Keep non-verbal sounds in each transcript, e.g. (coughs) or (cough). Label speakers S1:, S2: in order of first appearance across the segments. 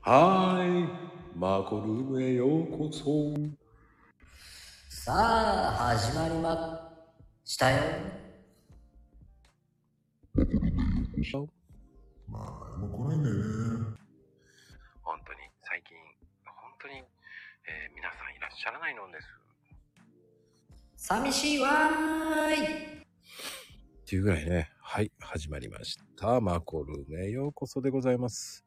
S1: はい。マコルームへようこそ。
S2: さあ、始まりま、したよ。
S3: もう来ないんだよね。
S4: 本当に、最近、本当に、えー皆さんいらっしゃらないのです。
S2: 寂しいわーい。
S1: っていうぐらいね。はい。始まりました。マコルームへようこそでございます。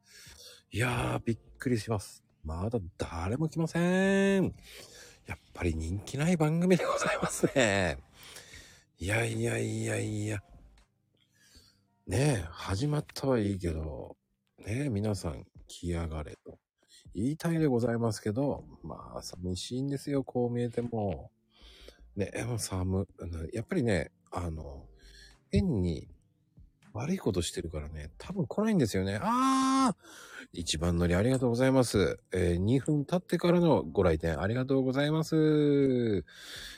S1: いやー、びっくりします。まだ誰も来ません。やっぱり人気ない番組でございますね。いやいやいやいや。ねえ、始まったはいいけど、ねえ、皆さん来やがれと。言いたいでございますけど、まあ、寂しいんですよ、こう見えても。ねえ、もう寒、やっぱりね、あの、変に悪いことしてるからね、多分来ないんですよね。ああ一番乗りありがとうございます。えー、2分経ってからのご来店ありがとうございます。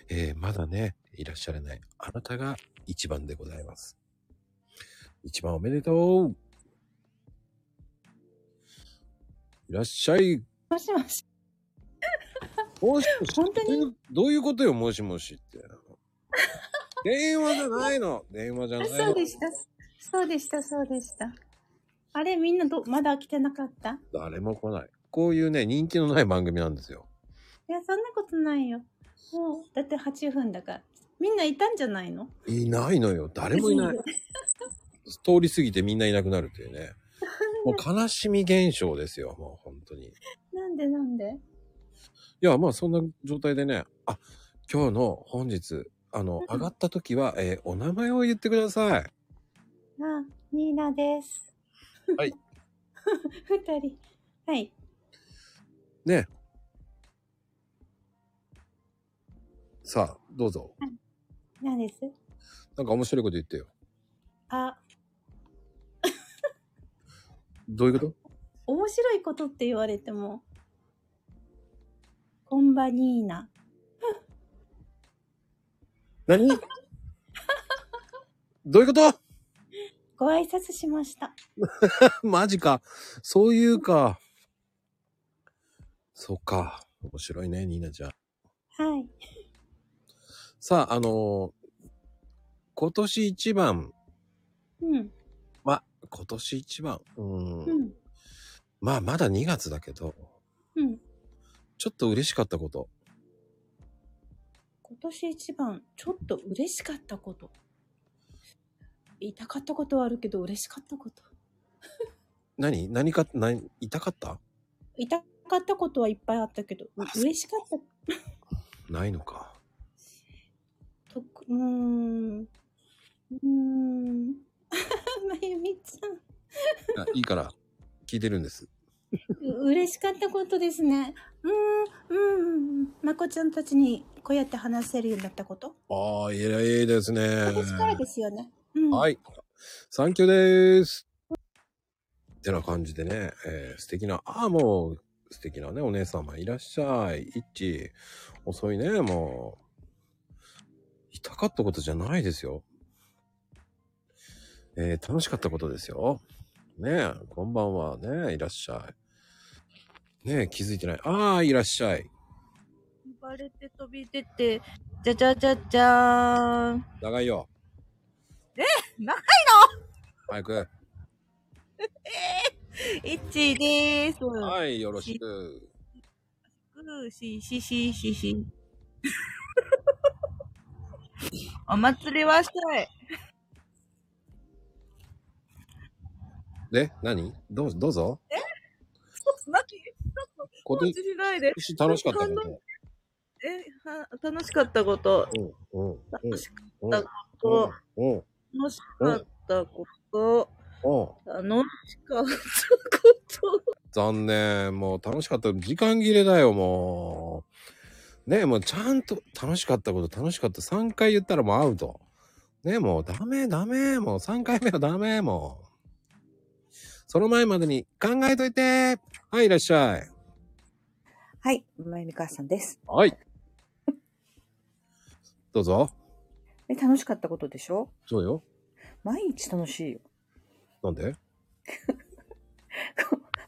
S1: えー、まだね、いらっしゃらないあなたが一番でございます。一番おめでとういらっしゃい
S5: もしもし。
S1: もしもし
S5: 本当に
S1: どういうどういうことよ、もしもしって。電話じゃないの電話じゃない
S5: そう
S1: の
S5: でした。そうでした、そうでした。あれ、みんなど、まだ来てなかった
S1: 誰も来ない。こういうね、人気のない番組なんですよ。
S5: いや、そんなことないよ。もう、だって8分だから。みんないたんじゃないの
S1: いないのよ。誰もい
S5: (laughs)
S1: ない。通り過ぎてみんないなくなるっていうね。もう悲しみ現象ですよ。もう本当に。い
S5: なんでなんで
S1: や、まあそんな状態でね、あ、今日の本日、あの、上がった時は、えーお名前を言ってください。
S5: あ、ニーナです。
S1: はい。
S5: (laughs) 二人。はい。
S1: ね。さあ、どうぞ。
S5: 何です
S1: なんか面白いこと言ってよ。
S5: あ、
S1: どういうこと
S5: 面白いことって言われても。こんばニーナ。
S1: 何どういうこと
S5: ご挨拶しました。
S1: (laughs) マジか。そういうか。そうか。面白いね、ニーナちゃん。
S5: はい。
S1: さあ、あのー今年一番、
S5: うん。
S1: 今年一番、う。
S5: うんん。
S1: まあ、まだ2月だけど、
S5: うん。
S1: ちょっと嬉しかったこと。
S5: 今年一番ちょっと嬉しかったこと痛かったことはあるけど嬉しかったこと
S1: 何何か、何、痛かった
S5: 痛かったことはいっぱいあったけどう嬉しかった
S1: ないの
S5: (laughs)
S1: か。
S5: とくうーんうーん (laughs) まゆみちゃん
S1: あいいから、聞いてるんです。
S5: う嬉しかったことですねうーんうんうんうんまこちゃんたちにこうやって話せるようになったこと
S1: ああ、いやいいですね。
S5: 今年からですよね、うん、
S1: はい。サンキューです。ってな感じでね、えー素敵な、ああ、もう、素敵なね、お姉様いらっしゃい。いっち、遅いね、もう。痛かったことじゃないですよ。えー楽しかったことですよ。ねえ、こんばんは、ねいらっしゃい。ねえ、気づいてない。ああ、いらっしゃい。
S6: 生まれて飛び出て、じゃじゃじゃじゃーん。
S1: 長いよ。え
S6: 長い
S1: の早く。
S6: いっちーでーす。
S1: はい、よろしく。
S6: くーししししし。お祭りはしたい。
S1: で、何どうどうぞ。
S6: 何
S1: 今
S6: お
S1: 年
S6: 祭りないで
S1: 今。年楽しかったこ
S6: 感動え、は楽しかったこと。
S1: と。うん、うん、
S6: 楽しかっ
S1: うん。
S6: たこと。
S1: うん、うん、
S6: 楽しかったこと。
S1: うん。
S6: 楽しかったこと。
S1: 残念。もう楽しかった。時間切れだよ、もう。ねえ、もうちゃんと楽しかったこと、楽しかった。3回言ったらもうアウト。ねえ、もうダメ、ダメ。もう3回目はダメ、もう。その前までに考えといて。はい、いらっしゃい。
S7: はい、まゆみかあさんです。
S1: はい。どうぞ。
S7: え、楽しかったことでしょ
S1: そうよ。
S7: 毎日楽しいよ。
S1: なんで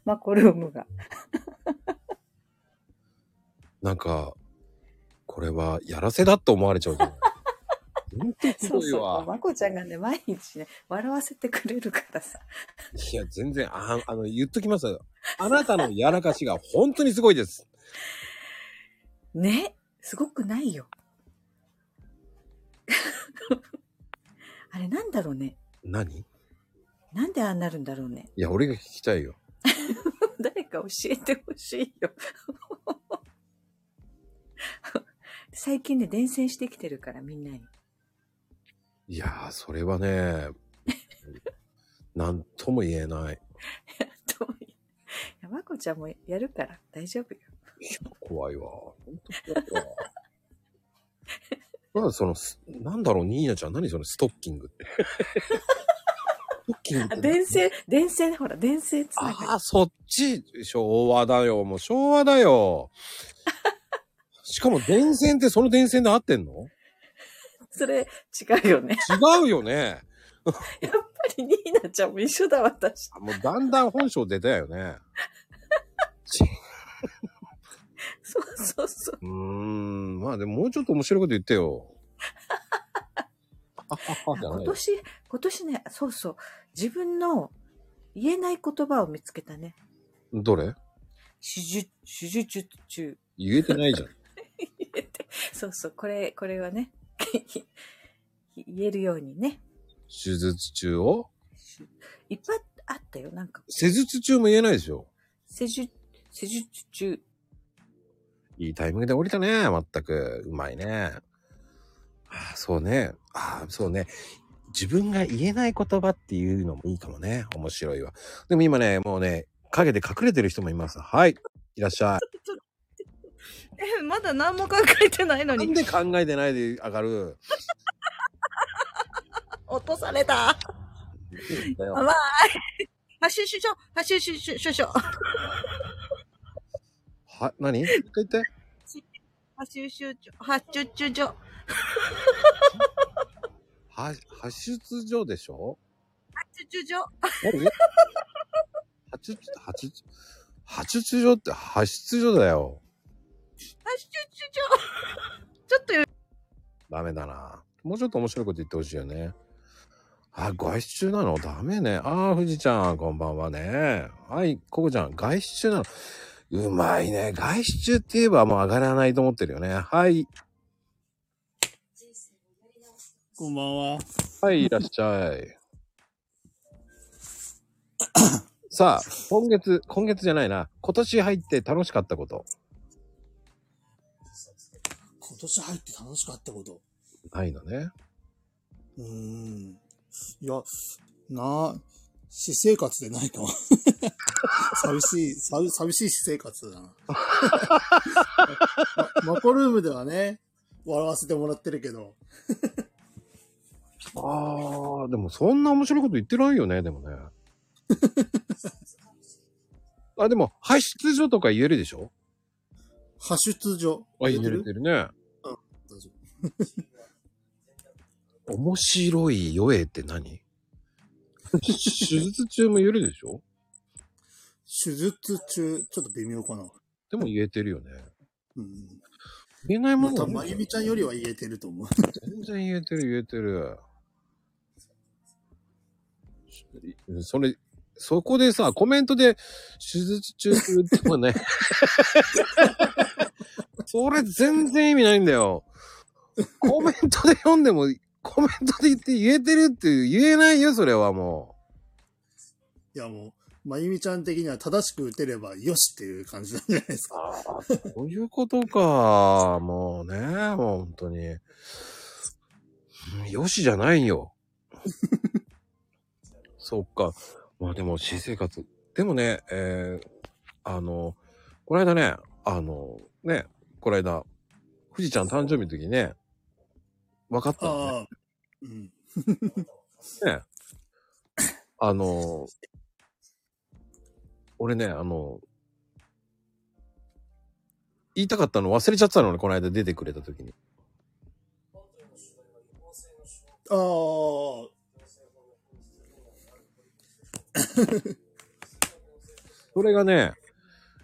S7: マコルームが。
S1: なんか、これはやらせだと思われちゃ
S7: (laughs)
S1: うけど。本当に (laughs) ひ
S7: そう
S1: どい
S7: そう。
S1: わ。
S7: マコちゃんがね、毎日ね、笑わせてくれるからさ。
S1: いや、全然、ああの、言っときます。あなたのやらかしが本当にすごいです。
S7: ね、すごくないよ。あれなんだろうね。
S1: 何い
S7: なんでああなるんだろうね。
S1: や、俺が聞きたいよ。
S7: 誰か教えてほしいよ。 (laughs) 最近ね、伝染してきてるから、みんなに。
S1: いやー、それはね、 (laughs) なんとも言えない。
S7: といや、まこちゃんもやるから大丈夫よ。
S1: いや怖いわ。本当怖いわ。
S7: (laughs)
S1: なんだそのす、なんだろう、ニーナちゃん、何そのストッキングって。ストッキングって。
S7: 伝染、伝染、ほら、伝染つながり
S1: ああ、そっち、昭和だよ。もう昭和
S7: (laughs)
S1: だよ。しかも電線ってその電線で合ってんの
S7: それ違うよね。
S1: 違うよね。
S7: (laughs) やっぱりニーナちゃんも一緒だ、私。
S1: もうだんだん本性出たよね。
S7: そうそうそう。
S1: うーん、まあでももうちょっと面白いこと言っ
S7: (laughs)
S1: てよ。あははじゃ
S7: 今
S1: ないよ。
S7: 年、今年ね、そうそう。自分の言えない言葉を見つけたね。
S1: どれ
S7: 手術、手術中。 (laughs)
S1: 言えてないじゃん。
S7: 言えてそうそう、これ、これはね、 (laughs) 言えるようにね。
S1: 手術中を
S7: いっぱいあったよ、なんか。
S1: 施術中も言えないでしょ。
S7: 施術、施術中。 (laughs)
S1: いいタイミングで降りたね、まったく。うまいね。ああ、そうね。ああ、そうね。自分が言えない言葉っていうのもいいかもね。面白いわ。でも今ね、もうね、陰で隠れてる人もいます。はい。いらっしゃ
S6: え、まだ何も考えてないの
S1: い。な
S6: に
S1: ん。で考えてないで上がる
S6: 落とされた。
S1: だ
S6: (laughs)
S1: よ
S6: あはしゅしゅしょ、はしゅしゅしゅしょしょ。
S1: は、何一回言って。
S6: はしゅしゅちょ、はちゅちゅちょ。
S1: は、発出所でしょ
S6: ちゅちゅちょ。
S1: 何発出、発出、発出所って発出所だよ。
S6: はしゅちゅちょ。 (laughs) ちょっとよ、
S1: ダメだな。もうちょっと面白いこと言ってほしいよね。あ、外出中なのダメね。あー、富士ちゃん、こんばんはね。はい、ココちゃん、外出中なの。うまいね。外出中って言えばもう上がらないと思ってるよね。はい。
S8: こんばんは。
S1: はい、いらっしゃ
S8: (coughs)
S1: い。さあ、今月、今月じゃないな。今年入って楽しかったこと。
S8: 今年入って楽しかったこと。
S1: ないのね。
S8: うーん。いや、な、私生活でないと。 (laughs) 寂しい、寂寂しい私生活だな。まマコルームではね、笑わせてもらってるけど。
S1: あー、でもそんな面白いこと言ってないよね、でもね。 (laughs) あ、でも、派出所とか言えるでしょ
S8: 派出所。
S1: あ、言
S8: 入
S1: え
S8: れ
S1: る
S8: てる
S1: 言えるね。
S8: 大丈夫
S1: (laughs) 面白いよえって何手術中も言えるでしょ
S8: 手術中、ちょっと微妙かな。
S1: でも言えてるよね。
S8: うん。
S1: 言えないも
S8: ま
S1: ん
S8: た、
S1: だね
S8: まゆみちゃんよりは言えてると思う。 (laughs)
S1: 全然言えてる言えてる。それ、そこでさ、コメントで手術中って言っても (laughs) ね。それ全然意味ないんだよ。コメントで読んでも、コメントで言って言えてるって言えないよ、それはも
S8: いや、もう、まゆみちゃん的には正しく打てればよしっていう感じなんじゃないですか。
S1: う。そういうことか。もうね、もう本当に。うんよしじゃないよ。 (laughs) そっか。まあでも、私生活。でもね、えー、あの、この間ね、あの、ね、この間、富士ちゃん誕生日の時ね、分かったのね。
S8: ああ。うん。
S1: ね。あの、俺ね、あの、言いたかったの忘れちゃってたのね、この間出てくれた時に。
S8: ああ。
S1: それがね、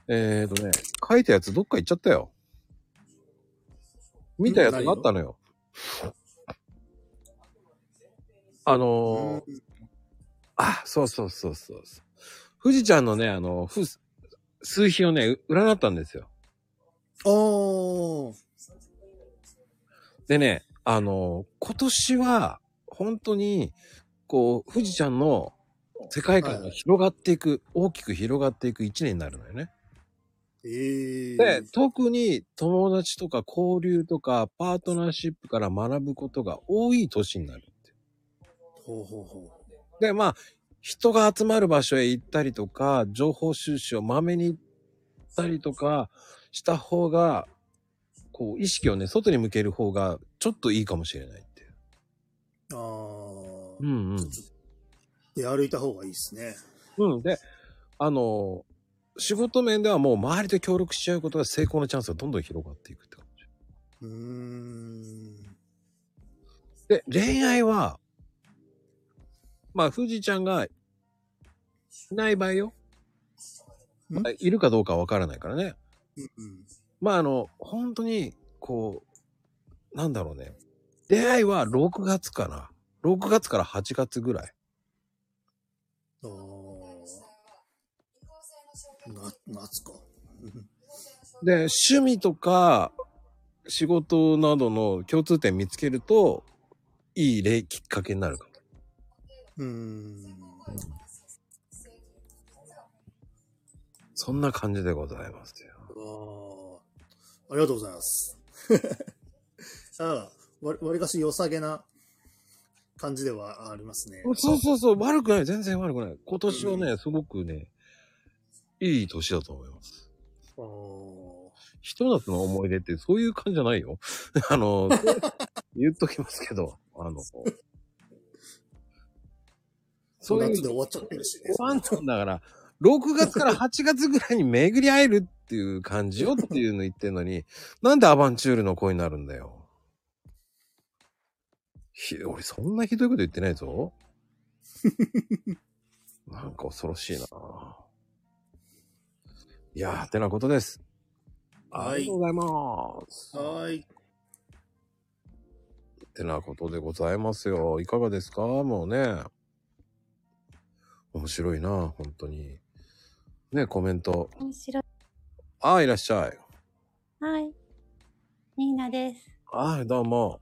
S1: えっ、ー、とね、書いたやつどっか行っちゃったよ。見たやつがあったのよ。あのー、あ、そうそうそうそうそう。富士ちゃんのね、あの、ふ数日をね、う占ったんですよ。
S8: おー。
S1: でね、あの、今年は、本当に、こう、富士ちゃんの世界観が広がっていく、大きく広がっていく一年になるのよね。
S8: ええ
S1: で、特に友達とか交流とかパートナーシップから学ぶことが多い年になるって。
S8: ほうほうほ
S1: で、まあ、人が集まる場所へ行ったりとか、情報収集をまめに行ったりとかした方が、こう、意識をね、外に向ける方が、ちょっといいかもしれないっていう。
S8: う。ああ。
S1: んうん。
S8: で、歩いた方がいいですね。
S1: うん。で、あの、仕事面ではもう周りと協力し合うことが成功のチャンスがどんどん広がっていくって感じ。
S8: うーん。
S1: で、恋愛は、まあ、富士ちゃんが、いない場合よ。
S8: ん
S1: まあいるかどうかわからないからね。
S8: うん。
S1: まあ、あの、本当に、こう、なんだろうね。出会いは6月かな。6月から8月ぐらい。
S8: ああ。な、夏か。
S1: で、趣味とか、仕事などの共通点見つけると、いい例、きっかけになるかも。
S8: うーん。
S1: そんな感じでございますよ。
S8: ああ。ありがとうございます。 (laughs) ああ、わ、わりかし良さげな感じではありますね。
S1: そうそうそう、悪くない。全然悪くない。今年はね、すごくね、いい年だと思います。
S8: ああ。
S1: ひと夏の思い出ってそういう感じじゃないよ。 (laughs) あの、言っときますけど、あの、そういう
S8: 夏で終わっちゃってるしね。
S1: ファントンだから、6月から8月ぐらいに巡り会えるっていう感じよっていうの言ってんのに、なんでアバンチュールの声になるんだよ。ひ、俺そんなひどいこと言ってない
S8: (laughs)
S1: ぞ。なんか恐ろしいなぁいやー、てなことです。
S8: は
S1: あ
S8: い
S1: りがとうございます。
S8: はい。
S1: ってなことでございますよ。いかがですかもうね。面白いな、本当に。ね、コメント。
S5: 面白い。
S1: ああ、いらっしゃい。
S5: はい。ニーナです。
S1: ああ、どうも。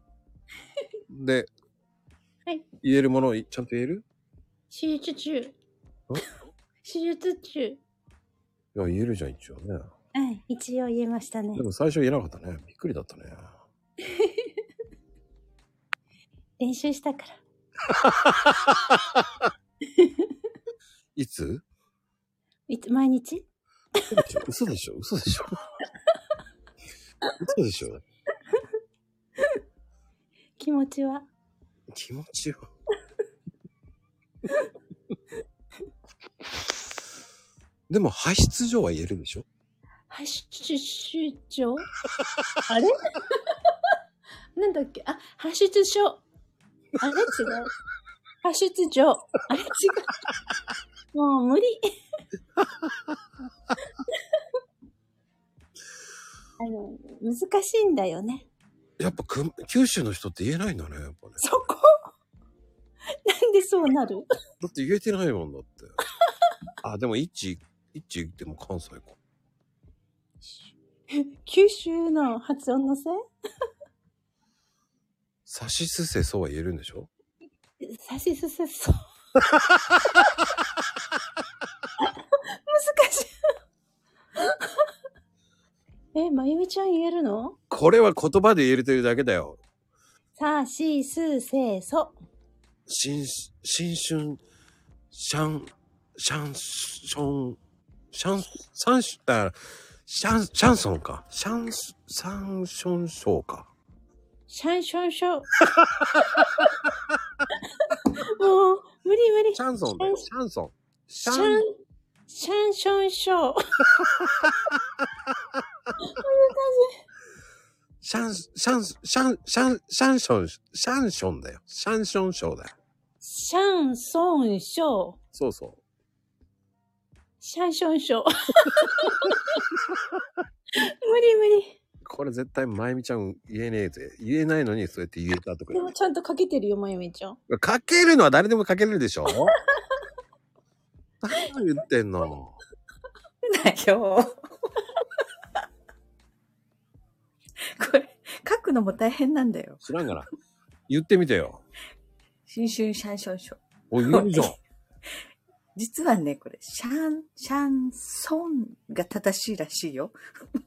S1: で、
S5: はい
S1: 言えるもの、いちゃんと言える
S5: 手術中。手術中。
S1: いや、言えるじゃん、一応ね。
S5: はい。一応言えましたね (laughs)
S1: で。も最初言えなかったね。びっくりだったね。
S5: 練習したから。
S1: いつ
S5: いつ、毎日
S1: 嘘でしょ嘘でしょ嘘でしょ
S5: (laughs) 気持ちは。
S1: 気持ちよ。でも、排出所は言えるでしょ
S5: はい、しゅ、しゅ、長あれ (laughs) なんだっけあ、発出症。あれ違う。発出症。あれ違う。もう無理。あの、難しいんだよね。
S1: やっぱく、九州の人って言えないんだね、やっぱね。
S5: そこ (laughs) なんでそうなる (laughs)
S1: だって言えてないもんだって。あ、でも、一、一っても関西か。
S5: 九州の発音のせ
S1: さしすせそは言えるんでしょ
S5: いさしすせ
S1: (laughs)
S5: そう。難しい。え、まゆみちゃん言えるの
S1: これは言葉で言えるというだけだよ。
S5: さしすせそ。
S1: 新、新春、シャン、シャン、ション、シャン、サンシュ、だから、シャン、シャンソンか。シャン、サンションショーか。
S5: シャンションショ
S1: (laughs)
S5: ン。もう、無理無理。
S1: シャンソンだよ。シャンソン。シ
S5: シ
S1: ャ
S5: ャ
S1: ン、
S5: ン、シャンションション。
S1: シャン、シャン、シャン、シャン、シャンション、シャンションだよ。シャンションショーだよ。
S5: シャンソンション。
S1: そうそう。
S2: シャンション
S1: (laughs)
S2: ショー。無理無理。
S1: これ絶対、まゆみちゃん言えねえぜ。言えないのに、そうやって言えたとか
S2: で。もちゃんとかけてるよ、まゆみちゃん。
S1: かけるのは誰でもかけるでしょ何言ってんの
S7: だよ。これ、書くのも大変なんだよ。
S1: 知らんがな。言ってみてよ。
S7: 新春シャンションショー。
S1: お、言うじゃん。
S7: 実はね、これ、シャン、シャンソンが正しいらしいよ。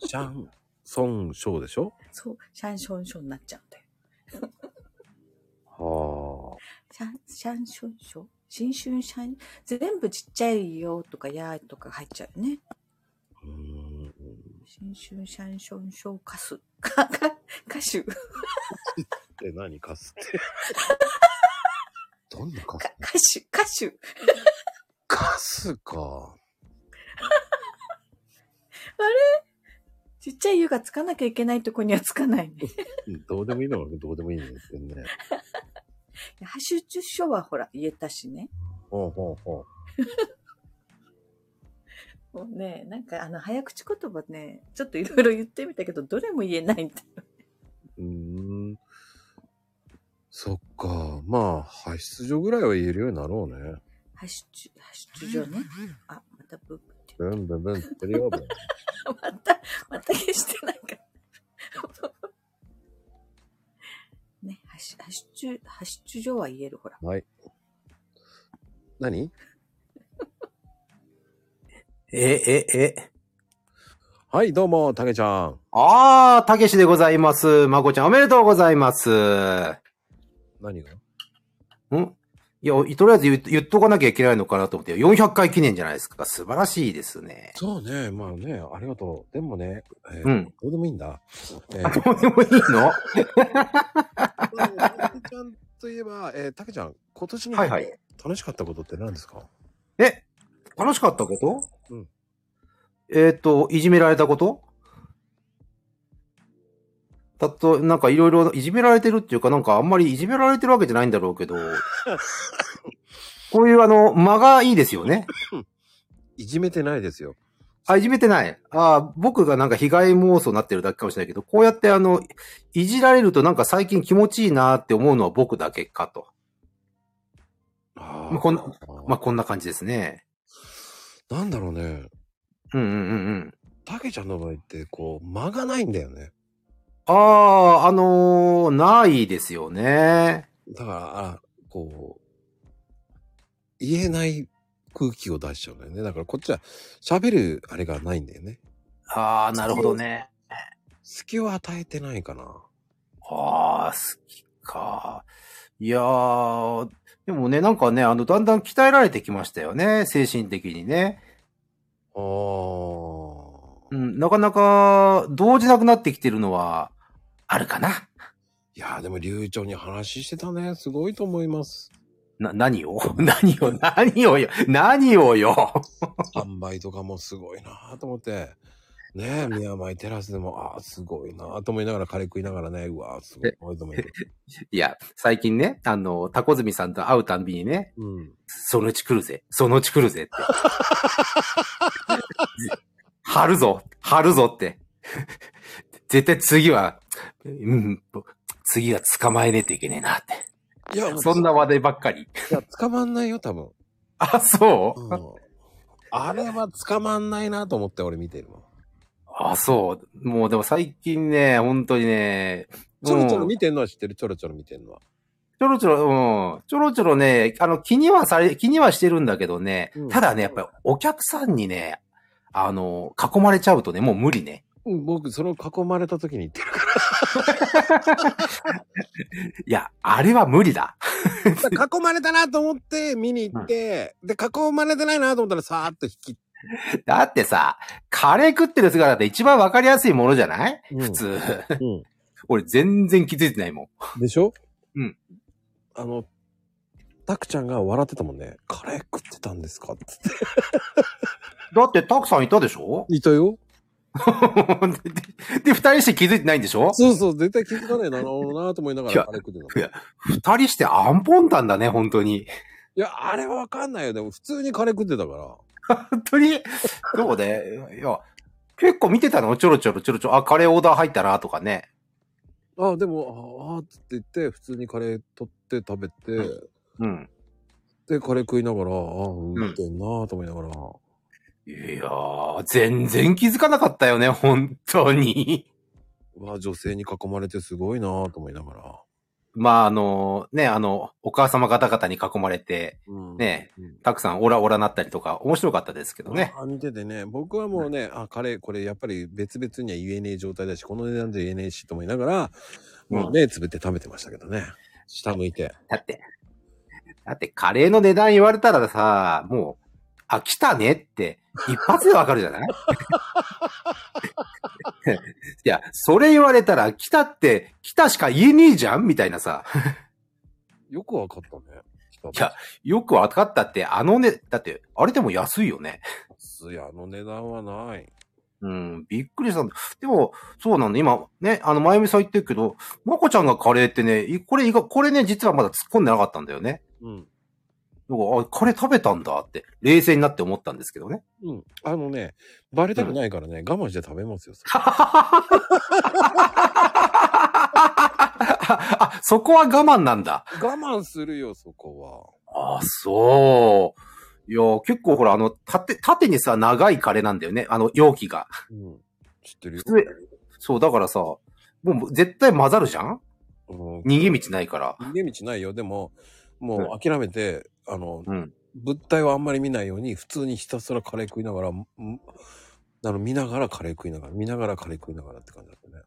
S1: シャン、ソン、ショーでしょ
S7: そう、シャンションショーになっちゃうんだよ。
S1: は
S7: シャン、シャンションショー新春シャン、全部ちっちゃいよとかやーとか入っちゃうね。
S1: あ。うーん。
S7: 新春シャンションショーカス。か、か、歌手。
S1: え、何かすって。どんなかす
S7: か歌手、歌手。
S1: かすか。
S7: ちっちゃい湯がつかなきゃいけないとこにはつかないね。
S1: うんどうでもいいのはどうでもいいの言ってんね。
S7: ハッシュ中書はほら、言えたしね。
S1: ほうほうほう。
S7: もうね、なんかあの、早口言葉ね、ちょっといろいろ言ってみたけど、どれも言えないんだよ。
S1: うーん。そっか。まあ、派出所ぐらいは言えるようになろうね。
S7: ハッシュ中、ハッシュ中書ね。あ、またブーブーって。
S1: ブンブンブンってるよ、ブン。
S7: また、また消してないか。ね、ハッシュ、ハッシュ中、ハッシュ中書は言える、ほら。
S1: はい。何
S9: え、え、え。
S1: はい、どうも、たけちゃん。
S9: あー、たけしでございます。まこちゃんおめでとうございます。ん
S1: 何が
S9: いや、とりあえず言っ言っとかなきゃいけないのかなと思って、400回記念じゃないですか。素晴らしいですね。
S1: そうね、まあね、ありがとう。でもね、えー
S9: うん
S1: どうでもいいんだ。えー、
S9: どうでもいいの
S1: まあでもたけちゃんといえば、えー、たけちゃん、今年に
S9: はいはい
S1: 楽しかったことって何ですか
S9: え、楽しかったこと
S1: うん
S9: えっ、と、いじめられたことだと、なんかいろいろ、いじめられてるっていうか、なんかあんまりいじめられてるわけじゃないんだろうけど、こういうあの、間がいいですよね。
S1: いじめてないですよ。
S9: あ、いじめてない。ああ、僕がなんか被害妄想になってるだけかもしれないけど、こうやってあの、いじられるとなんか最近気持ちいいなって思うのは僕だけかと。
S1: あ
S9: まあこんなま
S1: ま
S9: あ、こんな感じですね。
S1: あ、なんだろうね。
S9: うんうんうんうん。
S1: たけちゃんの場合って、こう、間がないんだよね。
S9: ああ、あのーないですよね。
S1: だから、あこう、言えない空気を出しちゃうんだよね。だからこっちは喋るあれがないんだよね。
S9: ああ、なるほどね。
S1: 隙を与えてないかな。
S9: ああ、好きか。いやー、でもね、なんかね、あの、だんだん鍛えられてきましたよね。精神的にね。
S1: ああ。
S9: うん、なかなか、動じなくなってきてるのは、あるかな。
S1: いやーでも流暢に話してたね。すごいと思います。
S9: な、何を (laughs) 何を何をよ何をよ (laughs)
S1: 販売とかもすごいなーと思って。ねえ、宮前テラスでも、ああー、すごいなーと思いながら、カレー食いながらね、うわー、すごいと思います。
S9: いや、最近ね、あの、タコズミさんと会うたんびにね、
S1: うん。
S9: そのうち来るぜ、そのうち来るぜって。 (laughs) 貼るぞ、貼るぞって。 (laughs) 絶対次は、うん、次は捕まえねえといけねえなっ
S1: い
S9: て。
S1: や、
S9: そんな話題ばっかり。
S1: いや、捕まんないよ、多分。
S9: (laughs) あ、そう、
S1: うん。あれは捕まんないなと思って、俺見てるもん。
S9: あ、そう。もうでも最近ね、本当にね、
S1: ちょろちょ
S9: う
S1: ろ
S9: ん
S1: 見てんのは知ってる、ちょろちょろ見てんのは。
S9: ちょろちょろ、うん。ちょろちょろね、あの、気にはされ、気にはしてるんだけどね、
S1: うん
S9: ただね、やっぱりお客さんにね、あの、囲まれちゃうとね、もう無理ね。
S1: うん僕、その囲まれた時に言って (laughs) るか
S9: いや、あれは無理だ。 (laughs)
S1: ら。囲まれたなと思って、見に行って、で、囲まれてないなと思ったら、さーっと引き。
S9: だってさ、カレー食ってる姿って一番わかりやすいものじゃない、
S1: うん
S9: 普通。
S1: うん。
S9: (laughs) 俺全然気づいてないもん。
S1: でしょ
S9: うん。
S1: あの、タクちゃんが笑ってたもんね。カレー食ってたんですかって言って。
S9: だってたくさんいたでしょ
S1: いたよ。
S9: で (laughs) でで、二人して気づいてないんでしょ
S1: そうそう、絶対気づかねえだろうなと思いなが
S9: いや
S1: らカレー食ってたの。
S9: いや二人してアンポンタンだね、本当に。
S1: いや、あれはわかんないよ。でも、普通にカレー食ってたから。
S9: 本当にどうねいや、結構見てたのちょろちょろちょろちょろ。あ、カレーオーダー入ったな、とかね。
S1: あ、でも、ああーっつって言って、普通にカレー取って食べて、
S9: うん。
S1: で、カレー食いながら、ああ、売ってんなーと思いながら、
S9: いやー、全然気づかなかったよね、本当に。
S1: うわあ、女性に囲まれてすごいなーと思いながら。
S9: まあ、あの、ね、あの、お母様方々に囲まれて、
S1: うん
S9: ね
S1: うん
S9: たくさんオラオラなったりとか、面白かったですけどね。
S1: あ見ててね、僕はもうね、あ、カレー、これやっぱり別々には言えねえ状態だし、この値段じゃ言えねえしと思いながら、もう目つぶって食べてましたけどね。下向いて。
S9: だって、だってカレーの値段言われたらさ、もう、あ、来たねって、一発でわかるじゃない (laughs) いや、それ言われたら、来たって、来たしか言えねえじゃんみたいなさ。
S1: よくわかったね。
S9: いや、よくわかったって、あのね、だって、あれでも安いよね。
S1: いや、あの値段はない。
S9: うん、びっくりしたんだ。でも、そうなんだ。今、ね、あの、まゆみさん言ってるけど、まこちゃんがカレーってね、いこれ、いがこれね、実はまだ突っ込んでなかったんだよね。
S1: うん。
S9: だからあ、カレー食べたんだって、冷静になって思ったんですけどね。
S1: うん。あのね、バレたくないからね、我慢して食べますよ。
S9: (laughs) あ、そこは我慢なんだ。
S1: 我慢するよ、そこ
S9: あ、そう。いや、結構ほら、あの、縦、縦にさ、長いカレーなんだよね。あの、容器が。
S1: は。うん。知ってるよ
S9: 普。通、そう、だからさ、もう絶対混ざるじゃん
S1: うん
S9: 逃げ道ないから。
S1: 逃げ道ないよ。でも、も
S9: う
S1: う諦めて、あの、
S9: うん。
S1: 物体はあんまり見ないように、普通にひたすらカレー食いながら、んあの見ながらカレー食いながら、見ながらカレー食いながらって感じだったね。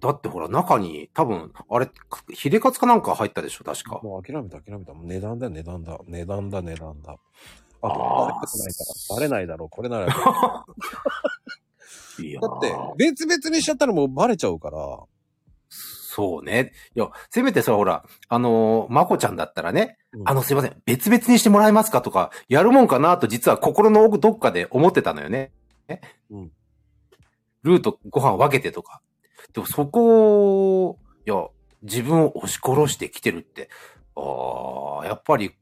S9: だってほら、中に、多分、あれ、かヒレカツかなんか入ったでしょ、確か。
S1: もう諦めた、諦めた。もう値段だ、値段だ、値段だ、値段だ。あと、
S9: あー
S1: バレたくないから、バレないだろう、これ
S9: (laughs)
S1: なら。だ
S9: いや
S1: って
S9: ー、
S1: 別々にしちゃったらもうバレちゃうから。
S9: そうね。いや、せめてさ、ほら、あのー、まこちゃんだったらね、
S1: うん
S9: あの、すいません、別々にしてもらえますかとか、やるもんかなと実は心の奥どっかで思ってたのよね。
S1: うん
S9: ルーとご飯分けてとか。でもそこを、いや、自分を押し殺してきてるって、ああ、やっぱり、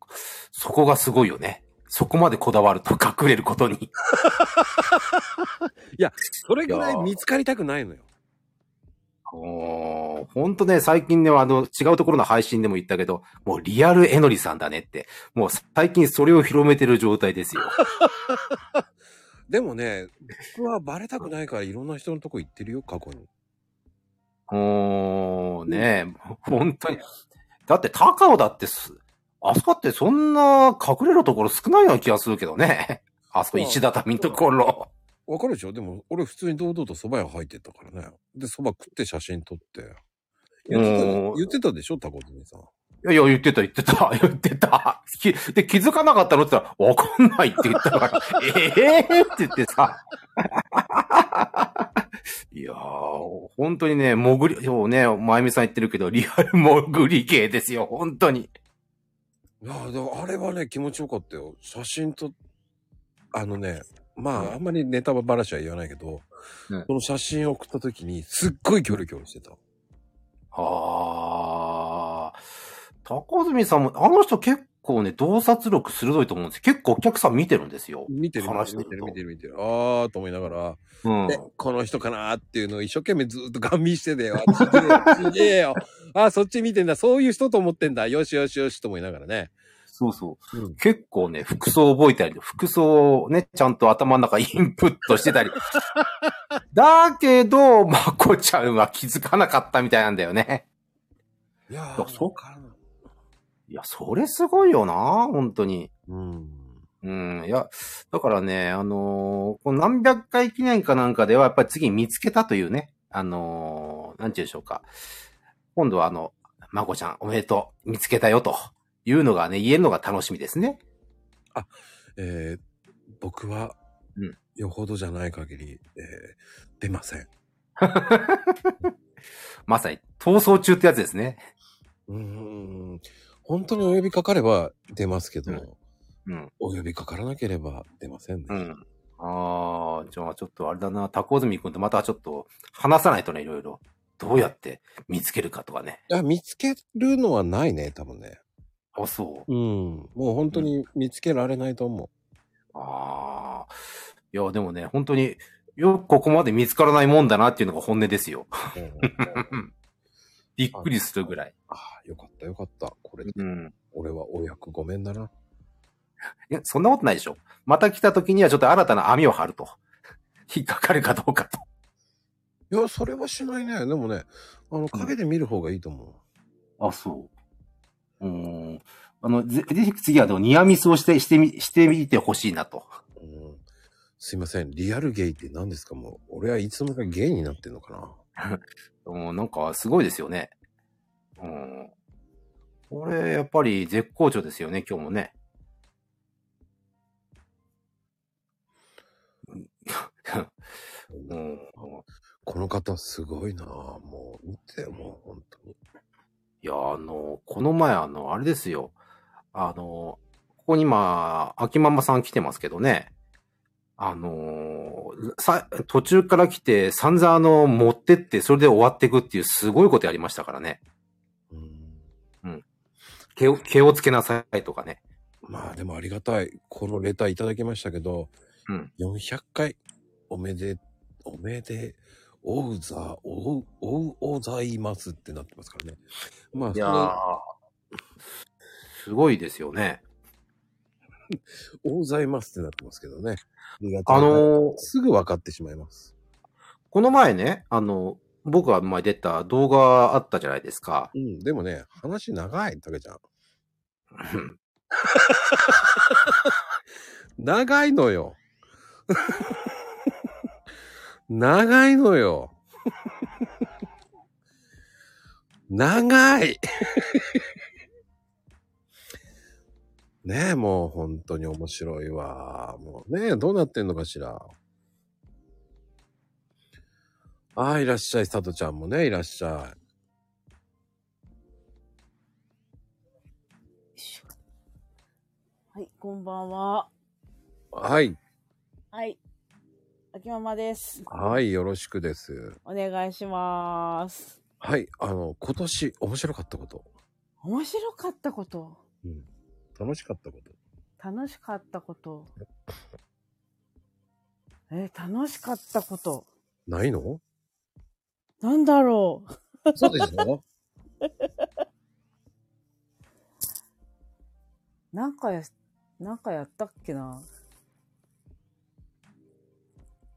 S9: そこがすごいよね。そこまでこだわると (laughs) 隠れる
S1: (laughs)
S9: ことに。
S1: それぐらい見つかりたくないのよ。
S9: おーほんとね、最近ね、あの、違うところの配信でも言ったけど、もうリアルえのりさんだねって、もう最近それを広めてる状態ですよ。
S1: でもね、僕はバレたくないからいろんな人のとこ行ってるよ、過去に。
S9: おー、ねえ、 (laughs) ほんとに。だって、高尾だってす、あそこってそんな隠れるところ少ないような気がするけどね。 (laughs) あそこ石畳のところ。
S1: わかるでしょでも、俺普通に堂々と蕎麦屋入ってったからね。で、蕎麦食って写真撮って。言ってた
S9: うん
S1: 言ってたでしょタコズミさん。
S9: いやいや、言ってた、言ってた、 (laughs) 言ってた。きで、気づかなかったのって言ったら、わかんないって言ったから、 (laughs) ええー、って言ってさ。 (laughs) いやー、本当にね、潜り、そうね、まゆみさん言ってるけど、リアル潜り系ですよ、本当に。
S1: いやーでもあれはね、気持ちよかったよ。写真と、あのね、まあ、あんまりネタばらしは言わないけど、
S9: うん
S1: その写真を送った時に、すっごいキョロキョロしてた。
S9: あー、高住さんも、あの人結構ね、洞察力鋭いと思うんですよ。結構お客さん見てるんですよ。
S1: 見てる、見
S9: 話しててる
S1: る、
S9: と
S1: 見てる、見てる、見てる。あーと思いながら、
S9: うん。
S1: で、この人かなーっていうのを一生懸命ずーっとガン見してたよ。あっち見てるすげえよ。あー、そっち見てんだ。そういう人と思ってんだ。よしよしよしと思いながらね。
S9: そうそう。
S1: うん
S9: 結構ね、服装覚えたり、服装をね、ちゃんと頭の中インプットして
S1: (laughs)
S9: たり。だけど、まこちゃんは気づかなかったみたいなんだよね。
S1: いや
S9: ーそう
S1: か。
S9: いや、それすごいよな、本当に。
S1: うん。
S9: うん、いや、だからね、あのーこの何百回記念かなんかでは、やっぱり次見つけたというね、あのーなんて言うんでしょうか。今度はあの、まこちゃん、おめでとう、見つけたよ、というのがね、言えるのが楽しみですね。
S1: えー僕は
S9: うん、
S1: よほどじゃない限り、えー出ません。
S9: (laughs) まさに、逃走中ってやつですね。
S1: うーん。本当にお呼びかかれば出ますけど、
S9: うんうん。
S1: お呼びかからなければ出ませんね。
S9: うん。ああ、じゃあちょっとあれだな、タコズミ君とまたちょっと話さないとね、いろいろ。どうやって見つけるかとかね。
S1: あ見つけるのはないね、多分ね。
S9: あ、そ
S1: う
S9: う。
S1: ん。もう本当に見つけられないと思う。
S9: ああ。いや、でもね、本当によくここまで見つからないもんだなっていうのが本音ですよ。 (laughs) びっくりするぐらい。
S1: ああ、よかったよかった。これ、
S9: うん。
S1: 俺はお役ごめんだな。
S9: いや、そんなことないでしょ。また来た時にはちょっと新たな網を張ると。引っかかるかどうかと。
S1: いや、それはしないね。でもね、あの、影で見る方がいいと思
S9: あ、そう。うーん。あの、ぜぜひ次はでもニアミスをして、してみ、してみてほしいなと。
S1: う。うん、すいません。リアルゲイって何ですかもう、俺はいつもかゲイになってんのかな。
S9: うん、なんかすごいですよね。うん。これ、やっぱり絶好調ですよね、今日もね。 (laughs) うんうん。
S1: この方すごいなもう、見てよ、もう、本当に。
S9: いや、あの、この前、あの、あれですよ。あの、ここに今、秋ママさん来てますけどね。あの、さ、途中から来て、散々あの、持ってって、それで終わっていくっていう、すごいことやりましたからね。
S1: うん、
S9: 毛を、毛をつけなさいとかね。
S1: まあ、でもありがたい。このレターいただきましたけど、
S9: うん
S1: 400回、おめで、おめで、おうざ、おう、おう、おざいますってなってますからね。まあ、
S9: いやー、すごいですよね。
S1: そ (laughs) のおうざいますってなってますけどね。ありがたい
S9: あのー
S1: すぐ分かってしまいます。
S9: この前ね、あの、僕が前出た動画あったじゃないですか。
S1: うん、でもね、話長い、たけちゃん。 (laughs) 長いのよ。長いのよ。長い。 (laughs) ねえ、もう本当に面白いわ。もうねえ、どうなってんのかしら。ああ、いらっしゃい、さとちゃんもね、いらっしゃい。
S10: はい、こんばんは。
S1: はい、
S10: はい。秋ママです。
S1: はい、よろしくです。
S10: お願いします。
S1: はい、あの、今年面白かったこと、
S10: 面白かったこと、
S1: 楽しかったこと。
S10: 楽しかったこと。えー、楽しかったこと。
S1: ないの
S10: なんだろう。
S1: そうでしょ
S10: (laughs) なんかや、なんかやったっけな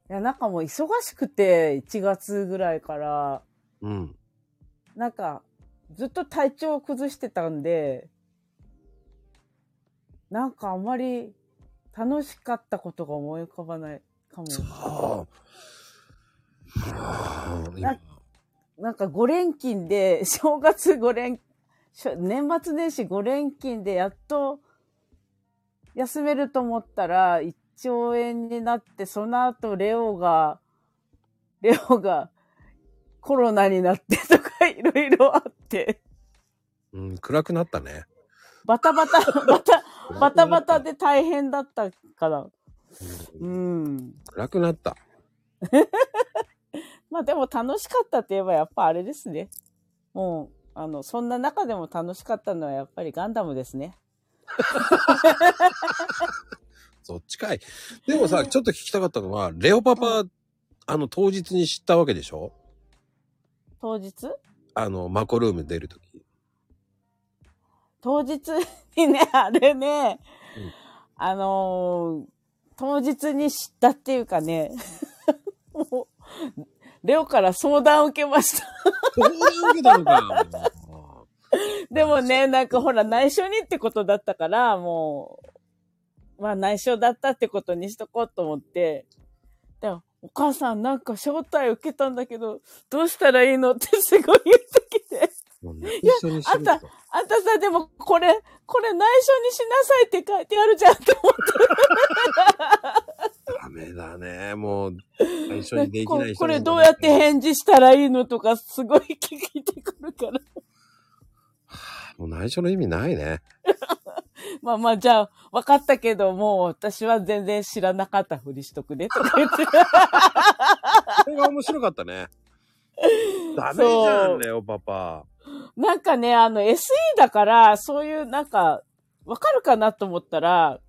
S10: いや、なんかもう忙しくて、1月ぐらいから、
S1: うん。
S10: なんか、ずっと体調を崩してたんで、なんかあんまり楽しかったことが思い浮かばないかも。
S1: ああ。
S10: ななんか5連勤で、 (laughs) 正月5連、しょ年末年始5連勤でやっと休めると思ったら1兆円になって、その後レオが、レオがコロナになってとかいろいろあって、
S1: うん、暗くなったね。
S10: バタバタ、バタ、バタバタで大変だったから。うん。
S1: 暗くなった。
S10: まあでも楽しかったって言えばやっぱあれですね。もう、あの、そんな中でも楽しかったのはやっぱりガンダムですね。
S1: そっちかい。でもさ、ちょっと聞きたかったのは、レオパパ、あの、当日に知ったわけでしょ
S10: 当日
S1: あの、マコルーム出る (laughs) とき。
S10: 当日にね、あれね、あのー当日に知ったっていうかね、 (laughs) もう、レオから相談を受けました。
S1: そういうけたのか。も
S10: (laughs) でもね、なんかほら、内緒にってことだったから、もう、まあ内緒だったってことにしとこうと思って、でも、お母さんなんか招待受けたんだけど、どうしたらいいのってすごい言ってきて、
S1: うもうね一緒にしろ
S10: あん
S1: と。
S10: あんたさ、でもこれ、これ内緒にしなさいって書いてあるじゃんって思って
S1: ダメだね。もう、最初にできない人
S10: ここれどうやって返事したらいいのとか、すごい聞いてくるから。 (laughs)
S1: もう内緒の意味ないね。
S10: まあまあ、じゃあ、分かったけど、もう私は全然知らなかったふりしとくね、とか言っ
S1: (laughs)
S10: て。
S1: これが面白かったね。ダメじゃ
S10: そ
S1: ん、
S10: う
S1: レオパパ。
S10: (laughs) なんかね、あの SE だから、そういうなんか、わかるかなと思ったら、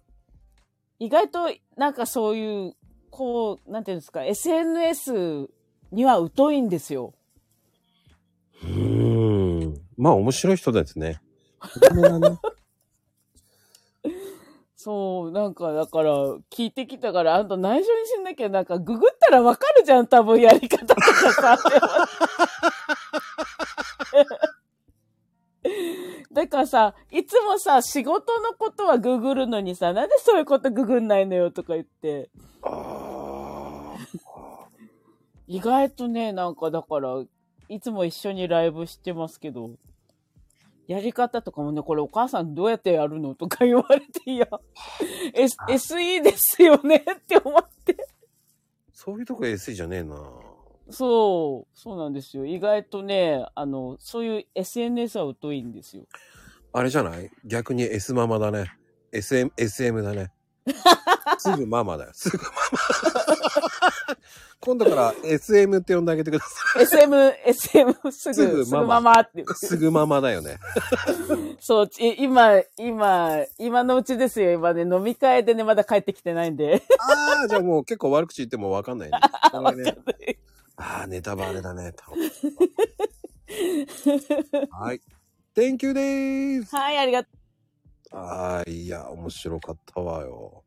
S10: 意外となんかそういう、こう、なんていうんですか、SNS には疎いんですよ。
S1: うーん。まあ面白い人ですね。真面目なね
S10: そう、なんか、だから、聞いてきたから、あんた内緒にしなきゃ、なんか、ググったらわかるじゃん、多分やり方とか
S1: (laughs)
S10: さ。だからさ、いつもさ、仕事のことはググるのにさ、なんでそういうことググんないのよとか言って。意外とね、なんかだから、いつも一緒にライブしてますけど、やり方とかもね、これお母さんどうやってやるのとか言われて、い
S1: (laughs)
S10: や、S、SE ですよねって思って。
S1: そういうとこ SE じゃねえな。
S10: そう、そうなんですよ。意外とね、あの、そういう SNS は疎いんですよ。
S1: あれじゃない逆に S ママだね。SM、SM だ
S10: (laughs)
S1: ね。すぐママだよ。すぐママ。今度から SM って呼んであげてくださ
S10: (laughs) SM、SM、すぐ、
S1: い。
S10: すぐママって。
S1: すぐママだよね。
S10: そう、ち今、今、今のうちですよ。今ね、飲み会でね、まだ帰ってきてないんで。 (laughs)
S1: ああ、じゃあもう結構悪口言ってもわかんないね。わかんない。ああ、ネタバレだね。はい。Thank you でーす。
S10: はい、ありがと
S1: ああ、いや、面白かったわよ。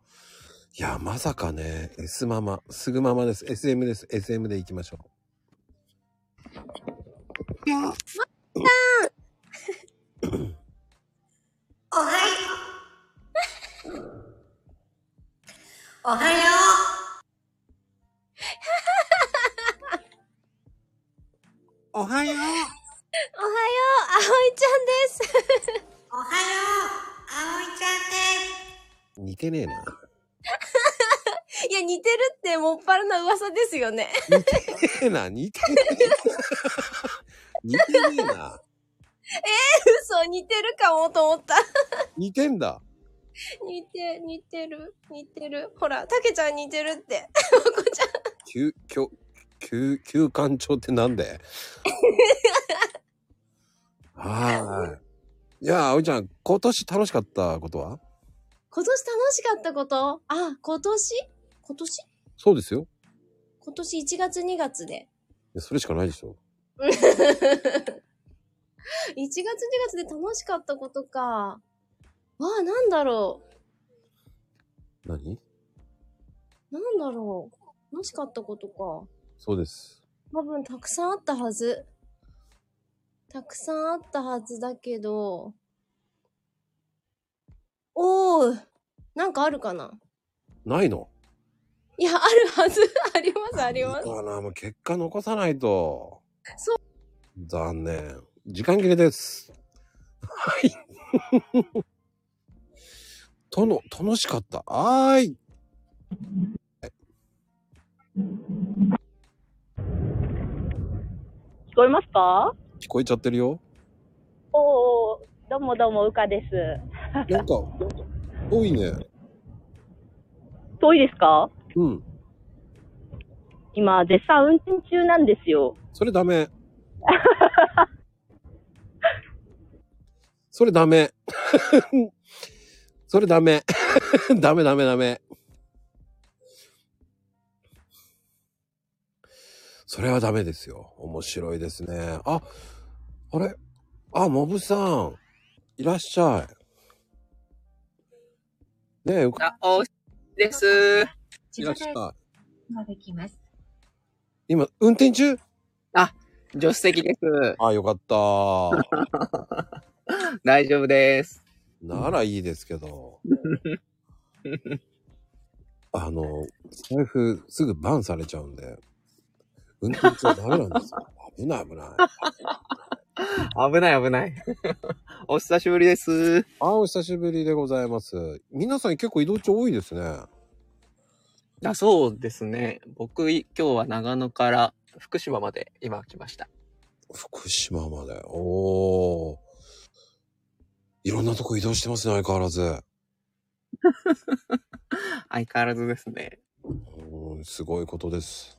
S1: いや、まさかね、S ママ、すぐママです。SM です。SM で行きましょ
S11: もさんおはよう。おはよう。おはよう。おはよう、あおいちゃんです。おはよう、あおいちゃん
S1: う。似てねえな。
S11: です。いや、似てるってもっぱらの噂ですよね。
S1: 似てねえな。似てねえ。似てねえ
S11: (laughs)
S1: な。
S11: えー、嘘、似てるかもと思った。
S1: 似てんだ。
S11: 似て、似てる、似てる。ほら、たけちゃん似てるって。
S1: 休、休、休、休館長ってなんではーい。いやあ、葵ちゃん、今年楽しかったことは
S11: 今年楽しかったことあ、今年今年
S1: そうですよ。
S11: 今年1月2月で。
S1: い
S11: (laughs)
S1: やそれしかないでしょ。
S11: 1月2月で楽しかったことか。わあ、なんだろ
S1: 何
S11: う。なんだろう。楽しかったことか。
S1: そうです。
S11: 多分たくさんあったはず。たくさんあったはずだけど。おー、なんかあるかな
S1: ないの
S11: いや、あるはず。 (laughs) あります、あります。
S1: だからもう結果残さないと。
S6: (laughs)
S11: そう。
S1: 残念。時間切れです。はい。 (laughs) との、楽しかった。はーい。
S12: 聞こえますか
S1: 聞こえちゃってるよ。
S12: おーおー、どうもどうも、うかです。
S1: なんか、多いね。
S12: 遠いですか
S1: うん。
S12: 今、絶賛運転中なんですよ。
S1: それダメ。それダメ。 (laughs) それダメ。 (laughs) ダメダメダメ。それはダメですよ。面白いですね。あ、あれあ、モブさん。いらっしゃい。ねえ、うか
S13: あ、おです。
S1: いらっしゃ
S13: 今できます。
S1: い。今、運転中
S13: あ、助手席です。
S1: あ、よかった。
S13: (laughs) 大丈夫です。
S1: ならいいですけど。あの、財布すぐバンされちゃうんで、運転中はダメなんですよ。危ない危ない。
S13: 危ない危ない。お久しぶりです。
S1: あ、お久しぶりでございます。皆さん結構移動中多いですね。
S13: あそうですね。僕、い今日は長野から福島まで今来ました。
S1: 福島まで。おー。いろんなとこ移動してますね、相変わらず。
S13: (laughs) 相変わらずですね。
S1: うん、すごいことです。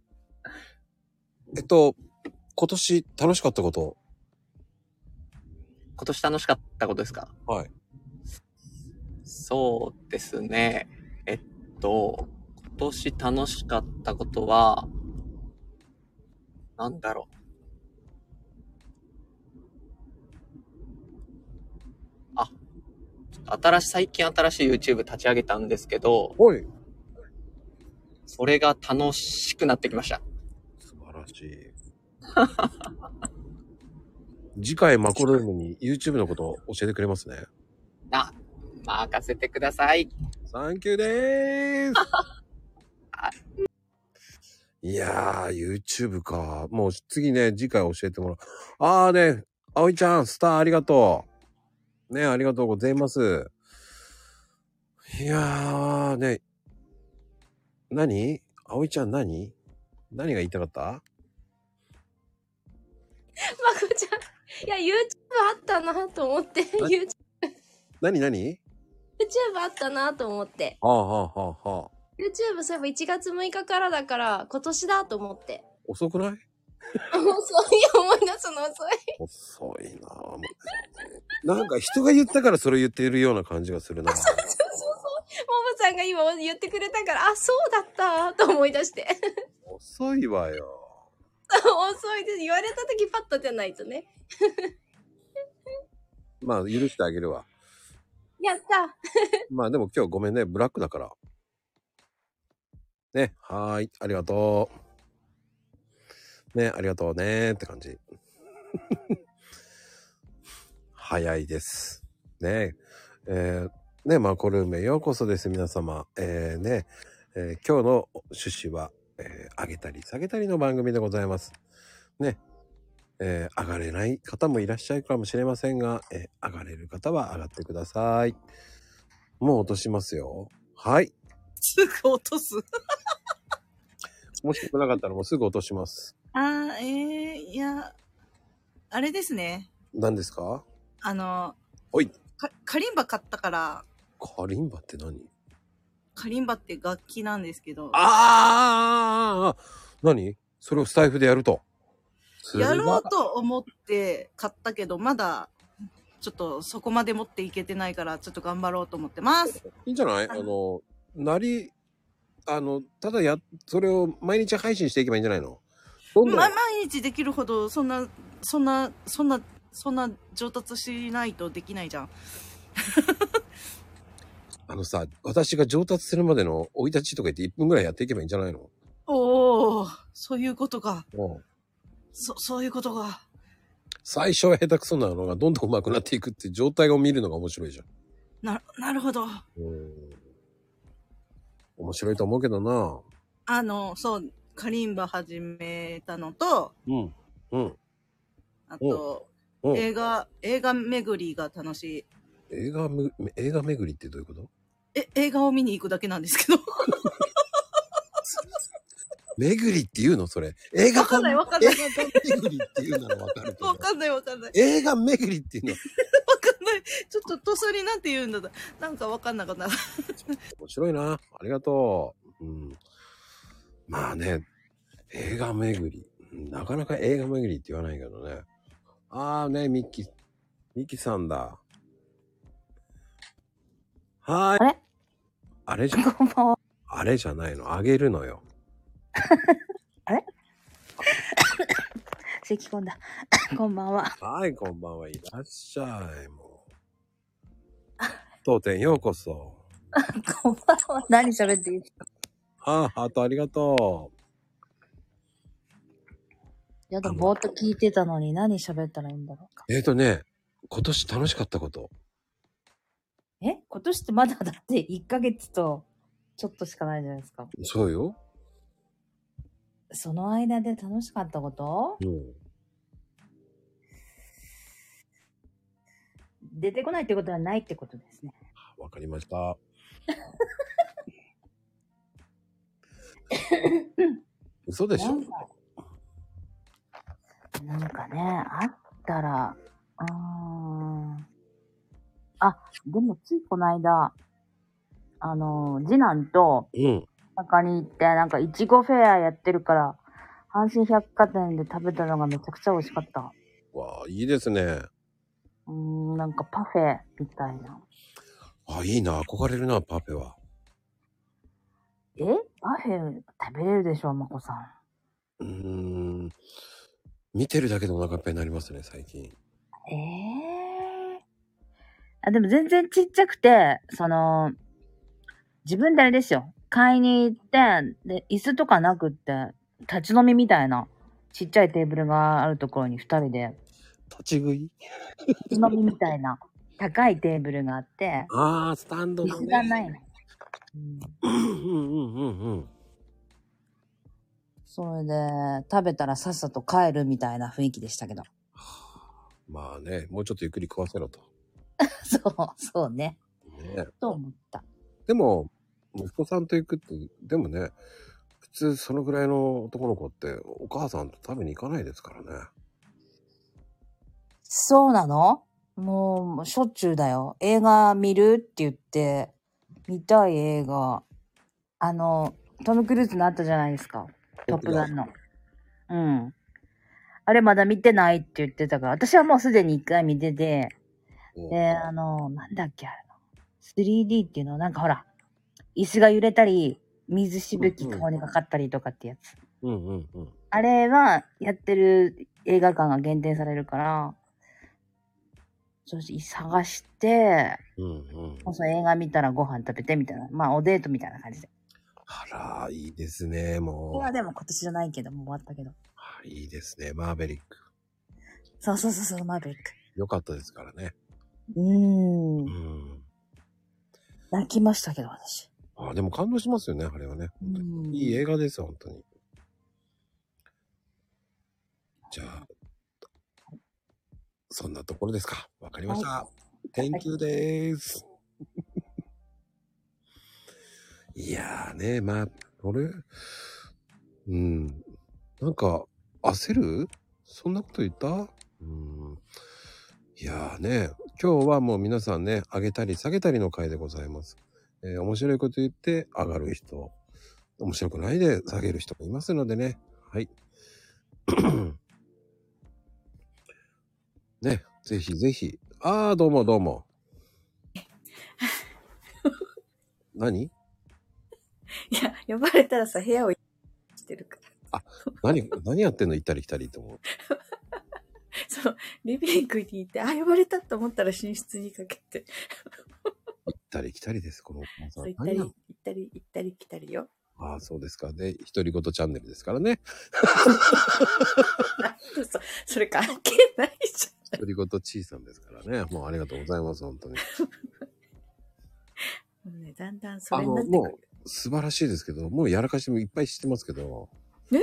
S1: (laughs) えっと、今年楽しかったこと。
S13: 今年楽しかったことですか
S1: はい。
S13: そうですね。えっと、今年楽しかったことは、なんだろう。あ、ちょっと新し、最近新しい YouTube 立ち上げたんですけど、それが楽しくなってきました。
S1: 素晴らしい。 (laughs) 次回マコルームに YouTube のことを教えてくれますね。
S13: あ、任せてください。
S1: サンキュー
S13: (laughs)
S1: でーす。いやー、YouTube か。もう次ね、次回教えてもらう。あーね、葵ちゃん、スターありがとう。ね、ありがとうございます。いやーね、何葵ちゃん何何が言いたかった
S11: まこちゃん。いや、YouTube あったなと思って、YouTube,
S1: 何何
S11: YouTube あったなと思って。
S1: はあはあはあはあ。
S11: YouTube そういえば1月6日からだから、今年だと思って。 (laughs)
S1: 遅くない
S11: 遅いよ、思い出すの遅い。
S1: 遅いなぁ。もうなんか人が言ったからそれ言っているような感じがするな。
S11: (laughs) そうそうそう。ももさんが今言ってくれたから、あ、そうだったと思い出して。 (laughs)
S1: 遅いわよ。
S11: 遅いです。言われた時パッとじゃないとね。
S1: まあ許してあげるわ。
S11: やった。
S1: まあでも今日ごめんね、ブラックだから。ね、はーい、ありがとう。ね、ありがとうねーって感じ。 (laughs) 早いです。ねえーね、マコルームへようこそです、皆様。えーね、えー今日の趣旨は、えー上げたり下げたりの番組でございます。ね、えー上がれない方もいらっしゃるかもしれませんが、えー上がれる方は上がってください。もう落としますよ。はい。
S6: すぐ落とす。
S1: もし来なかったらもうすぐ落とします。
S6: あー、えー、いや、あれですね。
S1: 何ですか
S6: あの、
S1: おい。
S6: かカリンバ買ったから、
S1: カリンバって何
S6: カリンバって楽器なんですけど。
S1: ああ何それをスタイフでやると。すごい
S6: やろうと思って買ったけど、まだ、ちょっとそこまで持っていけてないから、ちょっと頑張ろうと思ってます。
S1: いいんじゃないあの、なり、あの、ただや、それを毎日配信していけばいいんじゃないのどんどん、
S6: ま、毎日できるほど、そんな、そんな、そんな、そんな上達しないとできないじゃん。
S1: あのさ、私が上達するまでの生い立ちとか言って1分ぐらいやっていけばいいんじゃないの
S6: おー、そういうことか。
S1: うん。
S6: そ、そういうことか。
S1: 最初は下手くそなのがどんどん上手くなっていくって状態を見るのが面白いじゃん。
S6: な、なるほど。
S1: うん。面白いと思うけどな。
S6: あの、そう、カリンバ始めたのと、
S1: うん。うん。
S6: あと、
S1: うんうん
S6: 映画、映画巡りが楽しい。
S1: 映画む、映画巡りってどういうこと
S6: え、映画を見に行くだけなんですけど。
S1: 巡りっていうのそれ。映画
S6: わか
S1: 館
S6: んないわかんない。
S1: 映画巡りっていうならわかるけ
S6: わ
S1: ど。
S6: かんないわかんない。
S1: 映画巡りっていうのは
S6: ちょっととそりなんて言うんだった。なんかわかんなかった。
S1: 面白いな。ありがとう。うん。まあね、映画巡り。なかなか映画巡りって言わないけどね。ああね、ミッキー、ミッキーさんだ。はーい。あれあれじゃ、あれじゃないの。あげるのよ。
S3: 咳込んだ。 (coughs) こんばん
S2: (laughs)
S3: は。
S1: はい、こんばんは。いらっしゃい、もう。当店ようこそ。
S3: こんばんは。何喋っていいですか
S1: ああ、ハートありがと
S3: やだ、ぼーっと聞いてたのに何喋ったらいいんだろ
S1: う。えっ、ー、とね、今年楽しかったこと。
S3: う。え今年ってまだだって1ヶ月とちょっとしかないじゃないですか。
S1: そうよ。
S3: その間で楽しかったこと
S1: うん。
S3: 出てこないってことはないってことですね。
S1: わかりました。 (laughs) 嘘でしょ
S3: なんかね、あったら、うーん。あ、でもついこの間、あの、次男と、
S1: うん。
S3: 中に行って、なんか、いちごフェアやってるから、阪神百貨店で食べたのがめちゃくちゃ美味しかった。
S1: わあ、いいですね。
S3: うーん、なんかパフェみたいな。
S1: あ、いいな、憧れるな、パフェは。
S3: えパフェ食べれるでしょ、まこさん。
S1: うーん。見てるだけでお腹いっぱいになりますね、最近。
S3: ええあ、でも全然ちっちゃくて、その、自分であれですよ。買いに行って、で、椅子とかなくって、立ち飲みみたいな、ちっちゃいテーブルがあるところに二人で、
S1: 立ち食い
S3: 立ち飲みみたいな、高いテーブルがあって、
S1: ああ、スタンド
S3: 椅
S1: の
S3: 子
S1: ね。
S3: がないの。
S1: うんうんうんうん
S3: それで、食べたらさっさと帰るみたいな雰囲気でしたけど。 (laughs)
S1: まあね、もうちょっとゆっくり食わせろと。
S3: そう、そうね。
S1: ね、
S3: と思った。
S1: でも、息子さんと行くって、でもね、普通そのぐらいの男の子ってお母さんと食べに行かないですからね。
S3: そうなのもう、しょっちゅうだよ。映画見るって言って、見たい映画。あの、トム・クルーズのあったじゃないですか。トップガンの。うん。あれまだ見てないって言ってたから、私はもうすでに一回見てて、
S11: (laughs)
S3: で、あの、なんだっけ、あれの。3D っていうの、なんかほら、椅子が揺れたり、水しぶき顔にかかったりとかってやつ。
S1: うんうんうん。
S3: あれはやってる映画館が限定されるから、そうし探して、
S1: うんうん。
S3: もうその映画見たらご飯食べてみたいな。まあ、おデートみたいな感じで。
S1: あら、いいですね、
S3: こ
S1: も
S3: れはでも今年じゃないけど、もう終わったけど。
S1: う。いいですね、マーベリック。
S3: そうそうそうそう、マーベリック。
S1: 良かったですからね。
S3: うーん。
S1: うん。
S3: 泣きましたけど、私。
S1: あでも感動しますよね、あれはね。本当にいい映画ですよ、本当に。じゃあ、そんなところですか。わかりました。
S14: は
S1: Thank you でーす。いやーね、まあ、俺、うん、なんか、焦るそんなこと言ったうん。いやーね、今日はもう皆さんね、上げたり下げたりの回でございます。えー面白いこと言って上がる人、面白くないで下げる人もいますのでね。はい。 (coughs) ね、ぜひぜひ。ああ、どうもどうも。何
S7: いや、呼ばれたらさ、部屋をしてるから。
S1: 何、何やってんの行ったり来たりと思う。
S7: そう、リビングにいて、あ、呼ばれたと思ったら寝室にかけて、
S1: 行ったり来たりです、このお子さ
S7: そ
S1: ん
S7: う行った
S1: 何
S7: り、
S1: や
S7: 行ったり、行ったり来たりよ。
S1: ああ、そうですか。で、独り言チャンネルですか
S7: (laughs)
S1: らね。
S7: そそれ関係ないじ
S1: 独り言ちいさんですからね。もうありがとうございます、本当に。
S7: ゃん。もうね、だんだんそ
S1: あ
S7: れにな
S1: の、
S7: って
S1: もう、素晴らしいですけど、もうやらかしもいっぱいしてますけど、
S7: え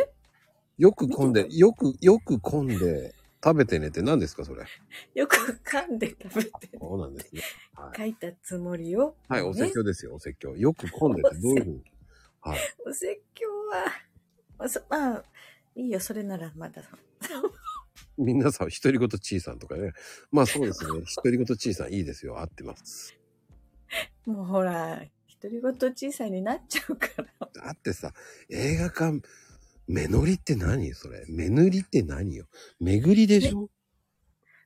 S1: よく混んで、よく、よく混んで、食べてねって何ですか、それ。
S7: よく噛んで食べて
S1: そうなんですね。
S7: 書いたつもりよ。
S1: はい、お説
S7: ね
S1: 教ですよ、お説教。よく混んでってどういうふうに。はい。
S7: お説教は、まあそ、まあ、いいよ、それならまだ。
S1: みんなさ、独り言ちいさんとかね。まあそうですね。独り言ちいさんいいですよ。合ってます。
S7: もうほら、独り言小さいになっちゃうから。
S1: だってさ、映画館、目乗りって何それ。目塗りって何よ。巡りでしょ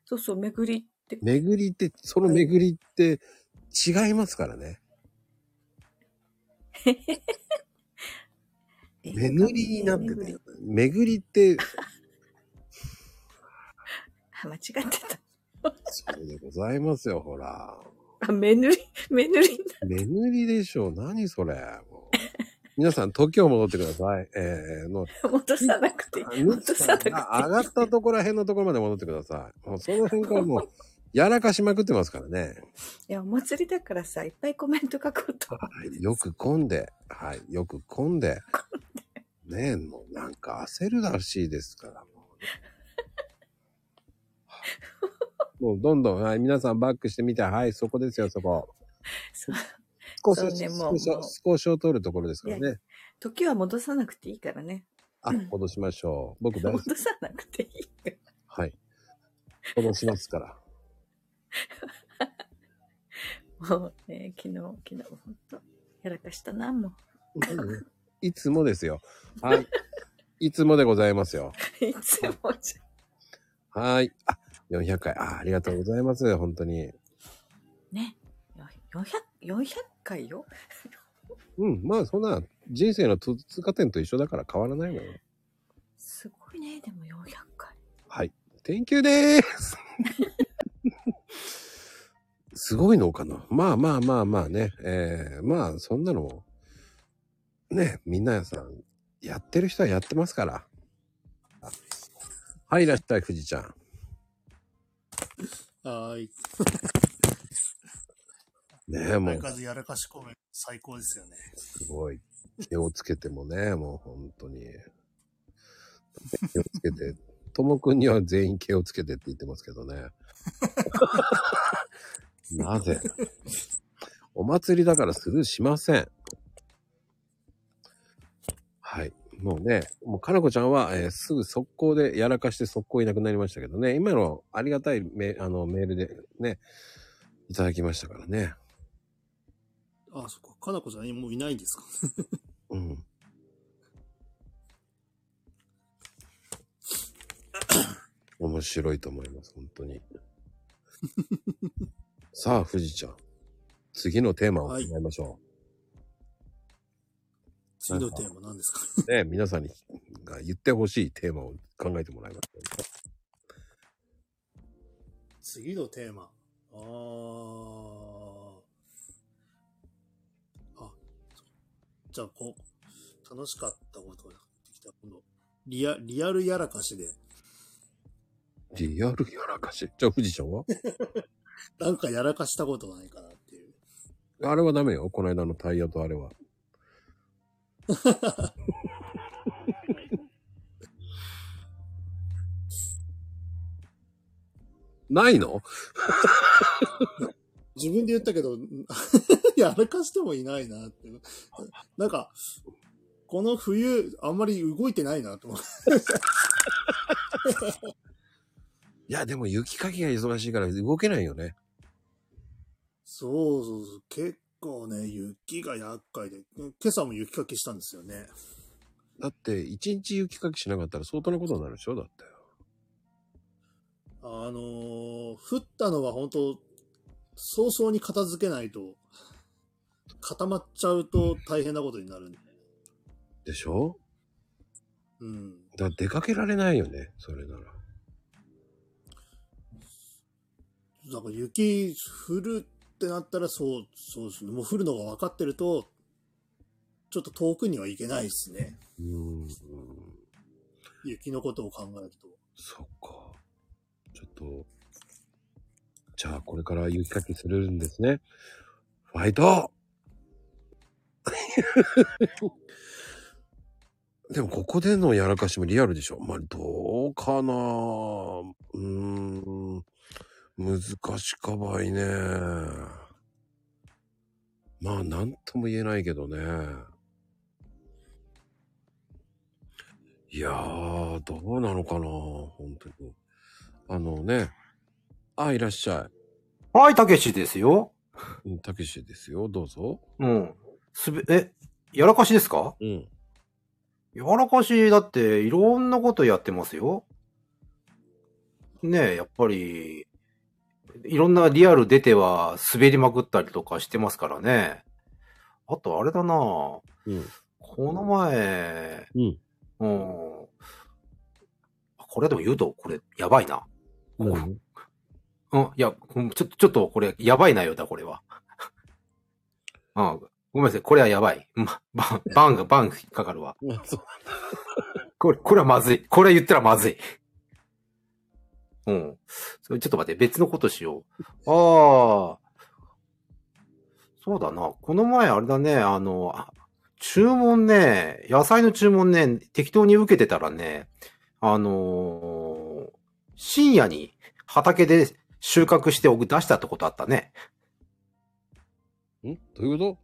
S7: そうそう、巡りって、
S1: 巡りって、その巡りって違いますからね。巡りになってね。巡りって、
S7: あ、間違ってた。
S1: そうでございますよ、ほら。
S7: あ、目塗り、目 (laughs) 塗り。
S1: 巡りでしょう。何それ。もう皆さん、時を戻ってください。えー、の、
S7: 戻さなくていい。戻さなくていい。
S1: 上がったところら辺のところまで戻ってください。もうその辺から
S7: (laughs)
S1: もう、やらかしまくってますからね。
S7: いや、お祭りだからさ、いっぱいコメント書こうと。
S1: はいよく混んで、はい、よく混んで。ねえ、もうなんか焦るらしいですから。
S7: (laughs)
S1: もうもうどんどん、はい、皆さんバックしてみて、はい、そこですよ、そこ。少し、
S7: そうねもう
S1: 少し
S7: もう、
S1: 少しを取るところですから
S7: いやい
S1: ね。
S7: 時は戻さなくていいからね。
S1: あ、戻しましょう。僕大好き
S7: 戻。さなくていい。
S1: はい。戻しますから。
S7: もうね、昨日、昨日、ほんと、やらかしたな、も
S1: いつもですよ。はい。いつもでございますよ。
S7: う。 (laughs) いつもじゃ。
S1: はい。あ、400回。あありがとうございます。本当に。
S7: ね。 400、400回よ。
S1: うん、まあそんな人生の通過点と一緒だから変わらないのよ。
S7: すごいね、でも400回。
S1: はい。Thank you でーす。 (laughs) すごいのかなまあまあまあまあね。えー、まあそんなの、ね、みんなさん、やってる人はやってますから。はい、いらっしゃい、富士ちゃん。
S8: はーい。
S1: ね
S8: (laughs)
S1: え、もう
S8: 相変わらずやらかしコメント最高ですよね。
S1: すごい。 (laughs) 気をつけてもね、もう本当に。気をつけて。 (laughs) ともくんには全員気をつけてって言ってますけどね。 (laughs)
S15: (laughs)
S1: なぜお祭りだからスルーしません。はい。もうね、もうかなこちゃんは、えーすぐ速攻でやらかして速攻いなくなりましたけどね、今のありがたいメあのメールでね、いただきましたからね。
S8: あそっか。かなこちゃん、もういないんですか
S1: うん。面白いと思います、本当に。さあ、富士ちゃん。次のテーマを考えましょう。
S8: 次のテーマ何ですか
S1: なんかね、皆さんにが言ってほしいテーマを考えてもらいました。
S8: 次のテーマ。あーあ。じゃあ、こう、楽しかったことができた。今度、リア、リアルやらかしで、 (laughs)
S1: リアルやらかし。じゃあ、富士ちゃんは
S8: なんかやらかしたことないかな。 (laughs)
S1: あれはダメよ。この間のタイヤとあれは。ないの
S8: 自分で言ったけど、 (laughs) んやらかしてもいないなって。なんか、この冬、あんまり動いてないなと (laughs) 思って。
S1: いや、でも雪かきが忙しいから動けないよね。
S8: そうそうそう。結構ね、雪が厄介で、今朝も雪かきしたんですよね。
S1: だって、一日雪かきしなかったら相当なことになるでしょだって。
S8: あのー降ったのは本当早々に片付けないと、固まっちゃうと大変なことになるんで。
S1: でしょ
S8: うん。
S1: だから出かけられないよね。それなら。
S8: だから雪降るってなったら、そう、そうですね。もう降るのが分かってると、ちょっと遠くには行けないですね。
S1: うん。
S8: 雪のことを考えると。
S1: そっか。ちょっと、じゃあこれから雪かきするんですね。ファイト (laughs) でもここでのやらかしもリアルでしょ。まあ、どうかなうーん。難しかばいね。まあ、なんとも言えないけどね。いやー、どうなのかな本当に。あのね。あ、いらっしゃ
S9: はい、たけしですよ。
S1: いうん。たけしですよ。どうぞ。
S9: うん。すべ、え、やらかしですか
S1: うん。
S9: やらかし、だって、いろんなことやってますよ。ねえ、やっぱり、いろんなリアル出ては滑りまくったりとかしてますからね。あと、あれだなぁ
S1: うん。
S9: この前、
S1: うん。
S9: これでも言うと、これ、やばいな。
S1: 何
S9: うん、いや、うんちょ、ちょっとこれ、やばい内容だ、これは。うん、ごめんなさい、これはやばい。 (laughs) ま、バン、バンが、バンが引っかかるわ。これ、これはまずい。これ言ったらまずい。うん。それちょっと待って、別のことしよう。ああ。そうだな。この前、あれだね、あの、あ注文ね、野菜の注文ね、適当に受けてたらね、あのー深夜に畑で収穫してお出したってことあったね。
S1: んどういうこ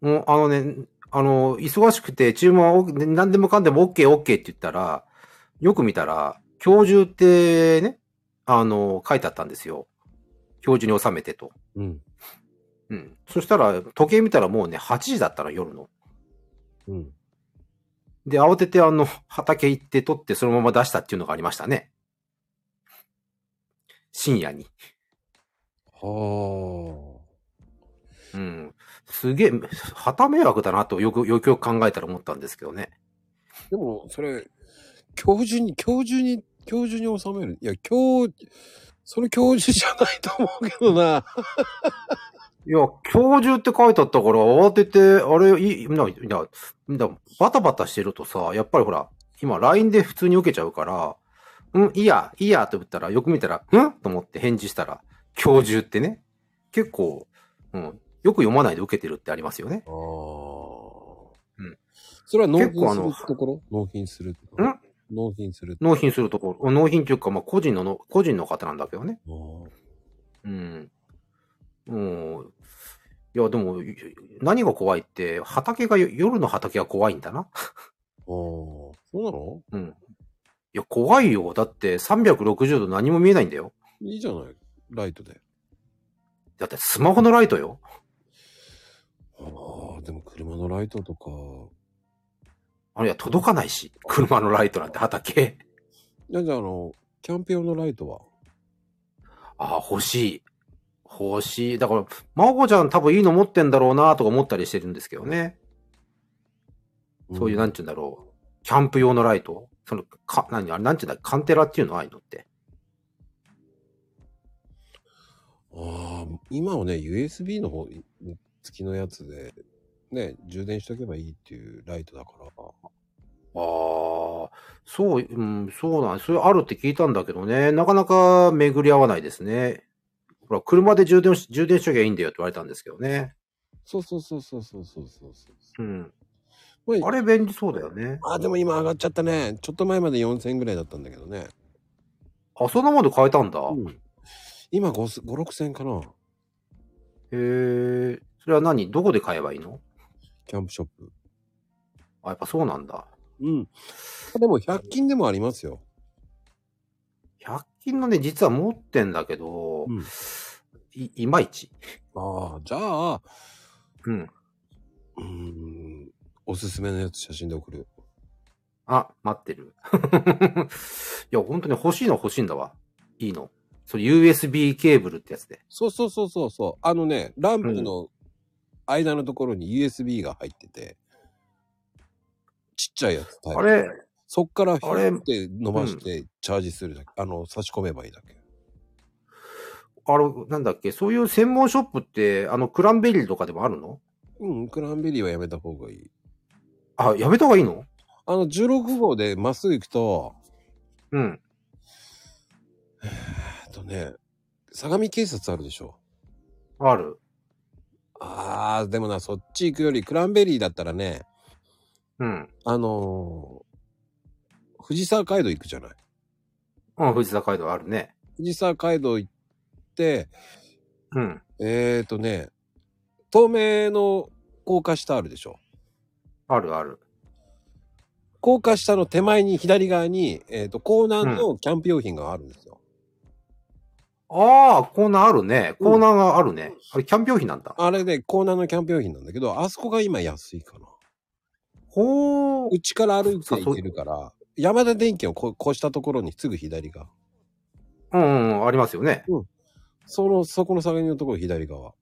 S1: と
S9: もう、あのね、あの、忙しくて、注文はおね何でもかんでも OK、OK って言ったら、よく見たら、今日中ってね、あの、書いてあったんですよ。今日中に収めてと。
S1: うん。
S9: うん。そしたら、時計見たらもうね、8時だったの、夜の。
S1: うん。
S9: で、慌てて、あの、畑行って取って、そのまま出したっていうのがありましたね。深夜に。
S1: はあ。
S9: うん。すげえ、旗迷惑だなとよく、よくよく考えたら思ったんですけどね。
S1: でも、それ、今日中に、今日中に、今日中に収める。いや、今日、それ今日中じゃないと思うけどな。 (laughs)
S9: いや、教授って書いてあったから、慌てて、あれ、いい、な、な、な、バタバタしてるとさ、やっぱりほら、今 LINE で普通に受けちゃうから、うん、いいや、いいや、と言ったら、よく見たら、うんと思って返事したら、教授ってね、結構、うん、よく読まないで受けてるってありますよね。うん。
S1: それは納
S9: 結構あ
S1: 品
S9: の
S1: するところ納品するところ納品する。
S9: 納品するところ、納品というか、まあ、個人のの、個人の方なんだけどね。うん。うん。いや、でも、い何が怖いって、畑がよ、夜の畑が怖いんだな。
S1: おそうなの
S9: うん。いや、怖いよ。だって、360度何も見えないんだよ。
S1: いいじゃない。ライトで。
S9: だって、スマホのライトよ。
S1: ああ、でも車のライトとか。
S9: あれいや、届かないし。車のライトなんて畑。
S1: じゃあ、じゃああの、キャンプ用のライトは
S9: ああ、欲しい。欲しい。だから、まおこちゃん多分いいの持ってんだろうなとか思ったりしてるんですけどね。そういう、なんて言うんだろう。キャンプ用のライトその、か、何、あれ、なんて言うんだカンテラっていうのああいうのって。
S1: ああ、今はね、USB の方、い付きのやつで、ね、充電しとけばいいっていうライトだから。
S9: ああ、そう、うん、そうなんそれあるって聞いたんだけどね。なかなか巡り合わないですね。ほら、車で充電し、充電しときゃいいんだよって言われたんですけどね。
S1: そうそうそうそうそうそうそう
S9: うん。あれ便利そうだよね。
S1: あ、でも今上がっちゃったね。ちょっと前まで4000円ぐらいだったんだけどね。
S9: あ、そんなもんで買えたんだ。
S1: 今5、5 6000円かな。
S9: へえ。それは何どこで買えばいいの
S1: キャンプショップ。
S9: あ、やっぱそうなんだ。
S1: うん。でも100均でもありますよ。
S9: 100均のね、実は持ってんだけど、い、いまいち。
S1: ああ、じゃあ、
S9: うん。
S1: うーん。おすすめのやつ写真で送る。
S9: あ、待ってる。いや、本当に欲しいのは欲しいんだわ。いいの。それ USB ケーブルってやつで。
S1: そうそうそうそうそう。あのね、ランプの間のところに USB が入ってて、ちっちゃいやつタイプ。
S9: あれ
S1: そっからひょ
S9: あれ
S1: って伸ばしてチャージするだけ。あの、差し込めばいいだけ。
S9: あの、なんだっけ、そういう専門ショップって、あの、クランベリーとかでもあるの
S1: うん、クランベリーはやめた方がいい。
S9: あ、やめた方がいいの
S1: あの、16号でまっすぐ行くと、
S9: うん。
S1: えっとね、相模警察あるでしょ。
S9: ある。
S1: ああ、でもな、そっち行くより、クランベリーだったらね、
S9: うん。
S1: あのー藤沢街道行くじゃない。
S9: うん、藤沢街道あるね。
S1: 藤沢街道行って、
S9: うん。
S1: えっ、ー、とね、透明の高架下あるでしょ。
S9: あるある。
S1: 高架下の手前に左側に、えっ、と、江南のキャンプ用品があるんですよ。
S9: ああ、コーナーあるね。コーナーがあるね。あれ、キャンプ用品なんだ。
S1: あれね、江南のキャンプ用品なんだけど、あそこが今安いかな。
S9: ほ
S1: う。うちから歩いて行けるから、山田電機をこ越したところにすぐ左側。
S9: うん、うん、ありますよね。
S1: うん。その、そこの下げのところ左側。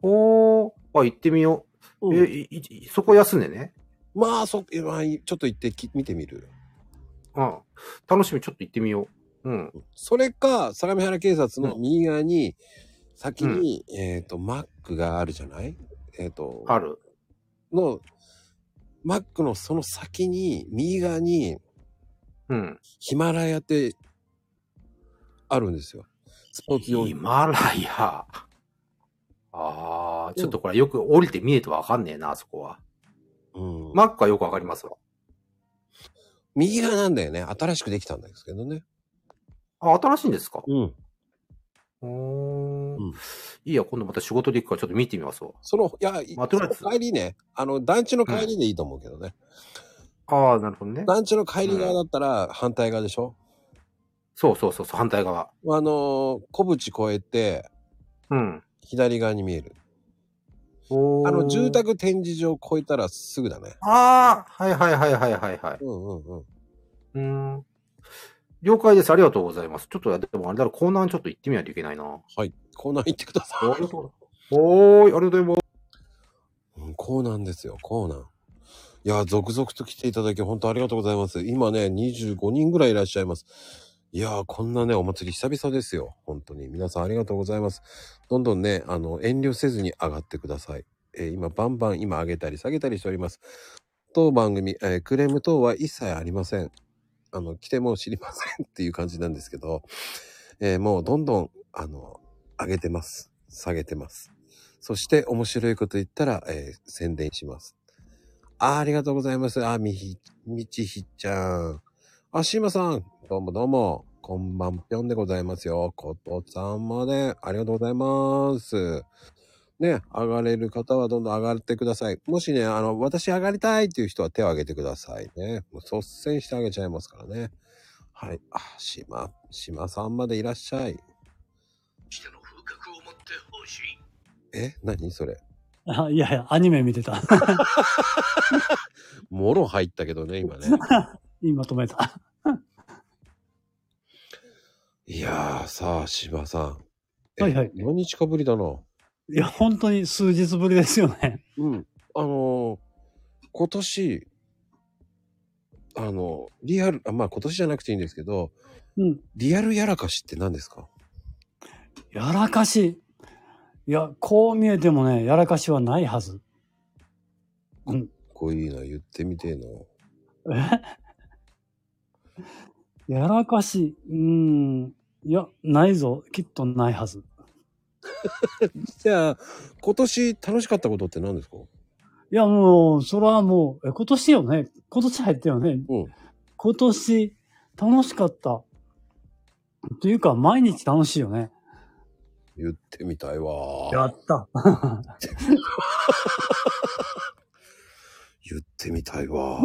S9: ほー。あ、行ってみよう。え、いいいそこ安値ね。
S1: まあ、そ、まあ、いちょっと行ってき見てみる。
S9: あ楽しみ、ちょっと行ってみよう。うん。
S1: それか、相模原警察の右側に、先に、えっ、と、マックがあるじゃないえっ、と、
S9: ある。
S1: の、マックのその先に、右側に、
S9: うん。
S1: ヒマラヤって、あるんですよ。スポーツ用
S9: ヒマラヤ。ああ、ちょっとこれよく降りて見えてわかんねえな、あそこは。
S1: うん。
S9: マックはよくわかりますわ。
S1: 右側なんだよね。新しくできたんですけどね。
S9: あ、新しいんですか
S1: うん。
S9: おー。いいや、今度また仕事で行くからちょっと見てみますわ。
S1: その、いや、い
S9: まあとりあえず
S1: その帰りね、あの、団地の帰りでいいと思うけどね。
S9: ああ、なるほどね。
S1: 団地の帰り側だったら反対側でしょ、
S9: そうそうそうそう、反対
S1: あ
S9: 側。
S1: のー、小渕越えて、
S9: うん。
S1: 左側に見える。
S9: おー
S1: あの、住宅展示場越えたらすぐだね。
S9: ああ、はいはいはいはいはいはい。
S1: うんうん
S9: うん。うん。了解です。ありがとうございます。ちょっと、でもあれだろ、コーナーにちょっと行ってみないといけないな。
S1: はい。コーナー行ってください。
S9: そういうとこ
S16: おーい、ありがとうござい
S1: ます。こうなんですよ、こうなん。いや、続々と来ていただき、本当ありがとうございます。今ね、25人ぐらいいらっしゃいます。いやー、こんなね、お祭り久々ですよ。本当に。皆さんありがとうございます。どんどんね、あの、遠慮せずに上がってください。えー今、バンバン、今、上げたり下げたりしております。当番組、えークレーム等は一切ありません。あの、来ても知りませんっていう感じなんですけど、えーもうどんどん、あの、上げてます。下げてます。そして、面白いこと言ったら、えー宣伝します。あーありがとうございます。あー、みひ、みちひちゃん。あ、しまさん。どうもどうも。こんばんぴょんでございますよ。ことさんまで。ありがとうございます。ね、上がれる方はどんどん上がってください。もしね、あの、私上がりたいっていう人は手を挙げてくださいね。もう率先してあげちゃいますからね。はい。あ、しま、しまさんまでいらっしゃい。え何それ。
S17: あいやいや、アニメ見てた。
S1: もろ入ったけどね、今ね。
S17: (laughs) 今止めた。
S1: いやー、さあ、しまさん。
S17: はいはい。
S1: 何日かぶりだな。
S17: いや、本当に数日ぶりですよね。
S1: うん。あのー今年、あの、リアル、あまあ今年じゃなくていいんですけど、
S17: うん。
S1: リアルやらかしって何ですか
S17: やらかし。いや、こう見えてもね、やらかしはないはず。うん。
S1: こういうの言ってみてえな。
S17: え (laughs) やらかし。うーん。いや、ないぞ。きっとないはず。
S1: (laughs) じゃあ、今年楽しかったことって何ですか
S17: いや、もう、それはもう、え今年よね。今年入ったよね。今年、楽しかった。というか、毎日楽しいよね。
S1: 言ってみたいわ。
S17: やった。
S1: 言ってみたいわ。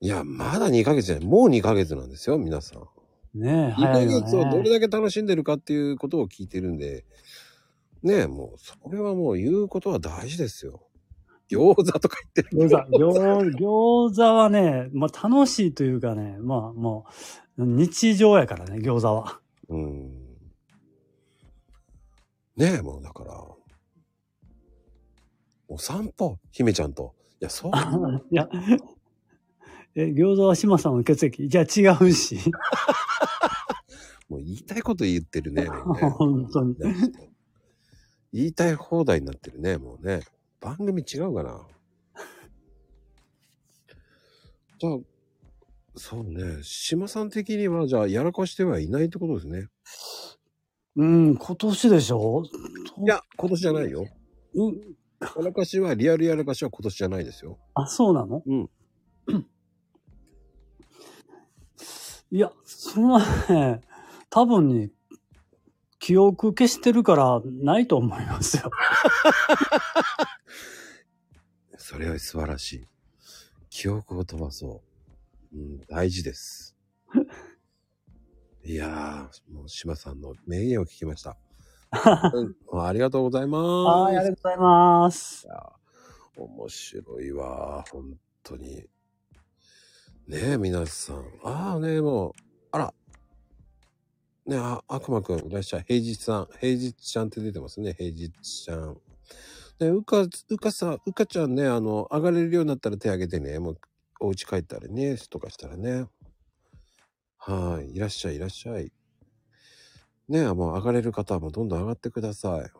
S1: いや、まだ2ヶ月じゃない。もう2ヶ月なんですよ、皆さん。
S17: (laughs) ねえ、
S1: 2ヶ
S17: 早いよ
S1: 月をどれ
S17: ね。
S1: だけ楽しんでるかっていうことを聞いてるんで、ねえ、もう、それはもう言うことは大事ですよ。 (laughs) 餃子とか言ってる。
S17: 餃子、餃餃子はね、まあ楽しいというかね、まあもう、日常やからね、餃子は。
S1: うん。ねえ、もうだから、お散歩、姫ちゃんと。いや、そう。
S17: (laughs) いや、え、餃子は島さんの血液。じゃあ違う
S1: (laughs)
S17: し。
S1: もう言いたいこと言って
S17: (laughs)
S1: るね。もうね
S17: 本当に。
S1: 言いたい放題になってるね、もうね。番組違うかな。 (laughs) じゃあ、そうね。島さん的には、じゃあ、やらかしてはいないってことですね。
S17: うん、今年でしょ
S1: いや、今年じゃないよ。
S17: うん。
S1: やらかしは、リアルやらかしは今年じゃないですよ。
S17: あ、そうなの
S1: うん。
S17: いや、そのね、多分ね、記憶消してるからないと思いますよ。
S1: それは素晴らしい。記憶を飛ばそう。うん、大事です。いやー、もう島さんの名言を聞きま
S17: (laughs)
S1: した。うん、ありがとうございます。
S17: はい、ありがとうございます。
S1: 面白いわ、本当に。ねえ、皆さん。ああね、もう、あら。ねえ、あ、悪魔くん、いらっしゃい。平日さん。平日ちゃんって出てますね、平日ちゃん。ね、うか、うかさん、うかちゃんね、あの、上がれるようになったら手挙げてね、もう、お家帰ったらね、とかしたらね。はい、いらっしゃい、いらっしゃい。ねえ、もう上がれる方はもうどんどん上がってください。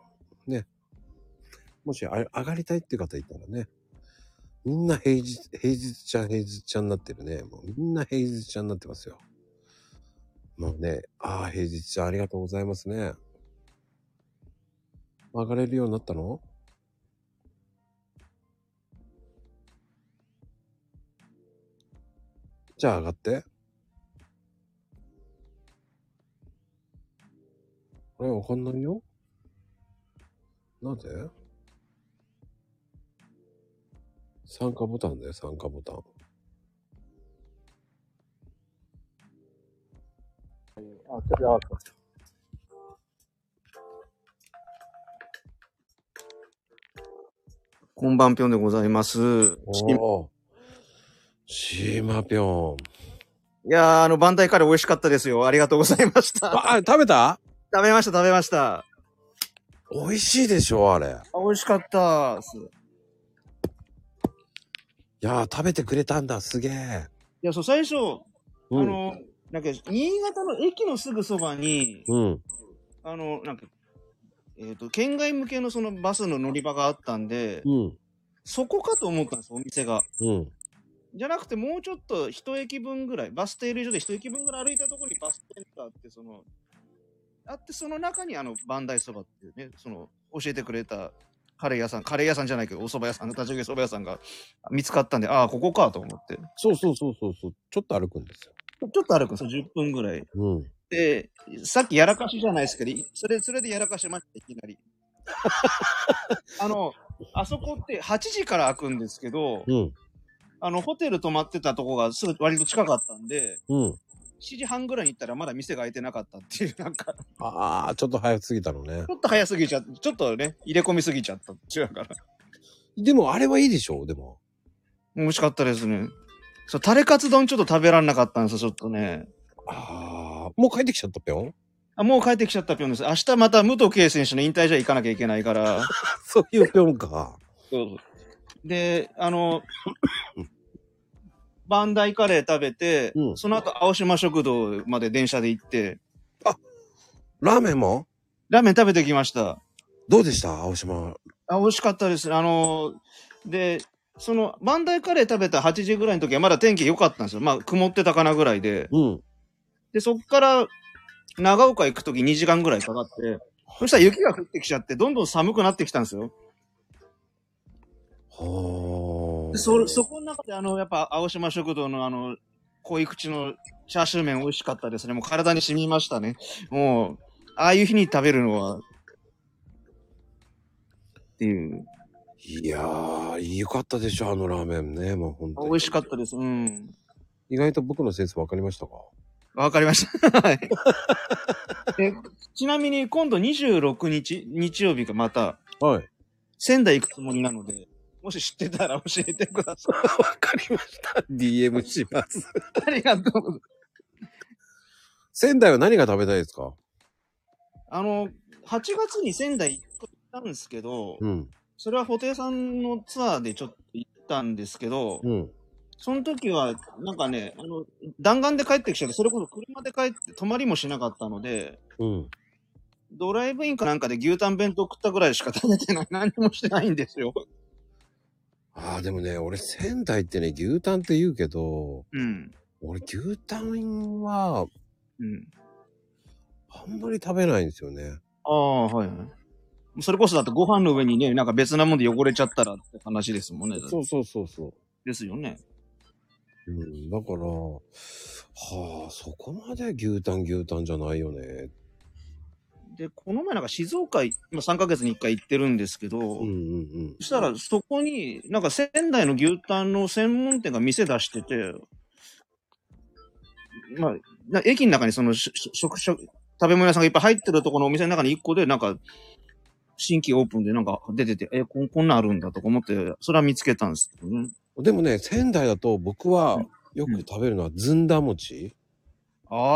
S1: もしあ上がりたいっていう方いたらね、みんな平日、平日ちゃん、平日ちゃんになってるね。もうみんな平日ちゃんになってますよ。もうね、ああ、平日ちゃんありがとうございますね。上がれるようになったのじゃあ上がって。これわかんないよ。なぜ参加ボタンだよ、参加ボタン。
S8: あ、ちょっとあ
S16: こんばんぴょんでございます。
S1: おシーマぴょん。
S16: いやー、あの、バンダイカレー美味しかったですよ。ありがとうございました。
S1: あ、食べた
S16: 食べました、食べました。
S1: 美味しいでしょ、あれ。い
S16: あ美味しかったっす。
S1: やー、食べてくれたんだ、すげえ。
S16: いや、そう、最初、
S1: うん
S16: あの、なんか、新潟の駅のすぐそばに、
S1: うん。
S16: あの、なんか、えっ、と、県外向けのそのバスの乗り場があったんで、
S1: うん。
S16: そこかと思ったんです、お店が。
S1: うん。
S16: じゃなくて、もうちょっと一駅分ぐらい、バス停留所で一駅分ぐらい歩いたところにバス停があって、その、あって、その中にあの、バンダイそばっていうね、その、教えてくれたカレー屋さん、カレー屋さんじゃないけど、お蕎麦屋さん、立ち上げ蕎麦屋さんが見つかったんで、ああ、ここかと思って。
S1: そうそうそうそうそう、ちょっと歩くんです
S16: よ。ちょっと歩くんですよ、10分ぐらい。
S1: うん。
S16: で、さっきやらかしじゃないですけど、いそれ、それでやらかしました、いき
S1: (laughs)
S16: なり。あの、あそこって8時から開くんですけど、
S1: うん。
S16: あの、ホテル泊まってたとこがすぐ割と近かったんで、
S1: うん。
S16: 7時半ぐらいに行ったらまだ店が開いてなかったっていう、なんか、ち
S1: ああ、ちょっと早すぎたのね。
S16: ょっと早すぎちゃって、ちょっとね、入れ込みすぎちゃったっていうから。
S1: でも、あれはいいでしょ、でも。
S16: 美味しかったですね。そう、タレカツ丼ちょっと食べられなかったんですよ、ちょっとね。
S1: ああ、もう帰ってきちゃったぴょん
S16: あ、もう帰ってきちゃったぴょんです。明日また武藤圭選手の引退試合行かなきゃいけないから。
S1: (laughs) そういうぴょんか。
S16: で、あの、バンダイカレー食べて、その後青島食堂まで電車で行って。
S1: あ、ラーメンも
S16: ラーメン食べてきました。
S1: どうでした青島。
S16: あ、美味しかったです。あの、で、その、バンダイカレー食べた8時ぐらいの時はまだ天気良かったんですよ。まあ、曇ってたかなぐらいで。で、そっから、長岡行く時2時間ぐらいかかって、そしたら雪が降ってきちゃって、どんどん寒くなってきたんですよ。でそ、そこの中で、あの、やっぱ、青島食堂のあの、濃い口のチャーシュー麺美味しかったですね。もう体に染みましたね。もう、ああいう日に食べるのは、っていう。
S1: いやー、よかったでしょ、あのラーメンね。もう本当
S16: 美味しかったです。うん。
S1: 意外と僕のセンス分かりましたか
S16: わかりまし
S1: (laughs)
S16: た。 (laughs) はいえちなみに今度26日、日曜日がまた、
S1: はい。
S16: 仙台行くつもりなので、もし知ってたら教えてくだ
S1: (laughs)
S16: さい。わ
S1: かりました。?DM します。
S16: ありがとうございます。
S1: (laughs) 仙台は何が食べたいですか
S16: あの、8月に仙台行ったんですけど、
S1: うん。
S16: それは布袋さんのツアーでちょっと行ったんですけど、
S1: うん。
S16: その時は、なんかね、あの、弾丸で帰ってきちゃって、それこそ車で帰って泊まりもしなかったので、
S1: うん。
S16: ドライブインかなんかで牛タン弁当食ったぐらいしか食べてない。 (laughs) 何もしてないんですよ。
S1: ああ、でもね、俺仙台ってね、牛タンって言うけど、
S16: うん。
S1: 俺牛タンは、
S16: うん。
S1: あんまり食べないんですよね。
S16: ああ、はいはい。それこそだってご飯の上にね、なんか別なもんで汚れちゃったらって話ですもんね。
S1: そうそうそうそう。
S16: ですよね。
S1: うん。だから、はあ、そこまで牛タン牛タンじゃないよね。
S16: で、この前なんか静岡、今3ヶ月に1回行ってるんですけど、そしたらそこに、なんか仙台の牛タンの専門店が店出してて、まあ、な駅の中にそのしし食、食、食べ物屋さんがいっぱい入ってるところのお店の中に1個で、なんか、新規オープンでなんか出てて、え、こんこんなんあるんだとか思って、それは見つけたんですけどね。
S1: でもね、仙台だと僕はよく食べるのはずんだ餅。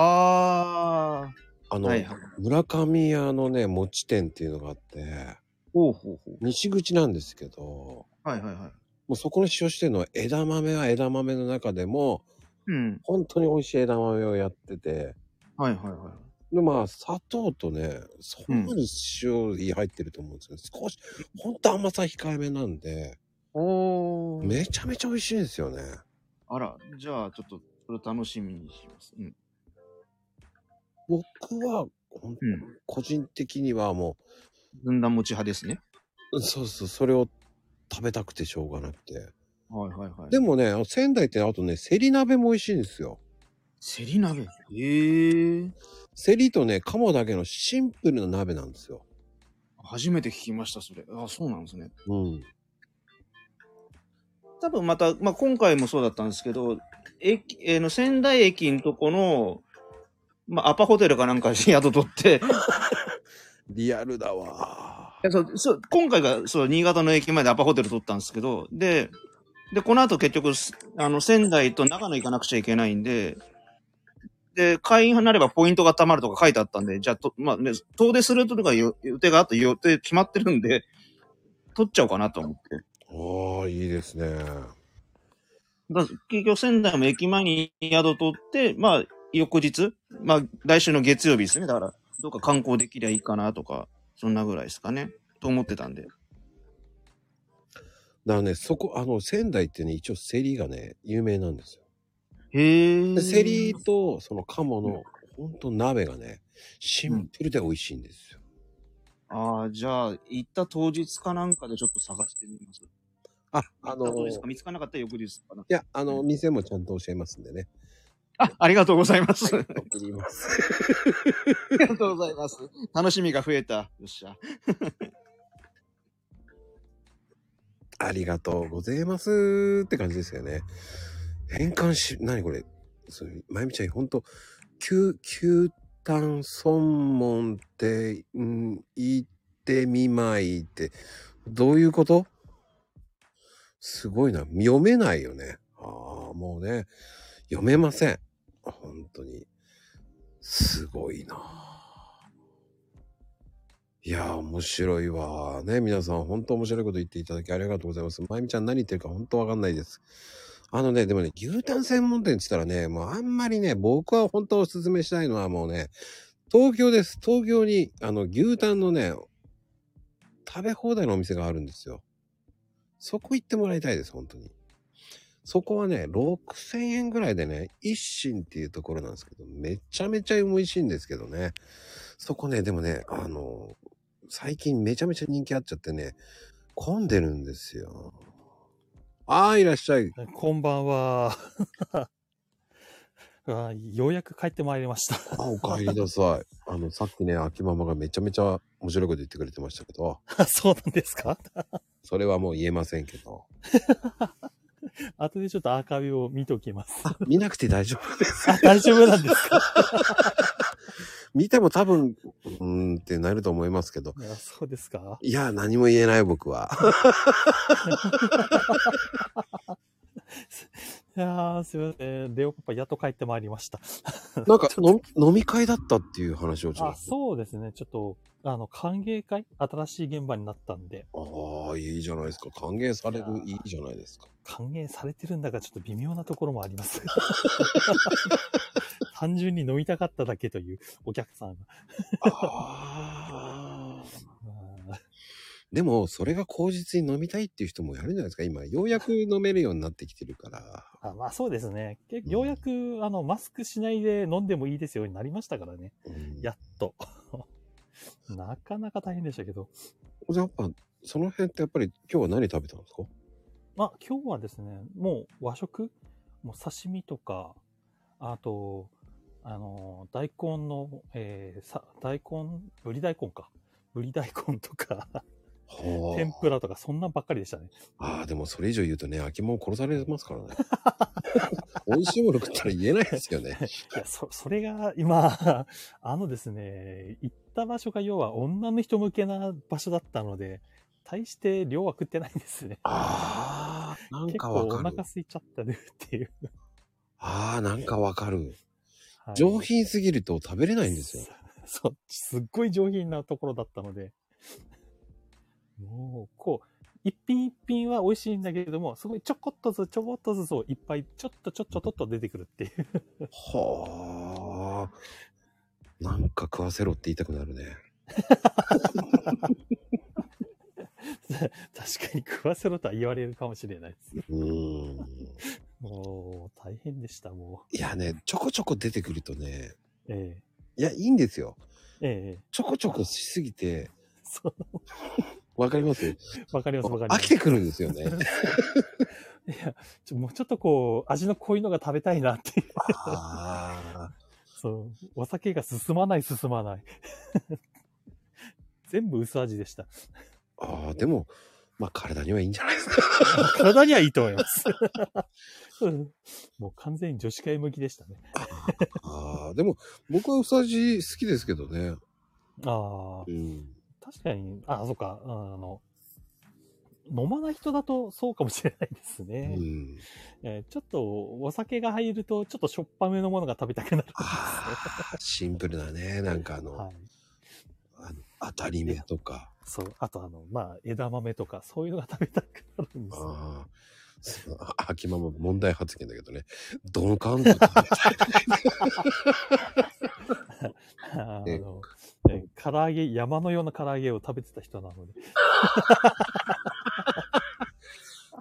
S16: あ
S1: あ。あの、
S16: はいはい
S1: 村上屋のね、餅店っていうのがあって、
S16: ほうほうほう。
S1: 西口なんですけど、
S16: はいはいはい。
S1: もうそこに使用してるのは枝豆は枝豆の中でも、
S16: うん。
S1: 本当に美味しい枝豆をやってて、
S16: はいはいは
S1: で、まあ、砂糖とね、そんなに塩入ってると思うんですけど、少し、ほんと甘さ控えめなんで、
S16: い。おー。
S1: めちゃめちゃ美味しいんですよね。
S16: あら、じゃあちょっと、それ楽しみにします。うん。
S1: 僕は、ほん個人的にはも
S16: う、ずんだ餅派ですね。
S1: そうそう、それを食べたくてしょうがなくて。
S16: はいはいはい。
S1: でもね、あの仙台ってあとね、セリ鍋も美味しいんですよ。
S16: セリ鍋へえ。
S1: セリとね、鴨だけのシンプルな鍋なんですよ。
S16: 初めて聞きました、それ。あ、そうなんですね。
S1: うん。
S16: 多分また、まあ、今回もそうだったんですけど、駅、えーの、仙台駅のとこの、まあ、アパホテルかなんかで宿取って、
S1: (laughs) リアルだわ。
S16: そう、そう、今回が、そう、新潟の駅前でアパホテル取ったんですけど、で、で、この後結局、すあの、仙台と長野行かなくちゃいけないんで、で、会員になればポイントが貯まるとか書いてあったんで、じゃあ、とまあね、遠出するとかいう予定があって予定決まってるんで、取っちゃおうかなと思って。
S1: ああ、いいですね。
S16: だ結局仙台も駅前に宿取って、まあ、翌日、まあ、来週の月曜日ですね。だから、どっか観光できりゃいいかなとか、そんなぐらいですかね。と思ってたんで。
S1: だからね、そこ、あの、仙台ってね、一応セリがね、有名なんですよ。
S16: へ
S1: え。セリと、その鴨の、ほんと鍋がね、シンプルで美味しいんですよ。
S16: ああ、じゃあ、行った当日かなんかでちょっと探してみます。
S1: あ、あ
S16: の
S1: の
S16: 当日か見つからなかったら翌日 (laughs) かな。
S1: いや、あの、店もちゃんと教えますんでね。
S16: あ、ありがとうございます。
S1: はい送ります。
S16: ありがとうございます。 (laughs) 楽しみが増えた。よっしゃ。
S1: ありがとうございますって感じですよね。変換し、何これ。そうまゆみちゃん、ほんと、旧、旧炭村門って、うん、行ってみまいって、どういうことすごいな。読めないよね。ああ、もうね、読めません。本当に。すごいな。いやー、面白いわー。ね、皆さん、本当面白いこと言っていただきありがとうございます。まゆみちゃん何言ってるか本当わかんないです。あのね、でもね、牛タン専門店って言ったらね、もうあんまりね、僕は本当おすすめしたいのはもうね、東京です。東京に、あの、牛タンのね、食べ放題のお店があるんですよ。そこ行ってもらいたいです、本当に。そこはね、6000円ぐらいでね、一心っていうところなんですけど、めちゃめちゃ美味しいんですけどね。そこね、でもね、あの、最近めちゃめちゃ人気あっちゃってね、混んでるんですよ。ああ、いらっしゃい。
S18: こんばんは。 (laughs) あようやく帰ってまいりました。
S1: お帰りなさい。あの、さっきね、秋ママがめちゃめちゃ面白いこと言ってくれてましたけど、
S18: (laughs) そうなんですか (laughs)
S1: それはもう言えませんけど。
S18: 後でちょっとアーカイブを見ておきます。
S1: 見なくて大丈夫です。
S18: 大丈夫なんです
S1: (laughs)
S18: か
S1: 見ても多分、うーんってなると思いますけど。
S18: いやそうですか
S1: いや、何も言えない僕
S18: (laughs)
S1: は。
S18: いやー、すいません。レオパパ、やっと帰ってまいりました。
S1: なんかの、飲み会だったっていう話をちょ
S18: あ
S1: っ
S18: そうですね。ちょっと、あの、歓迎会新しい現場になったんで、
S1: と。ああ、いいじゃないですか。歓迎される、いいじゃないですか。
S18: 歓迎されてるんだが、ちょっと微妙なところもあり
S1: (laughs)
S18: ます。単純に飲みたかっただけというお客さんが。
S1: (laughs) でも、それが口実に飲みたいっていう人もやるんじゃないですか。今、ようやく飲めるようになってきてるから。
S18: あまあそうですね。結構ようやく、あの、マスクしないで飲んでもいいですようになりましたからね。やっと。 (laughs) なかなか大変でしたけど。
S1: やっぱ、その辺ってやっぱり今日は何食べたんですか
S18: まあ今日はですね、もう和食もう刺身とか、あと、あの、大根の、えーさ、大根、ぶり大根か。ぶり大根とか、
S1: ほう
S18: 天ぷらとか、そんなんばっかりでしたね。
S1: ああ、でもそれ以上言うとね、秋物殺されますからね。 (laughs) 美味しいもの食ったら言えないですよね。
S18: (laughs) いや、そ、それが今、 (laughs) あのですね、行った場所が要は女の人向けな場所だったので、大して量は食ってないんですね。
S1: ああ、なんかわかる
S18: 結構お腹空いちゃったねっていう。
S1: ああ、なんかわかる。上品すぎると食べれないんですよ。
S18: (laughs) そう、すっごい上品なところだったので、もう、こう、一品一品は美味しいんだけれども、すごいちょこっとずつ、ちょこっとずつをいっぱい、ちょっとちょっとちょっと出てくるっていう。
S1: はあ。なんか食わせろって言いたくなるね。
S18: (laughs) 確かに食わせろとは言われるかもしれないです。
S1: うん。
S18: (laughs) もう、大変でした、もう。
S1: いやね、ちょこちょこ出てくるとね、
S18: え
S1: いや、いいんですよ。
S18: えええ
S1: ちょこちょこしすぎて、わかります
S18: (laughs) わかります、わかりま
S1: 飽
S18: す。
S1: きてくるんです
S18: (laughs)
S1: よね。
S18: いや、ちょもうちょっとこう、味の濃いのが食べたいなっていう。そう。お酒が進まない、進まない。 (laughs) 全部薄味でした。
S1: ああ、でも、まあ体にはいいんじゃないですか。
S18: (laughs) 体にはいいと思
S1: (laughs)
S18: います。うんもう完全に女子会向きでしたね。
S1: ああ、でも僕はうさじ好きですけどね。
S18: ああ、
S1: うん。
S18: 確かに、あ、そっか、あの、飲まない人だとそうかもしれないですね。えーちょっとお酒が入ると、ちょっとしょっぱめのものが食べたくなるんですね。
S1: シンプルだね。なんかあの、あの当たり目とか。
S18: そう。あとあの、まあ、枝豆とか、そういうのが食べたくなるんですよ
S1: ああ。そのあ秋ママ問題発言だけどね。ドンカ (laughs) ンと食べたい
S18: あの、え唐揚げ、山のような唐揚げを食べてた人なので。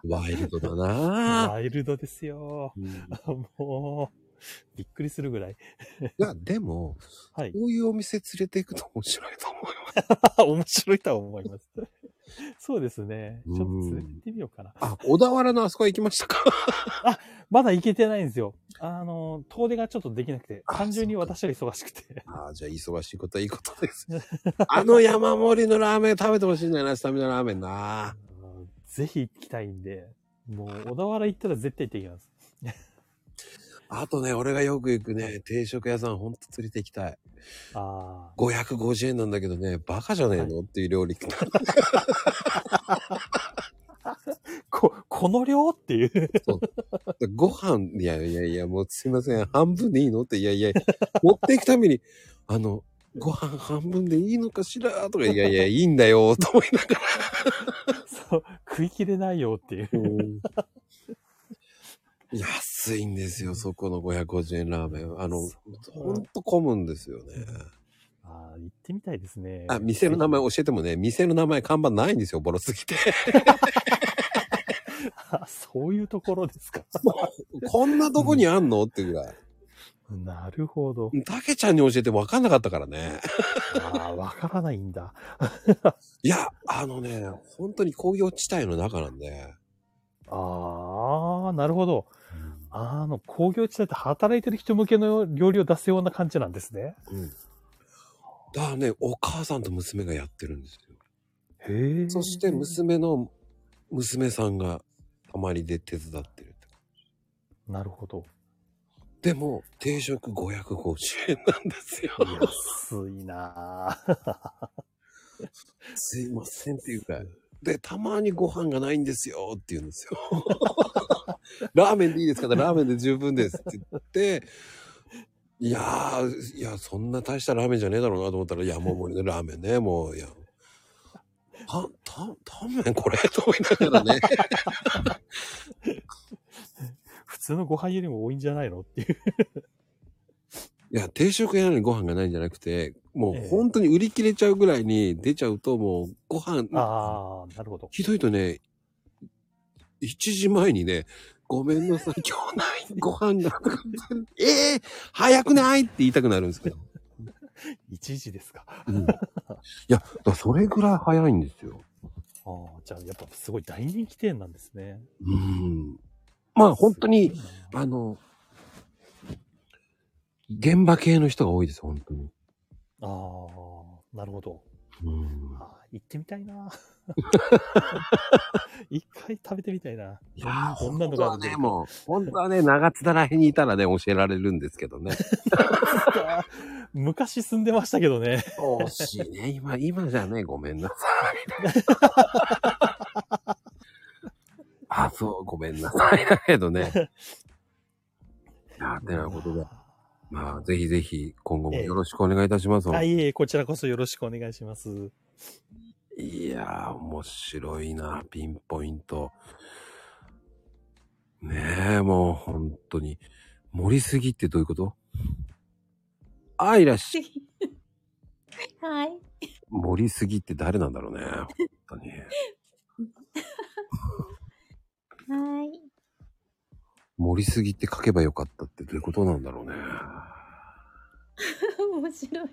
S1: ワイルドだな
S18: ワイルドですよ。もう、びっくりするぐらい。
S1: いや、でも、こういうお店連れて行くと面白いと思うよ。
S18: (laughs) 面白いとは思います。そうですね。ちょっと連れてってみようかな。
S1: あ、小田原のあそこへ行きましたか
S18: あ、まだ行けてないんですよ。あの、遠出がちょっとできなくて、単純に私は忙しくて。
S1: ああ、じゃあ忙しいことはいいことです。あの山盛りのラーメン食べてほしいんだよな、スタミナラーメンな。
S18: ぜひ行きたいんで、もう小田原行ったら絶対行ってきます。
S1: あとね、俺がよく行くね、定食屋さんほんと連れて行きたい。
S18: あ
S1: 550円なんだけどね、バカじゃねえの、っていう料理。
S18: (laughs) こ、この量っていう。
S1: ご飯、いやいやいや、もうすいません、半分でいいのって、いやいや、持っていくために、あの、ご飯半分でいいのかしらとか、いやいや、いいんだ
S18: (laughs)
S1: よ、と思いながら。
S18: そう、食い切れないよっていう。
S1: 安いんですよ、そこの550円ラーメン。あの、ほんと混むんですよね。
S18: ああ、行ってみたいですね。
S1: あ、店の名前教えてもね、店の名前看板ないんですよ、ボロすぎて。
S18: あ (laughs) そういうところで
S1: (laughs)
S18: すか。
S1: こんなとこにあんのってぐらい。
S18: なるほど。
S1: たけちゃんに教えて分かんなかったからね。
S18: ああ、分からないんだ。
S1: いや、あのね、本当に工業地帯の中なんで。
S18: ああ、なるほど。あの、工業地帯って働いてる人向けの料理を出すような感じなんですね。
S1: うん。だからね、お母さんと娘がやってるんです
S18: よ。へえ。
S1: そして娘の娘さんがたまにで手伝ってるって。
S18: なるほど。
S1: でも、定食550円なんですよ。
S18: 安いなぁ
S1: すいませんっていうか。で、たまにご飯がないんですよって言うんですよ。 (laughs) ラーメンでいいですから、ラーメンで十分ですって言って、いやー、いや、そんな大したラーメンじゃねえだろうなと思ったら、いや、もう森のラーメン
S18: (laughs)
S1: ね、もう、いや、た、た、ためんこれと思いながらね。
S18: (laughs) 普通のご飯よりも多いんじゃないのっていう。
S1: いや、定食屋なのにご飯がないんじゃなくて、もう本当に売り切れちゃうぐらいに出ちゃうと、もうご飯、
S18: ああ、なるほど。
S1: ひどいとね、1時前にね、ごめんなさい、今日ない、ご飯が、 (laughs) ええー、早くないって言いたくなるんですけど。
S18: 1時ですか。 (laughs)
S1: うん、いや、だからそれぐらい早いんですよ。
S18: ああ、じゃあやっぱすごい大人気店なんですね。
S1: うん。まあ本当に、あの、現場系の人が多いです、本当に。
S18: ああ、なるほど。
S1: うん
S18: ああ行ってみたいな (laughs) 一回食べてみたいな。
S1: いやー、
S18: どんな
S1: 本当
S18: のが
S1: は
S18: あるんだろ
S1: ね、
S18: う
S1: もう、本当はね、長津田らへんにいたらね、教えられるんですけどね。
S18: 昔住んでましたけどね。
S1: 惜しいね、今、今じゃね、ごめんなさい。あ、そう、ごめんなさいだけどね。
S18: (laughs)
S1: いやー、てなことで。まあ、ぜひぜひ、今後もよろしくお願いいたします。
S18: あ、いえいえ、こちらこそよろしくお願いします。
S1: いやー、面白いな、ピンポイント。ねえ、もう本当に。盛りすぎってどういうことあ、いらっし
S5: (laughs)
S1: ゃい。
S11: (laughs)
S14: はい。
S1: 盛りすぎって誰なんだろうね。
S5: (laughs)
S14: はい。
S1: 盛りすぎって書けばよかったってどういうことなんだろうね。
S14: 面白い。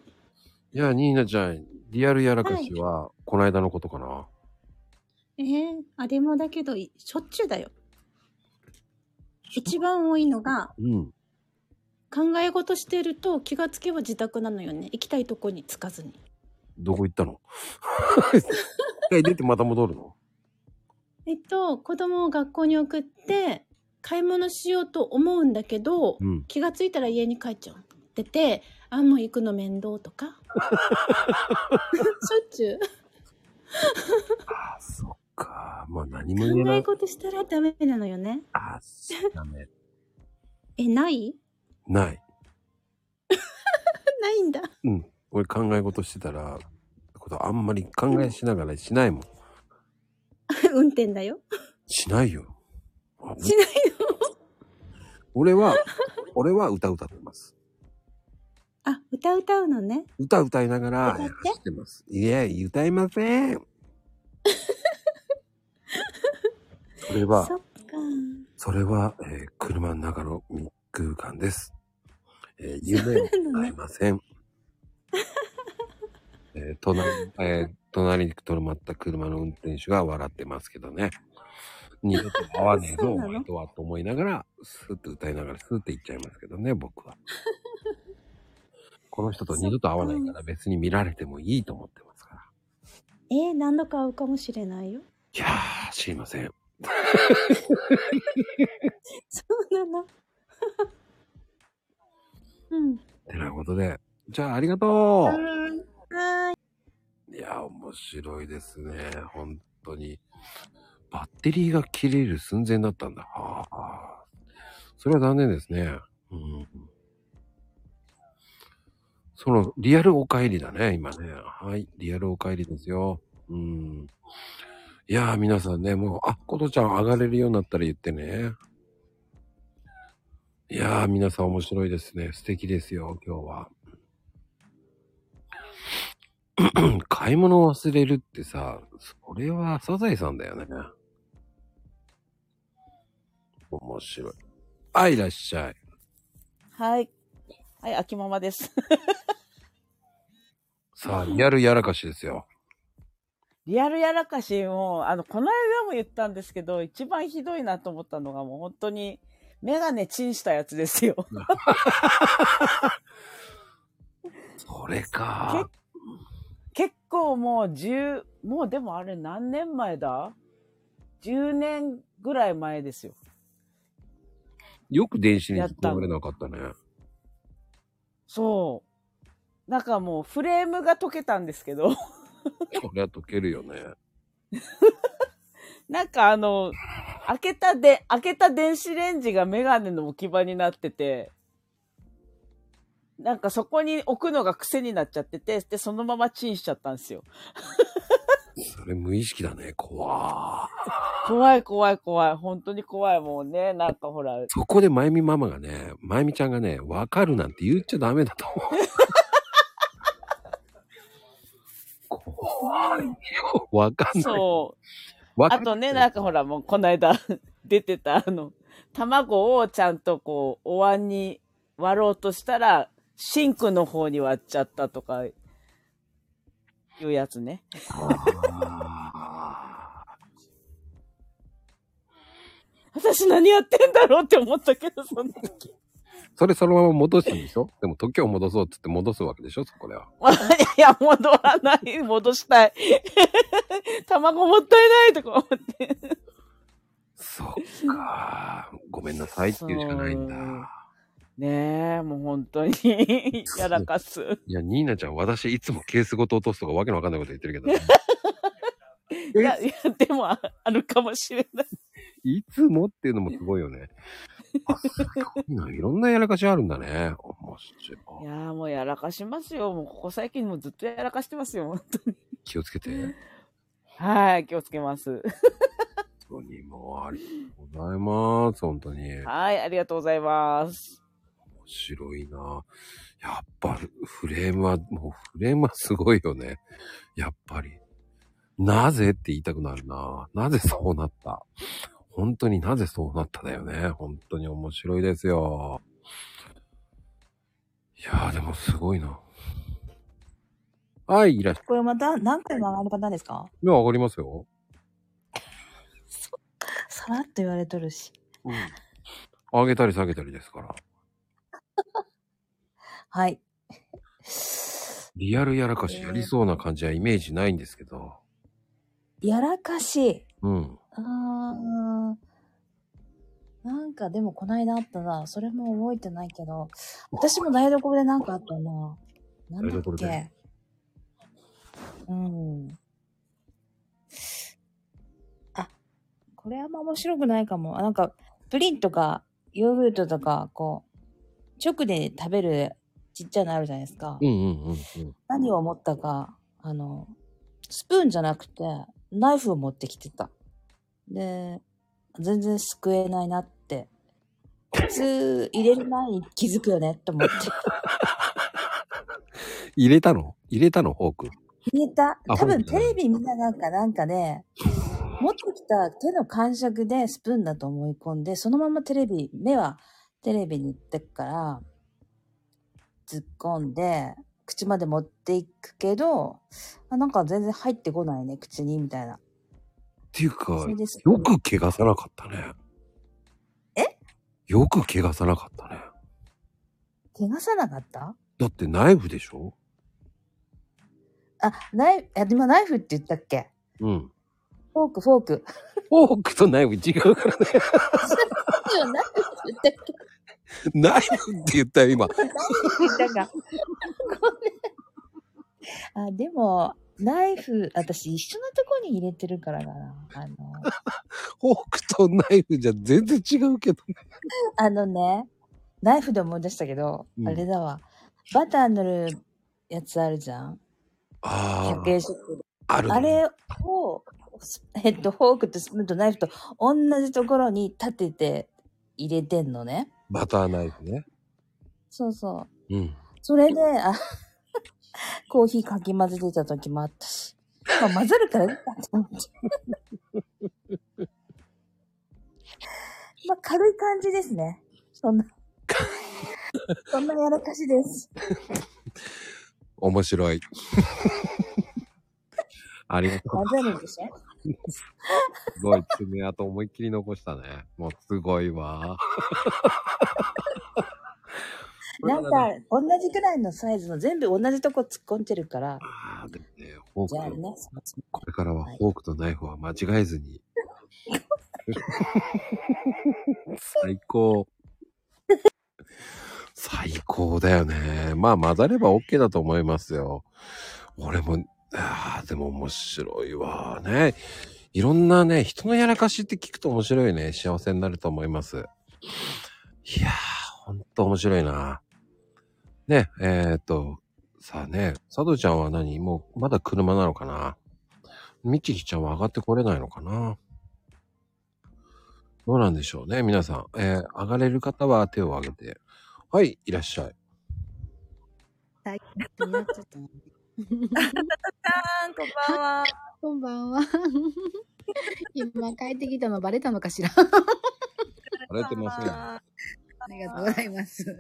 S1: いや、ニーナちゃん、リアルやらかしは、この間のことかな、
S5: えー、あれもだけど、いしょっちゅうだよ。一番多いのが、
S1: うん。
S5: 考え事してると気がつけば自宅なのよね。行きたいとこに着かずに。
S1: どこ行ったの (laughs) 一回出てまた戻るの
S5: えっと、子供を学校に送って、買い物しようと思うんだけど、
S1: うん
S5: 気がついたら家に帰っちゃう。出て、あ、もう行くの面倒とか。しょっちゅう。
S1: あ、そっか。あ、まあ何も言え
S5: 考
S1: な
S5: え
S1: い。
S5: 事したらダメなのよね。
S1: あ、ダメ。
S5: え、ない
S1: ない。
S5: (laughs) ないんだ。
S1: うん。俺考え事してたら、ことあんまり考えしながらしないもん。
S5: 運転だよ。
S1: しないよ。
S5: しないの (laughs)
S1: 俺は、俺は歌歌ってます。
S5: あ、歌歌うのね。
S1: 歌歌いながら走ってます。いや、歌いません。それは
S5: そっ、か。
S1: それは、えー車の中の密空間です。えー夢を
S5: そうなの
S1: 歌
S5: ね
S1: いま
S5: (laughs)
S1: せん。えー隣、えー隣に止まった車の運転手が笑ってますけどね。二度と会わねえ
S5: (laughs) そう
S1: ぞ、お
S5: なの
S1: 前とはと思いながら、スーッと歌いながらスーッて行っちゃいますけどね、僕は。この人と二度と会わないから別に見られてもいいと思ってますから。
S5: えー、何度か会うかもしれ (laughs) ないよ。
S1: いやー、知りません。
S5: そうなの。うん。
S1: てなことで、じゃあありがとう
S5: はーい。
S1: いや、面白いですね。本当に。バッテリーが切れる寸前だったんだ。ああ。それは残念ですね。うん。その、リアルお帰りだね、今ね。はい、リアルお帰りですよ。うん。いやー、皆さんね、もう、あ、ことちゃん上がれるようになったら言ってね。いやー、皆さん面白いですね。素敵ですよ、今日は。 (clears throat) 買い物を忘れるってさ、それはサザエさんだよね。面白い。あ、いらっしゃい。
S10: はい。はい、秋ママです。 (laughs)
S1: さあ、リアルやらかしですよ。
S10: リアルやらかし、もう、あの、この間も言ったんですけど、一番ひどいなと思ったのが、もう本当に、メガネチンしたやつですよ。
S1: それ
S10: (laughs)
S1: か。
S10: 結構もう10、もうでもあれ何年前だ ?10 年ぐらい前ですよ。
S1: よく電子に引っ張れなかったね。
S10: そう。なんかもうフレームが溶けたんですけど、
S1: そりゃ溶けるよね。
S10: なんかあの、開けたで、開けた電子レンジがメガネの置き場になってて、なんかそこに置くのが癖になっちゃってて、で、そのままチンしちゃったんですよ。
S1: それ無意識だね。怖ー
S10: 怖い怖い怖い。本当に怖い。もうね、なんかほら、
S1: そこでまゆみママがね、まゆみちゃんがね、わかるなんて言っちゃダメだと思う。 (laughs) わかんない。
S10: そう。
S1: わか
S10: あ
S1: ん
S10: とね、なんかほら、もうこの間 (laughs) 出てた、あの、卵をちゃんとこう、お椀に割ろうとしたら、シンクの方に割っちゃったとか、いうやつね。 (laughs) 私何やってんだろうって思ったけど、その時。
S1: それそのまま戻したんでしょでも時を戻そうっつって戻すわけでしょそこでは。
S10: (laughs) いや、戻らない。戻したい。 (laughs) 卵もったいないとか思って。
S1: そっか。ごめんなさいっていうしかないんだ。
S10: ねえ、もう本当に (laughs) やらかす。
S1: いや、ニーナちゃん、私いつもケースごと落とすとかわけのわかんないこと言ってるけど、
S10: いや、いや、でもああるかもしれない。
S1: いつもっていうのもすごいよね。あ、すごいな。いろんなやらかしあるんだね。面
S10: (laughs)
S1: 白い。
S10: いやーもうやらかしますよ。もうここ最近もうずっとやらかしてますよ。本当に。
S1: 気をつけて。
S10: はい、気をつけます。
S1: 本当にもうありがとうございます。本当に。
S10: はい、ありがとうございます。
S1: 面白いな。やっぱフレームは、もうフレームはすごいよね。やっぱり。なぜって言いたくなるな。なぜそうなった。本当になぜそうなっただよね。本当に面白いですよ。いやーでもすごいな。はい、いらっしゃい。
S19: これまた何回も上がるパターンですか
S1: 目上がりますよ。
S19: さらっと言われとるし。
S1: うん。上げたり下げたりですから。
S19: はい。
S1: リアルやらかしやりそうな感じはイメージないんですけど。
S19: やらかし。
S1: うん。
S19: うーん。なんかでもこないだあったな。それも覚えてないけど。私も台所でなんかあったな。なんだ
S14: 台
S19: っ
S14: 所
S19: け
S14: で。
S19: うん。あ、
S3: これあんま面白くないかも。あなんか、プリンとか、ヨーグルトとか、こう、直で食べるちっちゃいのあるじゃないですか。
S1: うんうんうんうん。
S3: 何を思ったか、あの、スプーンじゃなくて、ナイフを持ってきてた。で、全然すくえないなって。普通、入れる前に気づくよね、と思って。
S1: 入れたの入れたのフォーク。
S3: 入れた。多
S1: あ本
S3: 分
S1: 当
S3: テレビ見ながらかなんかで、持ってきた手の感触でスプーンだと思い込んで、そのままテレビ、目はテレビに行ってくから、突っ込んで、口まで持っていくけど、あなんか全然入ってこないね、口に、みたいな。
S1: っていうか
S3: それです、
S1: よく怪我さなかったね。えよく怪我さなかったね。
S3: 怪我さなかった
S1: だってナイフでしょ
S3: あ、ナイフ、あ今ナイフって言ったっけ
S1: (laughs) うん。
S3: フォーク、フォーク。
S1: フォークとナイフ違うからね。
S3: ナイフって言ったっけ
S1: ナイフって言ったよ、今。
S3: なんか、あ、でも、ナイフ、私一緒のとこに入れてるからかな。あの、
S1: フォークとナイフじゃ全然違うけどね。
S3: (laughs) あのね、ナイフで思い出したけど、
S1: うん
S3: あれだわ。バター塗るやつあるじゃん
S1: あ
S3: 100円ショ
S1: あ。
S3: ップで
S1: あるね
S3: あれを、スえっと、フォークとスプーンとナイフと同じところに立てて入れてんのね。
S1: バターナイフね。
S3: そうそう。
S1: うん。
S3: それで、あ、 (laughs) コーヒーかき混ぜてた時もあったし。まあ、混ざるからいいかと思って。まあ、軽い感じですね。そ
S2: (laughs)
S3: んな。そんなやらかしです。
S1: 面白い。ありがとう
S3: 混。ぜるんでしょ
S1: すごい爪痕思いっきり残したね。もうすごいわ。
S3: なんか、同じくらいのサイズの全部同じとこ突っ込んでるから。
S1: フォ
S3: じゃあ
S1: ーク、
S3: ね。
S1: これからはフォークとナイフは間違えずに。最高。最高だよね。まあ混ざれば OK だと思いますよ。俺も、ああ、でも面白いわね。いろんなね、人のやらかしって聞くと面白いね。幸せになると思います。いやー、ほんと面白いな。ね、えー、っと、さあね、佐藤ちゃんは何もう、まだ車なのかなみちひちゃんは上がってこれないのかなどうなんでしょうね、皆さん。えー上がれる方は手を挙げて。はい、いらっしゃい。
S15: はい、止まっちゃった。こんばんは。こんばんは。 (laughs) 今帰ってきたのバレたのかし (laughs) ら。
S1: 荒れてません。
S15: ありがとうございます。はい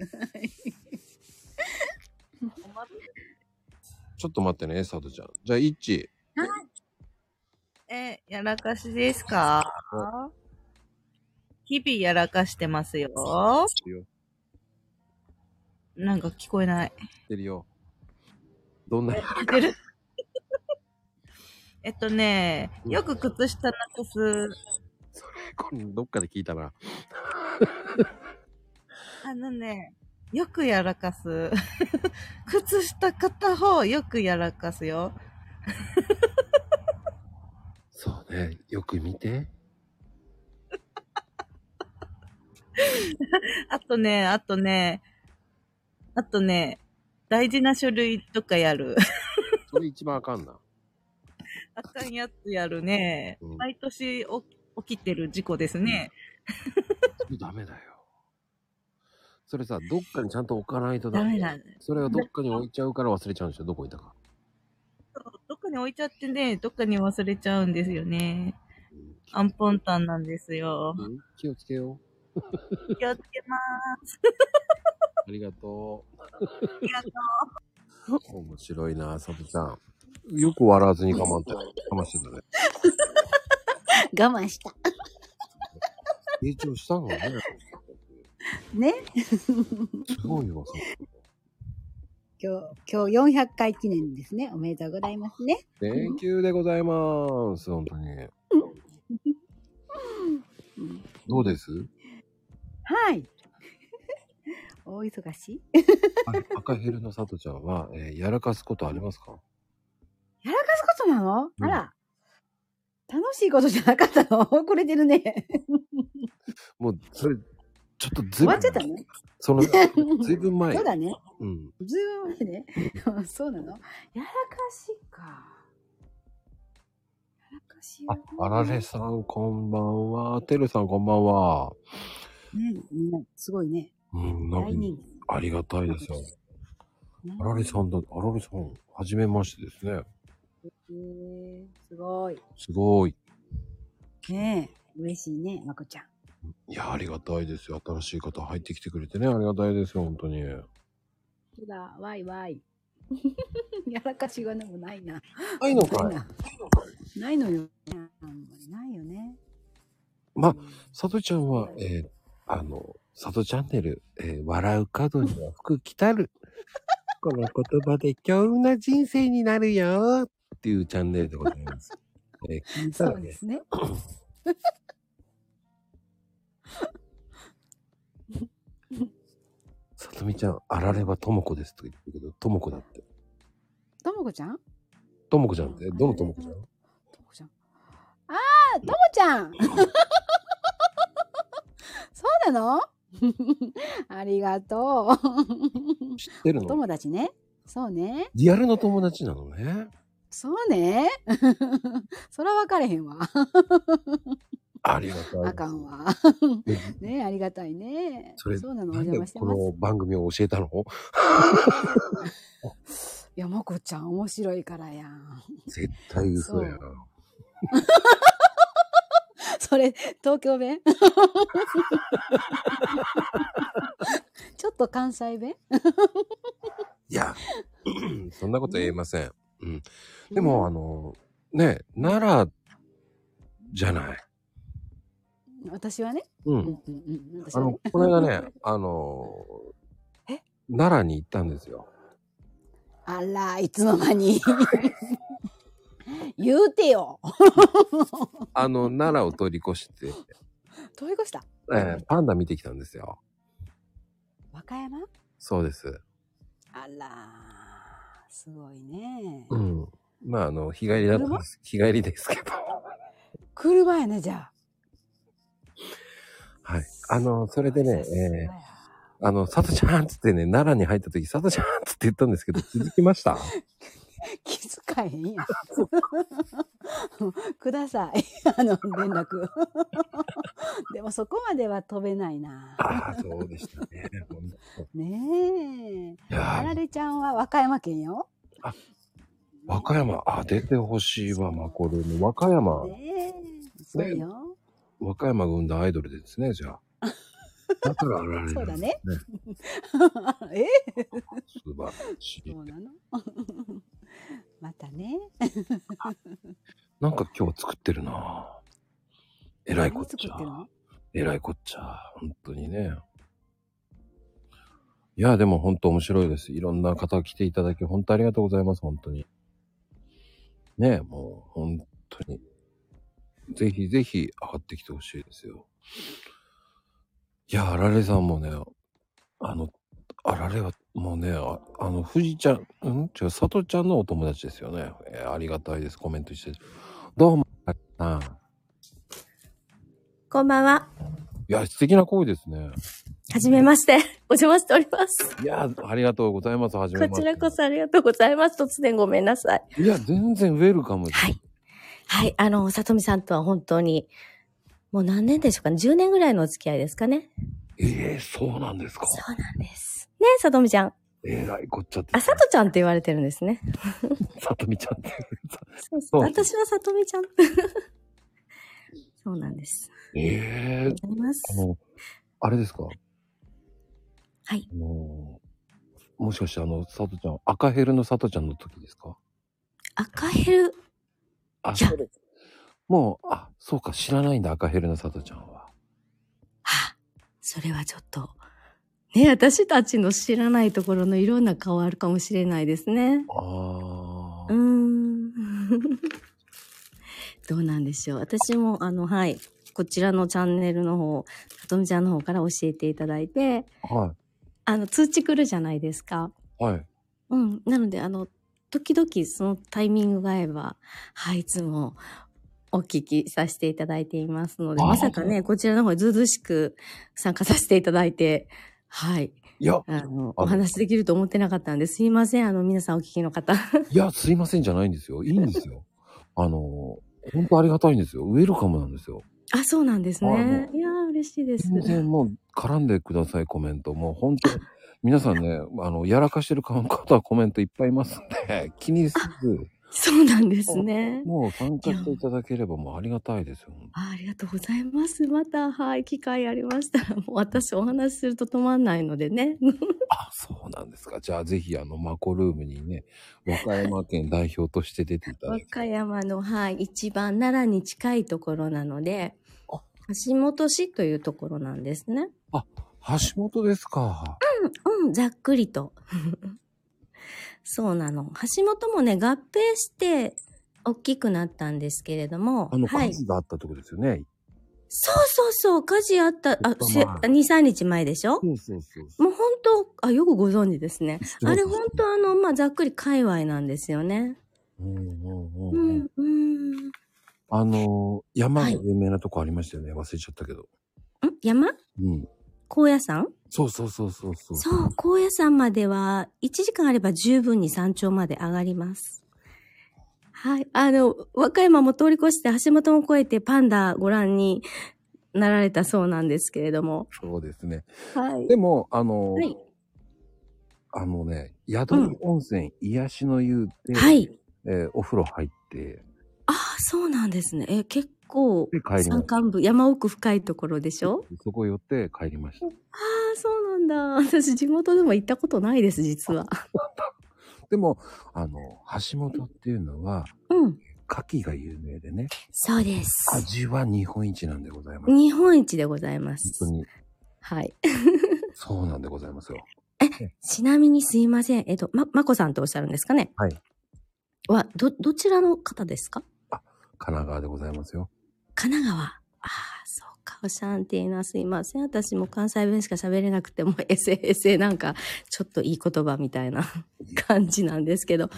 S1: ちょっと待ってね、佐藤ちゃん。じゃあ、いっち。
S6: え、やらかしですか日々やらかしてますよ。
S1: いいよ
S6: なんか聞こえない。
S1: 知ってるよ。どんな、
S6: (laughs) えっとね、よく靴下なくす。
S1: どっかで聞いたな。
S6: あのね、よくやらかす。 (laughs) 靴下片方よくやらかすよ。
S1: そうね、よく見て。
S6: あとね、あとね、あとね、大事な書類とかやる。
S1: それ一番あかんな。
S6: あかんやつやるね。毎年お起きてる事故ですね。
S1: それダメだよ。それさ、どっかにちゃんと置かないと
S6: ダメだね
S1: それをどっかに置いちゃうから忘れちゃうんでしょ、どこいたか。
S6: どっかに置いちゃってね、どっかに忘れちゃうんですよね。アンポンタンなんですよ。
S1: 気をつけよう。
S6: 気をつけまーす。
S1: ありがとう。
S6: ありがとう。
S1: 面白いな、サブちゃん。よく笑わずに我慢って、我慢してたね。
S15: (laughs) 我慢した。
S1: 成長したのね。
S15: ね。 (laughs)
S1: すごいわ、さ。
S15: 今日、今日400回記念ですね。おめでとうございますね。
S1: Thank you でございます。本当に。どうです
S15: はい。 (laughs) 大忙しい。
S1: 赤ヘルのサトちゃんは、えーやらかすことありますか
S15: やらかすことなのあら。楽しいことじゃなかったの (laughs) これてるね。
S1: もう、それ、ちょっと
S15: 終
S1: ずいぶ
S15: わ
S1: ん
S15: っちゃったね。 (laughs)
S1: その、ずいぶん前。
S15: そうだね。
S1: うん。
S15: ずいぶん前ね。 (laughs) そうなのやらかしか。やらかしは
S1: あ、あられさん、こんばんは。てるさん、こんばんは。
S15: ね、みんな、すごいね。
S1: うん、なんか
S15: 大人気。
S1: ありがたいですよ。あられさんだ、あられさん、はじめましてですね。
S15: えー、すごい。
S1: すごい。
S15: ねえ、嬉しいね、まこちゃん。
S1: いや、ありがたいですよ。新しい方入ってきてくれてね、ありがたいですよ、本当に。
S15: そうだ、わいわい。 (laughs) やらかしがでもないな。
S1: ないのかい
S15: ないのよ。あんまりないよね。
S1: まあ、さとちゃんは、えーあの、さとチャンネル、えー笑う角には服着たる。この言葉で強運な人生になるよっていうチャンネルでございます。えー聞いた
S15: そ
S1: ら
S15: うで
S1: ね、
S15: すね。
S1: さとみちゃん、あらればともこですとか言ってるけど、ともこだって。
S15: ともこちゃん
S1: ともこじゃんって、どのともこじゃん
S15: ああ、ともちゃんそうなのありがとう。知って
S1: るの
S15: お友達ね。そうね。
S1: リアルの友達なのね。
S15: そうね。そら分かれへんわ。
S1: ありがたいです。
S15: あかんわ。 (laughs) ねえありがたいね。
S1: それ、
S15: うなの、お
S1: なん
S15: 邪
S1: で
S15: 魔して
S1: こ
S15: ます。
S1: の番組を教えたの
S15: (laughs) いや、まこちゃん面白いからやん。
S1: 絶対嘘やな。
S15: (laughs) それ、東京弁 (laughs) ちょっと関西弁 (laughs)
S1: いや、そんなこと言えません。うん。でも、あの、ね、奈良じゃない。
S15: 私はね。
S1: うん
S15: うんうん私
S1: あ
S15: は
S1: の、この間
S15: (laughs)
S1: ね、あの、奈良に行ったんですよ。
S15: あら、いつの間に。 (laughs) 言うてよ。 (laughs)
S1: あの、奈良を通り越して、
S15: 通り越した。
S1: えーパンダ見てきたんですよ。
S15: 和歌山
S1: そうです。
S15: あら、すごいね。
S1: うん。まあ、あの、日帰りだったんです。日帰りですけど。
S15: 車やね、じゃあ。
S1: はい。あの、それでね、えーあの、さとちゃんっつってね、奈良に入った時、さとちゃんっつって言った
S15: (laughs)
S1: んですけど、気づきました
S15: 気遣えへんやん。 (laughs) ください。あの、連絡。 (laughs) でもそこまでは飛べないな。
S1: ああ、そうでしたね。本当
S15: ねえ。あられちゃんは和歌山県よ。
S1: 和歌山、あ、出てほしいわ、マコルーム。和歌山、
S15: ねえ。そうよ。
S1: 和歌山が生んだアイドルですね、じゃあ。
S15: (laughs)
S1: だからあられるん
S15: そうだ
S1: です
S15: ね。 (laughs) え
S1: 素晴らしい。
S15: そうなの (laughs) またね。 (laughs)
S1: なんか今日作ってるなえらいこっちゃ
S15: 何作ってるの。
S1: えらいこっちゃ。本当にね。いや、でも本当面白いです。いろんな方来ていただき、本当ありがとうございます、本当に。ねえ、もう本当に。ぜひぜひ上がってきてほしいですよ。いや、あられさんもね、あの、あられはもうね、ああの、富士ちゃん、うん違う、さとちゃんのお友達ですよね。えーありがたいです、コメントして。どうも、あられさん。
S11: こんばんは。
S1: いや、素敵な声ですね。
S11: はじめまして。お邪魔しております。
S1: いや、ありがとうございます。はじめ
S11: こ
S1: ま
S11: ち
S1: して。
S11: らこそありがとうございます。突然ごめんなさい。
S1: いや、全然ウェルカムです。
S11: はい。あの、さとみさんとは本当に、もう何年でしょうかね。10年ぐらいのお付き合いですかね。
S1: ええそうなんですか。
S11: そうなんです。ねえ、さとみちゃん。
S1: えらいこっちゃって、
S11: あ、さとちゃんって言われてるんですね。 (laughs)
S1: さとみちゃんって。
S11: そうそう。
S1: そう
S11: 私はさとみちゃん。そうなんです。
S1: ええ
S11: ありがとうございます
S1: あの、あれですか
S11: はい。
S1: あのーもしかしてあの、さとちゃん、赤ヘルのさとちゃんの時ですか
S11: 赤ヘル。
S1: あ、そうです。もう、あ、そうか、知らないんだ、赤ヘルのさとちゃんは。
S11: それはちょっと。ねえ、私たちの知らないところのいろんな顔あるかもしれないですね。
S1: あ
S11: うーん。 (laughs) どうなんでしょう。私も、あの、はい。こちらのチャンネルの方、さとみちゃんの方から教えていただいて、
S1: は
S11: あの、通知来るじゃないですか。
S1: い。はい。
S11: うん。なので、あの、時々そのタイミングが合えば、はい、いつもお聞きさせていただいていますので、
S1: あ
S11: まさかね、こちらの方にずうずうしく参加させていただいて、はい。
S1: いや、
S11: あの、お話できると思ってなかったんですいません。あの、皆さんお聞きの方。 (laughs)
S1: いや、すいませんじゃないんですよ。いいんですよ。あの、本当ありがたいんですよ。ウェルカムなんですよ。
S11: あ、そうなんです
S1: あ
S11: ね
S1: も。
S11: いやー、嬉しいです。
S1: 全然もう絡んでください、コメント。もう本当、皆さんね、 (laughs) あの、やらかしてる方はコメントいっぱいいますんで、 (laughs) 気にせず、
S11: そうなんですね。
S1: もう参加していただければもうありがたいですよ。
S11: あありがとうございます。また、はい、機会ありましたら、もう私お話しすると止まんないの
S1: (laughs)
S11: でね。
S1: そうなんですか。じゃあぜひ、あの、マコルームにね、和歌山県代表として出ていただ
S11: 和
S1: いて。
S11: 歌山の、はい、一番奈良に近いところなので、橋本市というところなんですね。
S1: 橋本ですか。
S11: うん、うん、ざっくりと。 (laughs) そうなの。橋本もね、合併して、大きくなったんですけれども、
S1: あの、
S11: は
S1: 火
S11: い。
S1: 事があったってことですよね。
S11: そうそうそう、火事あった、あ、
S1: た
S11: せ
S1: 前
S11: 2、3日前でしょ
S1: そうそうそう。
S11: もう本当、あ、よくご存知ですね。
S1: てます
S11: あれ本当あの、まあ、ざっくり界隈なんですよね。うん、うん。
S1: あの、山が有名なとこありましたよね。忘れちゃったけど。
S11: ん山
S1: うん。
S11: 高野山
S1: そうそうそうそうそう。
S11: そう、高野山までは1時間あれば十分に山頂まで上がります。はい。あの、和歌山も通り越して橋本も越えてパンダご覧になられたそうなんですけれども。
S1: そうですね。
S11: はい。
S1: でも、あの、
S11: はい
S1: あのね、宿り温泉、癒しの湯で、
S11: はい
S1: えーお風呂入って、
S11: ああ、そうなんですね。え、結構
S1: で帰りま、した
S11: 山間部、山奥深いところでしょ
S1: そこ寄って帰りました。
S11: ああ、そうなんだ。私地元でも行ったことないです、実は。
S1: でも、あの、橋本っていうのは、
S11: うん。
S1: 牡蠣が有名でね、
S11: そうです。
S1: 味は日本一なんでございます。
S11: 日本一でございます。
S1: 本当に、
S11: はい。
S1: そうなんでございますよ。
S11: ちなみにすいません。えっと、ま、まこさんとおっしゃるんですかね
S1: はい。
S11: は、ど、どちらの方ですか
S1: 神奈川でございますよ。
S11: 神奈川。ああ、そうか。おシャンティーなすいません。私も関西弁しか喋れなくても、エセエセなんか、ちょっといい言葉みたいな感じなんですけど、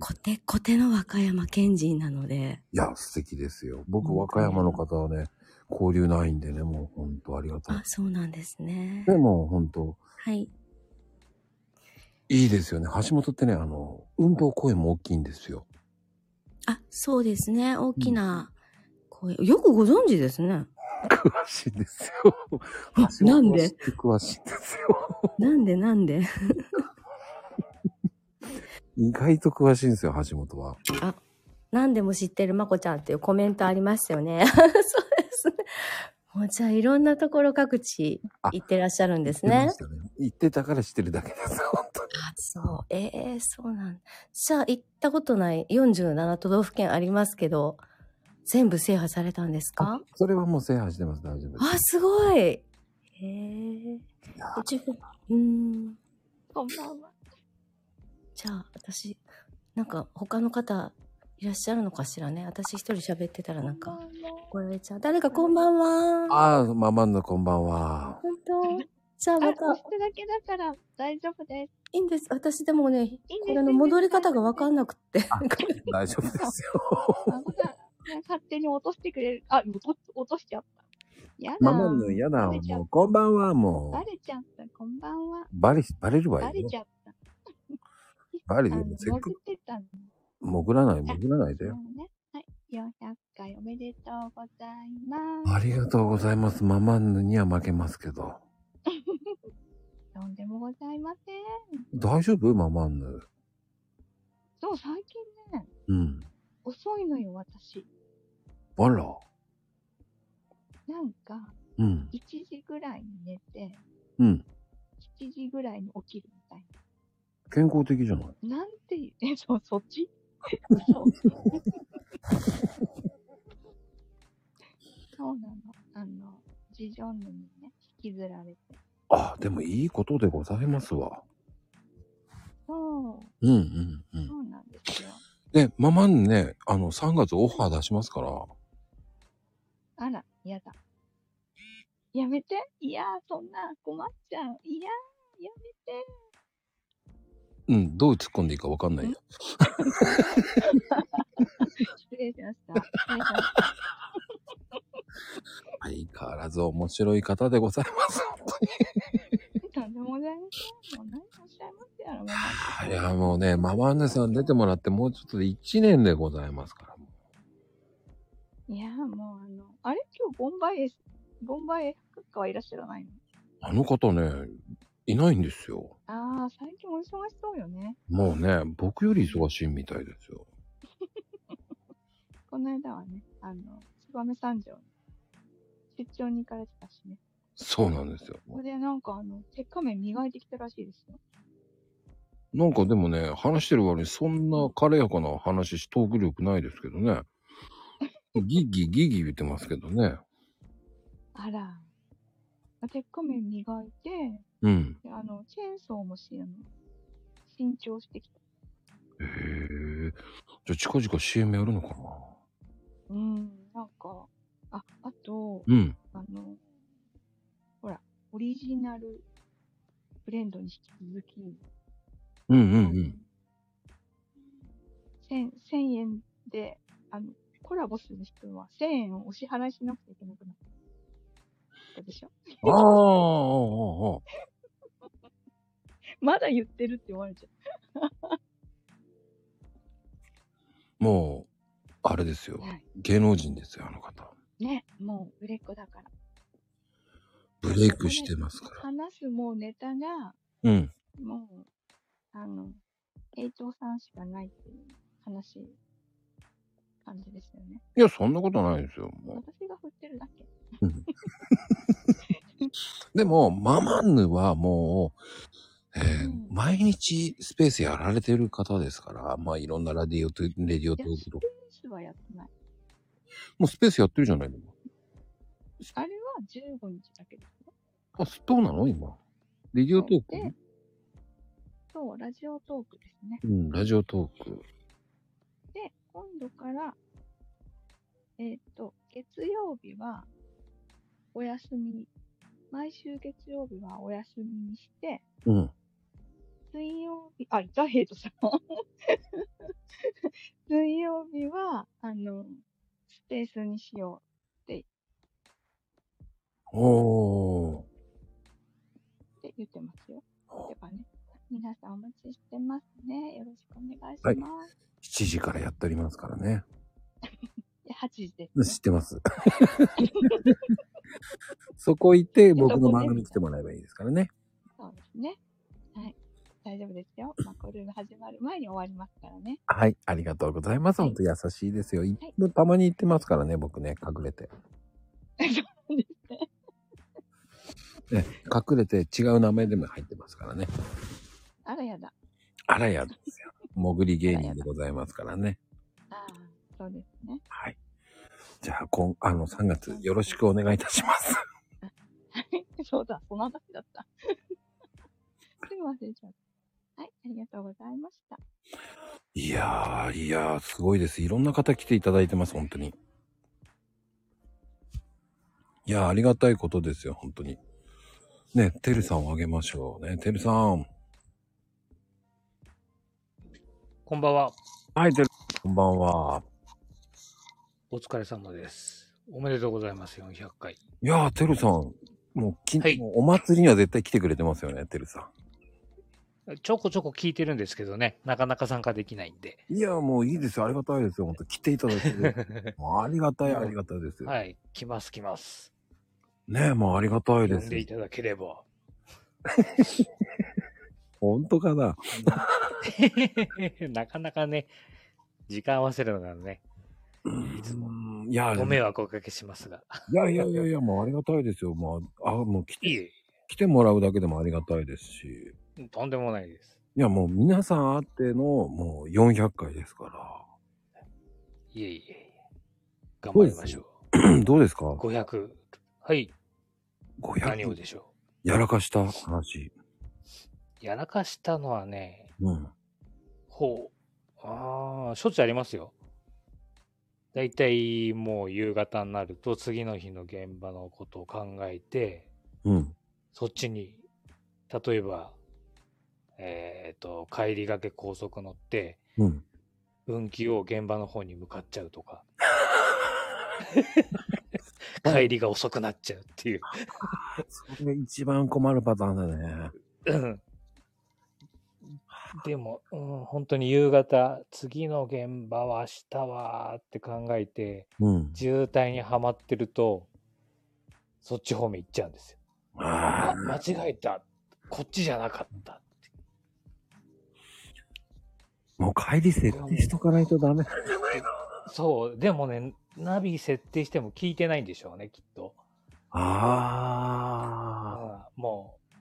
S11: コテコテの和歌山県人なので、
S1: いや、素敵ですよ。僕、和歌山の方はね、交流ないんでね、もう本当ありがたい
S11: あ。そうなんですね。
S1: でも、本当
S11: はい。
S1: いいですよね。橋本ってね、あの、運動公園も大きいんですよ。
S11: あ、そうですね。大きな声。よくご存知です (laughs) ね。
S1: 詳しいんですよ。橋
S11: なん
S1: 本は
S11: で
S1: 知って詳しいんですよ。
S11: なんでなんで
S1: 意外と詳しいんですよ、橋本は。
S11: あ、何でも知ってるまこちゃんっていうコメントありましたよね。 (laughs) そうですね。もうじゃあいろんなところ各地行ってらっしゃるんですね。
S1: 言ってたから知ってるだけです。
S11: あそう。ええそうなんだ。じゃあ行ったことない47都道府県ありますけど、全部制覇されたんですか
S1: それはもう制覇してます、大丈夫です。
S11: あすごい。へえ。うちふうーん。こんばんは。じゃあ、私、なんか他の方いらっしゃるのかしらね。私一人喋ってたらなんか、怒られちゃう。誰かこんばんは。
S1: ああ、ママンのこんばんは。
S11: 本当。じゃあまた。
S2: 押すだけだから大丈夫です。
S11: いいんです。私でもね、これの戻り方がわかんなくって。
S1: 大丈夫
S15: (laughs)
S1: ですよ。
S2: 勝手に落としてくれる。あ、落と落としちゃった。やだ。
S1: ママンの嫌だ、もう、こんばんは、も
S2: バレちゃった。こんばんは
S1: う。。バレ、バレるわ
S2: バ
S1: よ
S2: レ。ちゃった。
S1: バレ
S2: あ
S1: る
S2: の
S1: よ。せっ
S2: 潜
S1: か
S2: っ
S1: く
S2: てたの
S1: 潜らない、潜らないで。
S2: ね。はい。400回おめでとうございま
S1: ありがとうございます。ママンヌには負けますけど。
S2: す。 (laughs) とんでもございません。
S1: 大丈夫ママンヌ。
S2: そう、最近ね、
S1: うん。
S2: 遅いのよ、私。
S1: あら。
S2: なんか、
S1: うん。
S2: 1時ぐらいに寝て、
S1: うん。
S2: 7時ぐらいに起きるみたい
S1: 健康的じゃない。
S2: な。なんていう、 (laughs) え、そう、そっちそう。そうなの。あの、次女にね、引きずられて。
S1: あ、でもいいことでございますわ。
S2: そう。
S1: うんうんう
S2: そ
S1: ん。
S2: うなんですよ。
S1: で、ママンヌね、あの、3月オファー出しますから。
S2: あら、やだ。やめて。いやー、そんな、困っちゃう。いやー、やめて。 (laughs)
S1: うん、どう突っ込んでいいかわかんないよ。
S2: 礼しました。
S1: 相変わらず面白い方でございます。
S2: (laughs) とんでもございません。もう何をおっしゃいますやら、もう。
S1: いや、もうね、ママンヌさん出てもらってもうちょっとで1年でございますから。
S2: いや、もうあの、あれ今日ボンバイエ、ボンバイエフッカはいらっしゃらないの
S1: あの方ね、いないんですよ。
S2: ああ、最近お忙しそうよね。
S1: もうね、僕より忙しいみたいですよ。
S2: この間はね、あの、燕三条に出張に行かれてたしね。
S1: そうなんですよ。
S2: ここでなんかあの、鉄仮面磨いてきたらしいですよ。
S1: なんかでもね、話してる割にそんな軽やかな話し、トーク力ないですけどね。ギギギギ言ってますけどね。
S2: あら。鉄仮面磨いて、
S1: うん。
S2: であの、チェーンソーもし、あの、新調してきた。
S1: へえ。じゃあ近々 CM やるのかな
S2: うん、なんか、あ、あと、
S1: うん
S2: あの、ほら、オリジナルブレンドに引き続き、
S1: うんうん
S2: 1000 1000円で、あの、コラボする人は1000円をお支払いしなくていけなくなったでしょ
S1: うん。ああ、ああ、ああ。
S2: まだ言ってるって言われちゃう。
S1: もう、あれですよ。芸能人ですよ、あの方。
S2: (laughs) ね、もう売れっ子だから。
S1: ブレイクしてますか
S2: 話すもうネタが、
S1: ら。うん。
S2: もう、あの、栄長さんしかないっていう話、感じですよね。
S1: いや、そんなことないですよ。もう
S2: 私が振ってるだけ。 (laughs)
S1: でも、ママンヌはもう、えー毎日スペースやられてる方ですから、まあいろんなラディオと、レディオトークとか、
S2: ニュースはやってない。
S1: もうスペースやってるじゃないの。
S2: あれは15日だけですよ。
S1: あ、そうなの今。レディオトーク
S2: で、そう、ラジオトークですね。
S1: うん、ラジオトーク。
S2: で、今度から、えっ、と、月曜日は、お休み、毎週月曜日はお休みにして、
S1: うん。
S2: 水曜日、あ、いた、 (laughs) ヘイトさん。水曜日は、あの、スペースにしようって
S1: おー。
S2: って言ってますよ。ではね、皆さんお待ちしてますね。よろしくお願いし
S1: はい
S2: ます。
S1: 7時からやっておりますからね。
S2: で8時です。
S1: 知ってます。そこ行って僕の番組来てもらえばいいですからね。
S2: (laughs) そうですね。はい。大丈夫ですよ。マコルーム始まる前に終わりますからね。 (laughs)
S1: はい、ありがとうございます。本当優しいですよ。いたまに行ってますからね、僕ね、隠れて。ね、隠れて違う名前でも入ってますからね。
S2: あらやだ。
S1: あらやですよ。潜り芸人でございますからね。
S2: そうですね。
S1: はい。じゃあ、こんあの、3月よろしくお願いいたします。
S2: はい。 (laughs) そうだ、その話だった。 (laughs) すぐ忘れちゃった。はい。ありがとうございました。
S1: いやー、いやー、すごいです。いろんな方来ていただいてます、本当に。いやー、ありがたいことですよ、本当に。ね、てるさんをあげましょうね。てるさん。
S20: こんばんは。
S1: はい、てるこんばんは。
S20: お疲れ様です。おめでとうございます。400回。
S1: いやー、てるさん。もう、きもうお祭りには絶対来てくれてますよね、てるさ
S20: ちょこちょこ聞いてるんですけどね、なかなか参加できないんで。
S1: ん。いやー、もういいですよ。ありがたいですよ。本当来ていただいて (laughs) ね。もうありがたい、
S20: もう
S1: ありがたいですよ。
S20: はい。来ます来ます。
S1: ねえ、もうありがたいで
S20: 呼ん
S1: す
S20: で
S1: よ
S20: い。ただければ。
S1: (laughs)
S20: (laughs)
S1: 本当かな
S20: なかなかね、時間合わせるのがね、いつも
S1: いやー
S20: ご迷惑おかけしますが。
S1: いやいやいやいや、もうありがたいですよ。もう、あ、もう来
S20: いえ
S1: て、来てもらうだけでもありがたいですし。
S20: とんでもないです。
S1: いや、もう皆さんあっての、もう400回ですから。
S20: いえいえ。頑張りましょ
S1: う。どうです (clears throat) か
S20: う。500。はい。
S1: 500
S20: 何をでしょ
S1: やらかした
S20: う。
S1: 話。
S20: やらかしたのはね、
S1: うん。
S20: ほう。ああ、しょっちゅうありますよ。だいたいもう夕方になると次の日の現場のことを考えて、
S1: うん
S20: そっちに、例えば、えっ、と、帰りがけ高速乗って、
S1: うん
S20: 運気を現場の方に向かっちゃうと (laughs) か。帰りが遅くなっちゃうって (laughs) いう。
S1: それ一番困るパターンだね。
S20: うんでも、うん、本当に夕方、次の現場は明日はって考えて、
S1: うん
S20: 渋滞にはまってると、そっち方面行っちゃうんですよ。あ、間違えた。こっちじゃなかった。
S1: もう帰り設定しとかないとダメ。
S20: そう、でもね、ナビ設定しても聞いてないんでしょうね、きっと。
S1: ああ。
S20: うんもう、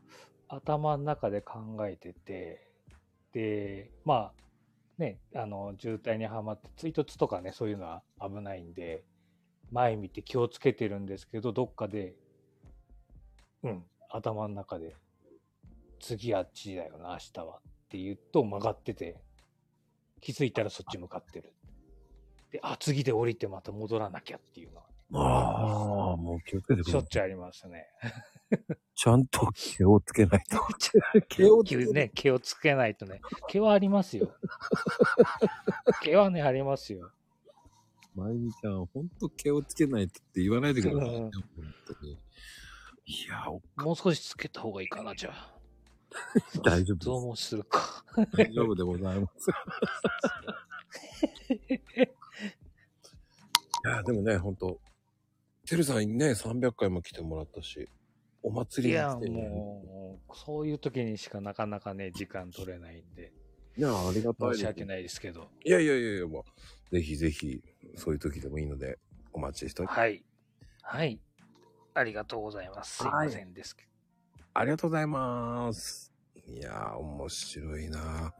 S20: 頭の中で考えてて、で、まあ、ね、あの、渋滞にはまって、追突とかね、そういうのは危ないんで、前見て気をつけてるんですけど、どっかで、うん、頭の中で、次あっちだよな、明日は。って言うと曲がってて、気づいたらそっち向かってる。で、あ、次で降りてまた戻らなきゃっていうのは、
S1: ああ、もう気をつけてく
S20: しょ
S1: だ
S20: っちゅうありますね。
S1: ちゃんと気をつけないと。
S20: (laughs) 毛をね、毛をつけないとね。毛はありますよ。毛はね、ありますよ。
S1: まゆみちゃん、ほんと気をつけないとって言わないでくださいね。いや、
S20: もう少しつけた方がいいかな、じゃあ。
S1: 大丈夫です。
S20: どうもするか。
S1: 大丈夫でござい
S20: (laughs)
S1: ます。いや、でもね、ほんと、てるさんにね、300回も来てもらったし、お祭
S20: い
S1: りに
S20: や、
S1: 来てね
S20: もう、そういう時にしかなかなかね、時間取れないんで。
S1: いや、ありがたいです
S20: 申し訳ないですけど。
S1: いやいやいやいや、もう、ぜひぜひ、そういう時でもいいので、お待ちしております。
S20: はい。はい。ありがとうございます。すいませんですけど。
S1: ありがとうございます。いやー、面白いな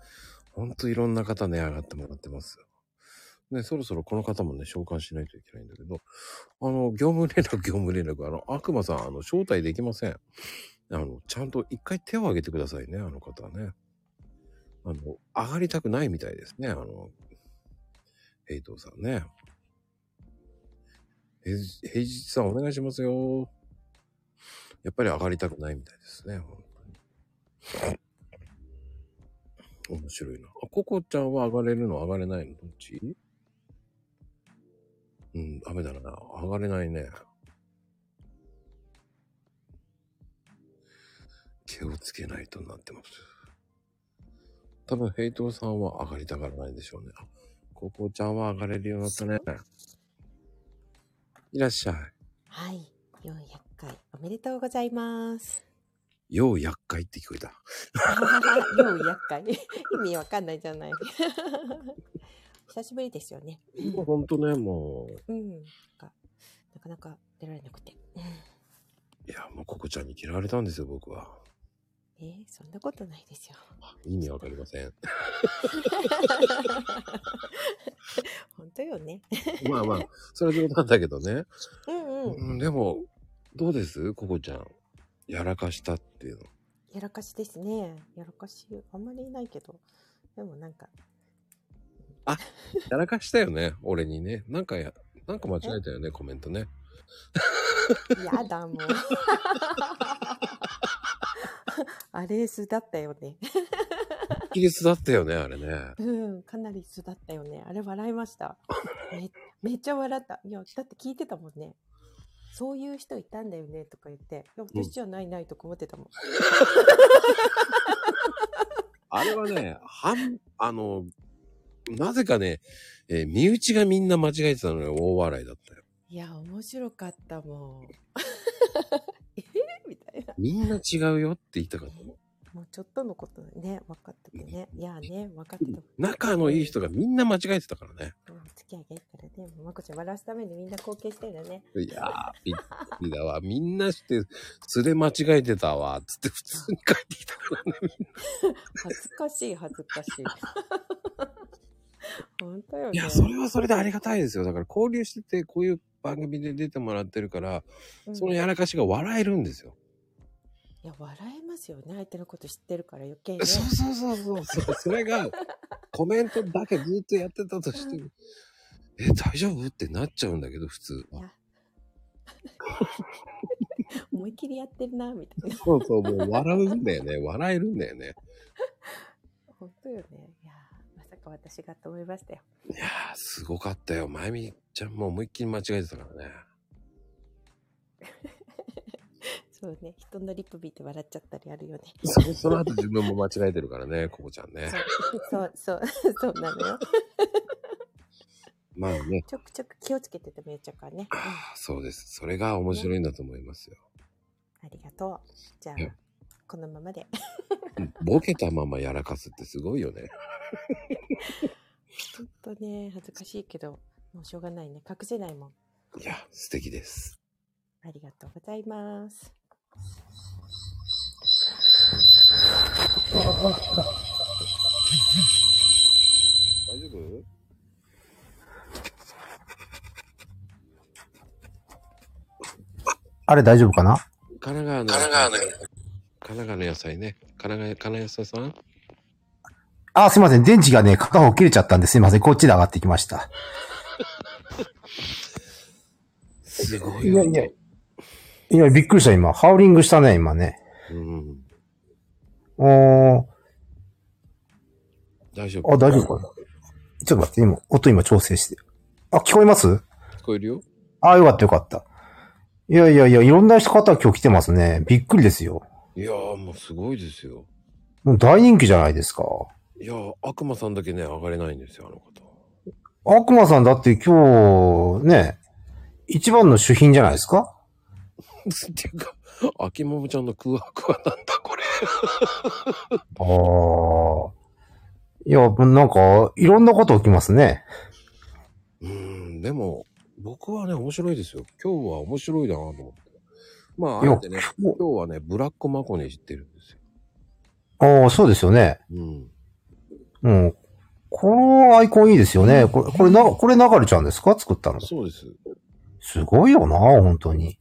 S1: ほんといろんな方ね、上がってもらってますよ。ね、そろそろこの方もね、召喚しないといけないんだけど、あの、業務連絡、業務連絡、あの、悪魔さん、あの、招待できません。あの、ちゃんと一回手を挙げてくださいね、あの方はね。あの、上がりたくないみたいですね、あの、ヘイトさんね。平日平日さんお願いしますよ。やっぱり上がりたくないみたいですね、本当に。面白いな。あ、ココちゃんは上がれるの上がれないのどっちうん、ダメだな。上がれないね。気をつけないとなってます。多分、ヘイトさんは上がりたがらないんでしょうね。あココちゃんは上がれるようになったね。いらっしゃい。
S21: はい、400回おめでとうござい (laughs) ます。
S1: よう厄介って聞こえた。
S21: 400回 (laughs) 意味わかんないじゃない。 (laughs) 久しぶりですよね。
S1: (laughs) ほんとね、もう、
S21: うん、なんかなかなか出られなくて。
S1: いや、もうココちゃんに嫌われたんですよ、僕は。
S21: えー、そんなことないですよ。 (laughs)
S1: 意味わかりません。
S21: 本当よね。
S1: (laughs) まあまあ、それは冗談だけどね。
S21: うんう。
S1: うんん、でも、どうですココちゃん。やらかしたっていうの。
S21: やらかしですね。やらかし、あんまりいないけど。でもなんか、
S1: あ、やらかしたよね、俺にね。なんかや、なんか間違えたよね、コメントね。
S21: やだも
S1: (laughs)
S21: う。あれ、素だったよね。
S1: イギリスだったよね、あれね。
S21: うん、かなり素だったよね。あれ笑いました。めめっちゃ笑った。いや、だって聞いてたもんね。そういう人いたんだよねとか言って、いや、
S1: うん
S21: 私じゃないないとか思ってたもん。
S1: あれはね、半、あの、なぜかね、えー身内がみんな間違えてたのに大笑いだったよ。
S21: いや、面白かったもん。
S1: みんな違うよって言いたかったの。
S21: もうちょっとのことね、分かっててね。いやね、分かってた。
S1: 仲のいい人がみんな間違えてたからね。
S21: うん、付き合いがいいからね。もうまこちゃん笑わすためにみんな貢献してるよね。
S1: いやー、びっくりだわ。みんなして、素で間違えてたわ。つって普通に帰ってきたからね。
S21: 恥ずかしい、恥ずかしい。 (laughs) 本当よね。
S1: いや、それはそれでありがたいですよ。だから交流してて、こういう番組で出てもらってるから、
S21: うん
S1: そのやらかしが笑えるんですよ。
S21: いや、笑えますよね。相手のこと知ってるから余計にね。
S1: そうそうそうそうそう。それが、コメントだけずっとやってたとして、え、大丈夫ってなっちゃうんだけど、普通は。
S21: (laughs) 思いっきりやってるな、みたいな。
S1: そうそう、もう笑うんだよね。笑えるんだよね。
S21: (laughs) 本当よね。いやー、まさかぱ私がと思いましたよ。
S1: いやー、すごかったよ。まゆみちゃんも思いっきり間違えてたからね。
S21: そうね、人のリップ見て笑っちゃったりあるよね。 (laughs)
S1: そその後自分も間違えてるからね、ここちゃんね。
S21: そう、そう、 (laughs) そうなのよ。
S1: (laughs) まあね、
S21: ちょくちょく気をつけててめいちゃんからね。うんあ
S1: そうです。それが面白いんだと思いますよ。
S21: りがとう。じゃあ
S1: いや、
S21: このままで。
S1: ボケたままやらかすってすごいよね。
S21: ちょっとね、恥ずかしいけど、もうしょうがないね。隠せないもん。
S1: いや、素敵です。
S21: ありがとうございます。
S1: 大丈夫
S9: あれ大丈夫かな
S1: 神奈川の。神奈川の。神奈川の野菜ね。神奈川、神奈川野菜さん
S9: あ、すいません。電池がね、片方切れちゃったんですいません。こっちで上がってきました。
S1: すご
S9: い。いやいや。いや、びっくりした、今。ハウリングしたね、今ね。
S1: うん。
S2: (laughs)
S9: おー、
S1: 大丈夫。
S9: あ、大丈夫かな。ちょっと待って、今、音今調整して。あ、聞こえます
S1: 聞こえるよ。
S9: あ、よかったよかった。いやいやいや、いろんな人方今日来てますね。びっくりですよ。
S1: いやー、もうすごいですよ。
S9: もう大人気じゃないですか。
S1: いやー、悪魔さんだけね、上がれないんですよ、あの子。
S9: 悪魔さんだって今日、ね、一番の主品じゃないですか
S1: (laughs) っていうか、秋桃ちゃんの空白はなんだ、これ。
S9: ああ。いや、なんか、いろんなこと起きますね。
S1: うん、でも、僕はね、面白いですよ。今日は面白いなと思って。まあ、あ
S9: いや
S1: えてね、今日はね、ブラックマコに知ってるんですよ。
S9: ああ、そうですよね。
S1: うん。
S9: うん。このアイコンいいですよね。これ、これな、これ流れちゃんですか作ったの。
S1: そうです。
S9: すごいよな、本当に。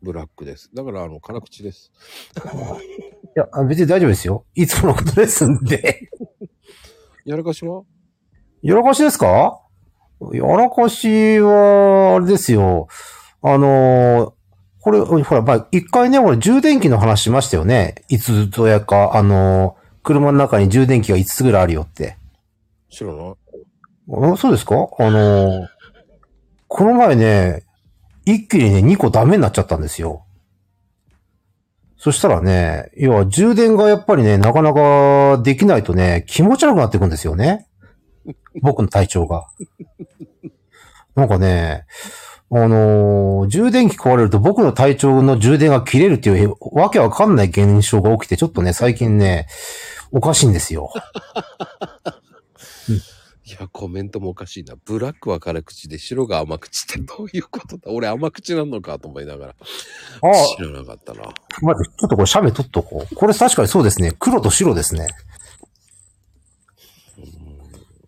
S1: ブラックです。だから、あの、辛口です。 (laughs)
S9: いや、別に大丈夫ですよ。いつものことですんで。
S1: やらかしは
S9: やらかしですかやらかしは、あれですよ。あのーこれ、ほら、まあ、一回ね、俺、充電器の話しましたよね。いつぞやか、あのー車の中に充電器が5つぐらいあるよって。
S1: 知らない。
S9: あそうですかあのーこの前ね、一気にね、2個ダメになっちゃったんですよ。そしたらね、要は充電がやっぱりね、なかなかできないとね、気持ち悪くなっていくんですよね。僕の体調が。なんかね、あのー充電器壊れると僕の体調の充電が切れるっていうわけわかんない現象が起きて、ちょっとね、最近ね、おかしいんですよ。
S1: いや、コメントもおかしいな。ブラックは辛口で、白が甘口ってどういうことだ俺甘口なのかと思いながら。知らなかったな。
S9: 待って、ちょっとこれ写メ撮っとこう。これ確かにそうですね。黒と白ですね。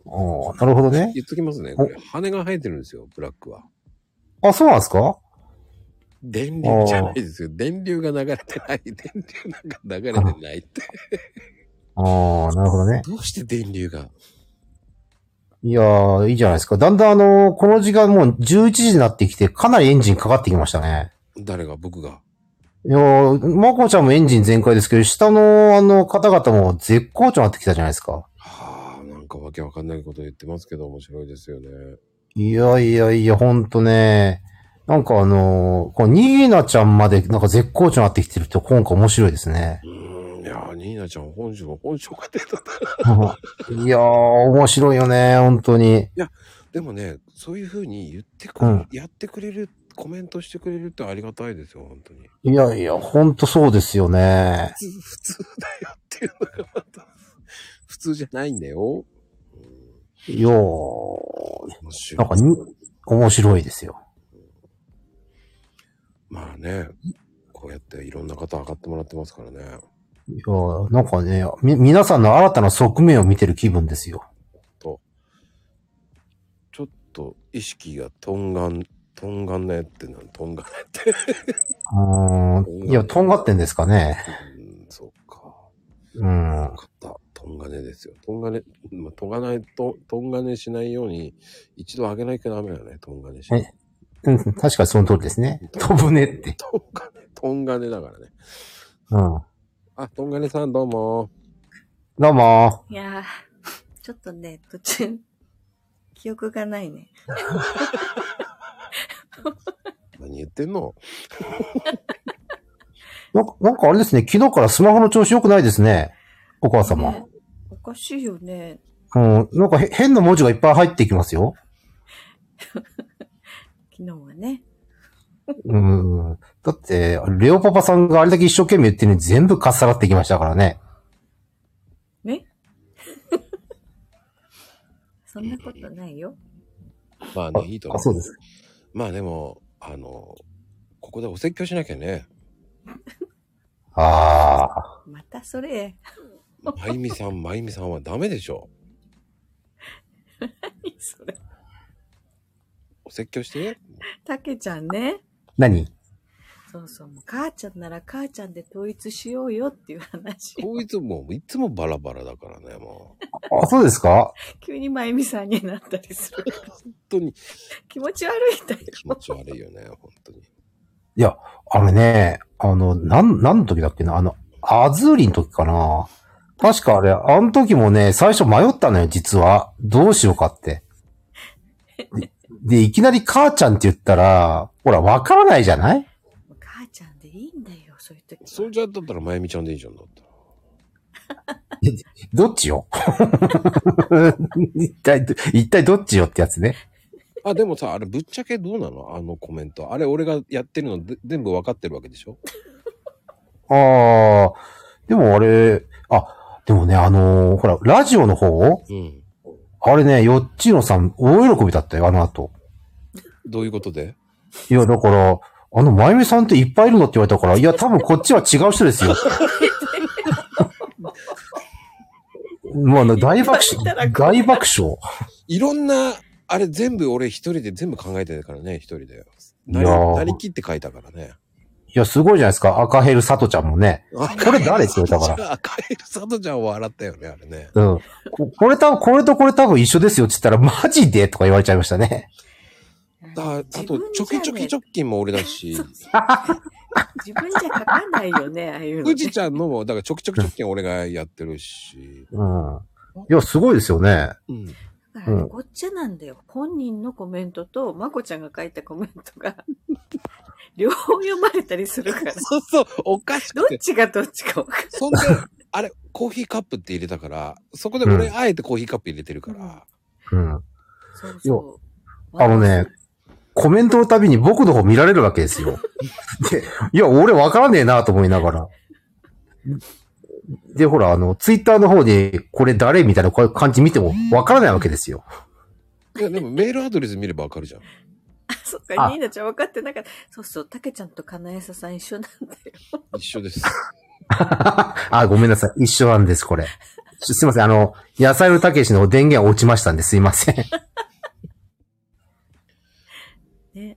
S9: ああ、なるほどね。
S1: 言っときますね。これ、羽が生えてるんですよ、ブラックは。
S9: あ、そうなんですか
S1: 電流じゃないですよ。電流が流れてない。電流なんか流れてないって。
S9: ああ、なるほどね。
S1: (laughs) どうして電流が。
S9: いやー、いいじゃないですか。だんだんあのーこの時間もう11時になってきて、かなりエンジンかかってきましたね。
S1: 誰が僕が。
S9: いやー、まこちゃんもエンジン全開ですけど、下のあの方々も絶好調になってきたじゃないですか。
S1: あなんかわけわかんないこと言ってますけど、面白いですよね。
S9: いやいやいや、ほんとね。なんかあのーこのニーナちゃんまでなんか絶好調になってきてるって今回面白いです
S1: (laughs)
S9: ね。
S1: うんいやー、ニーナちゃん本性、本性が出たな。
S9: いやー、面白いよね、本当に。
S1: いや、でもね、そういうふうに言ってく、
S9: うん
S1: やってくれる、コメントしてくれるってありがたいですよ、本当に。
S9: いやいや、ほんとそうですよね。
S1: 普通だよっていうのがまた、普通じゃないんだよ。
S9: いやー、なんかに、面白いですよ。
S1: まあね、こうやっていろんな方上がってもらってますからね。
S9: いやーなんかね、み、皆さんの新たな側面を見てる気分ですよ。
S1: と、ちょっと意識がとんがん、とんがんねってなん、とんがんねって。
S9: うーん。いや、とんがってんですかね。
S1: うん、そっか。
S9: うん。
S1: よかった。とんがねですよ。とんがね、まあ、とがない、と、とんがねしないように、一度上げないきゃダメだよね、とんがねしない。
S9: うん、確かにその通りですね。 (laughs) 飛ぶねって。
S1: とんがね、とんがねだからね。
S9: うん。
S1: あ、とんがねさんどうも。
S9: どうも
S17: いやー
S7: ちょっとね、途中、記憶がない
S1: (laughs)
S7: ね。
S1: 何言ってんの
S9: なんか、なんかあれですね、昨日からスマホの調子良くないですね。お母様。
S7: おかしいよね。
S9: うん、なんかへ変な文字がいっぱい入ってきますよ。
S7: 昨日はね。
S9: うん。だって、レオパパさんがあれだけ一生懸命言ってるのに全部かっさらってきましたからね。
S7: そんなことないよ。
S1: まあね、いいと思う。そうです。まあでも、あの、ここでお説教しなきゃね。
S9: ああ。
S7: またそれ。
S1: まゆみさん、まゆみさんはダメでしょ。
S7: (laughs) 何それ。
S1: お説教して。
S7: たけちゃんね。
S9: 何
S7: そうそう。もう母ちゃんなら母ちゃんで統一しようよっていう話。
S1: 統一もういつもバラバラだからね、もう。
S9: あ、そうですか
S7: 急にまゆみさんになったりする。本
S1: 当に。
S7: 気持ち悪いんだよ。
S1: 気持ち悪いよね、本当に。
S9: いや、あれね、あの、なん、何の時だっけな、あの、アズーリの時かな。確かあれ、あの時もね、最初迷ったのよ、実は。どうしようかって。で、でいきなり母ちゃんって言ったら、ほら、わからないじゃない
S7: 母ちゃんでいいんだよ、そういう時。
S1: それじゃだったらまゆみちゃんでいいじゃんだって。
S9: どっちよ (laughs) 一体ど、一体どっちよってやつね。
S1: あ、でもさ、あれぶっちゃけどうなのあのコメント。あれ俺がやってるので全部わかってるわけでしょ
S9: ああ、でもあれ、あ、でもね、あのーほら、ラジオの方
S1: うん。
S9: あれね、よっちーのさん、大喜びだったよ、あの後。
S1: どういうこ
S7: (laughs)
S1: とで
S9: いや、だから、あの、まゆみさんっていっぱいいるのって言われたから、いや、多分こっちは違う人ですよ。もうあの、大爆笑。大爆笑。
S1: いろんな、あれ全部俺一人で全部考えてたからね、一人で。ない
S9: やー
S1: なりきって書いたからね。
S9: いや、すごいじゃないですか。赤ヘルサトちゃんもね。これ誰って言われたから。
S1: ら。赤ヘルサトちゃんは笑ったよね、あれね。
S9: うん。ここれ多分、これとこれ多分一緒ですよって言ったら、マジでとか言われちゃいましたね。
S1: だあと、チョキチョキチョッキンも俺だし、
S7: 自分じゃ書かないよね、ああいうの。
S1: 富士ちゃんのも、だからチョキチョキチョッキン俺がやってるし。
S9: うん。いや、すごいですよね。
S1: うん。
S7: だからごっちゃなんだよ。本人のコメントと、まこちゃんが書いたコメント
S1: (laughs)
S7: が、両方読まれたりするから。
S1: そうそう、おかし
S7: くて。どっちがどっちか分かん
S1: そんで、あれ、コーヒーカップって入れたから、そこで俺、あえてコーヒーカップ入れてるから。
S9: うん。あのね、コメントのたびに僕の方見られるわけです (laughs) よ。で、いや、俺わからねえなと思いながら。で、ほら、あの、ツイッターの方で、これ誰みたいなこういう感じ見てもわからないわけですよ。
S1: いや、でもメールアドレス見ればわかるじゃん。
S7: そっか、
S1: あ
S7: ニーナちゃん分かってなかった。そうそう、たけちゃんとかなえささん一緒なんだよ。
S1: 一緒です。
S9: あ、ごめんなさい。一緒なんです、これ。すすいません。あの、野菜のたけしの電源落ちましたんですいません。
S7: (laughs) ね。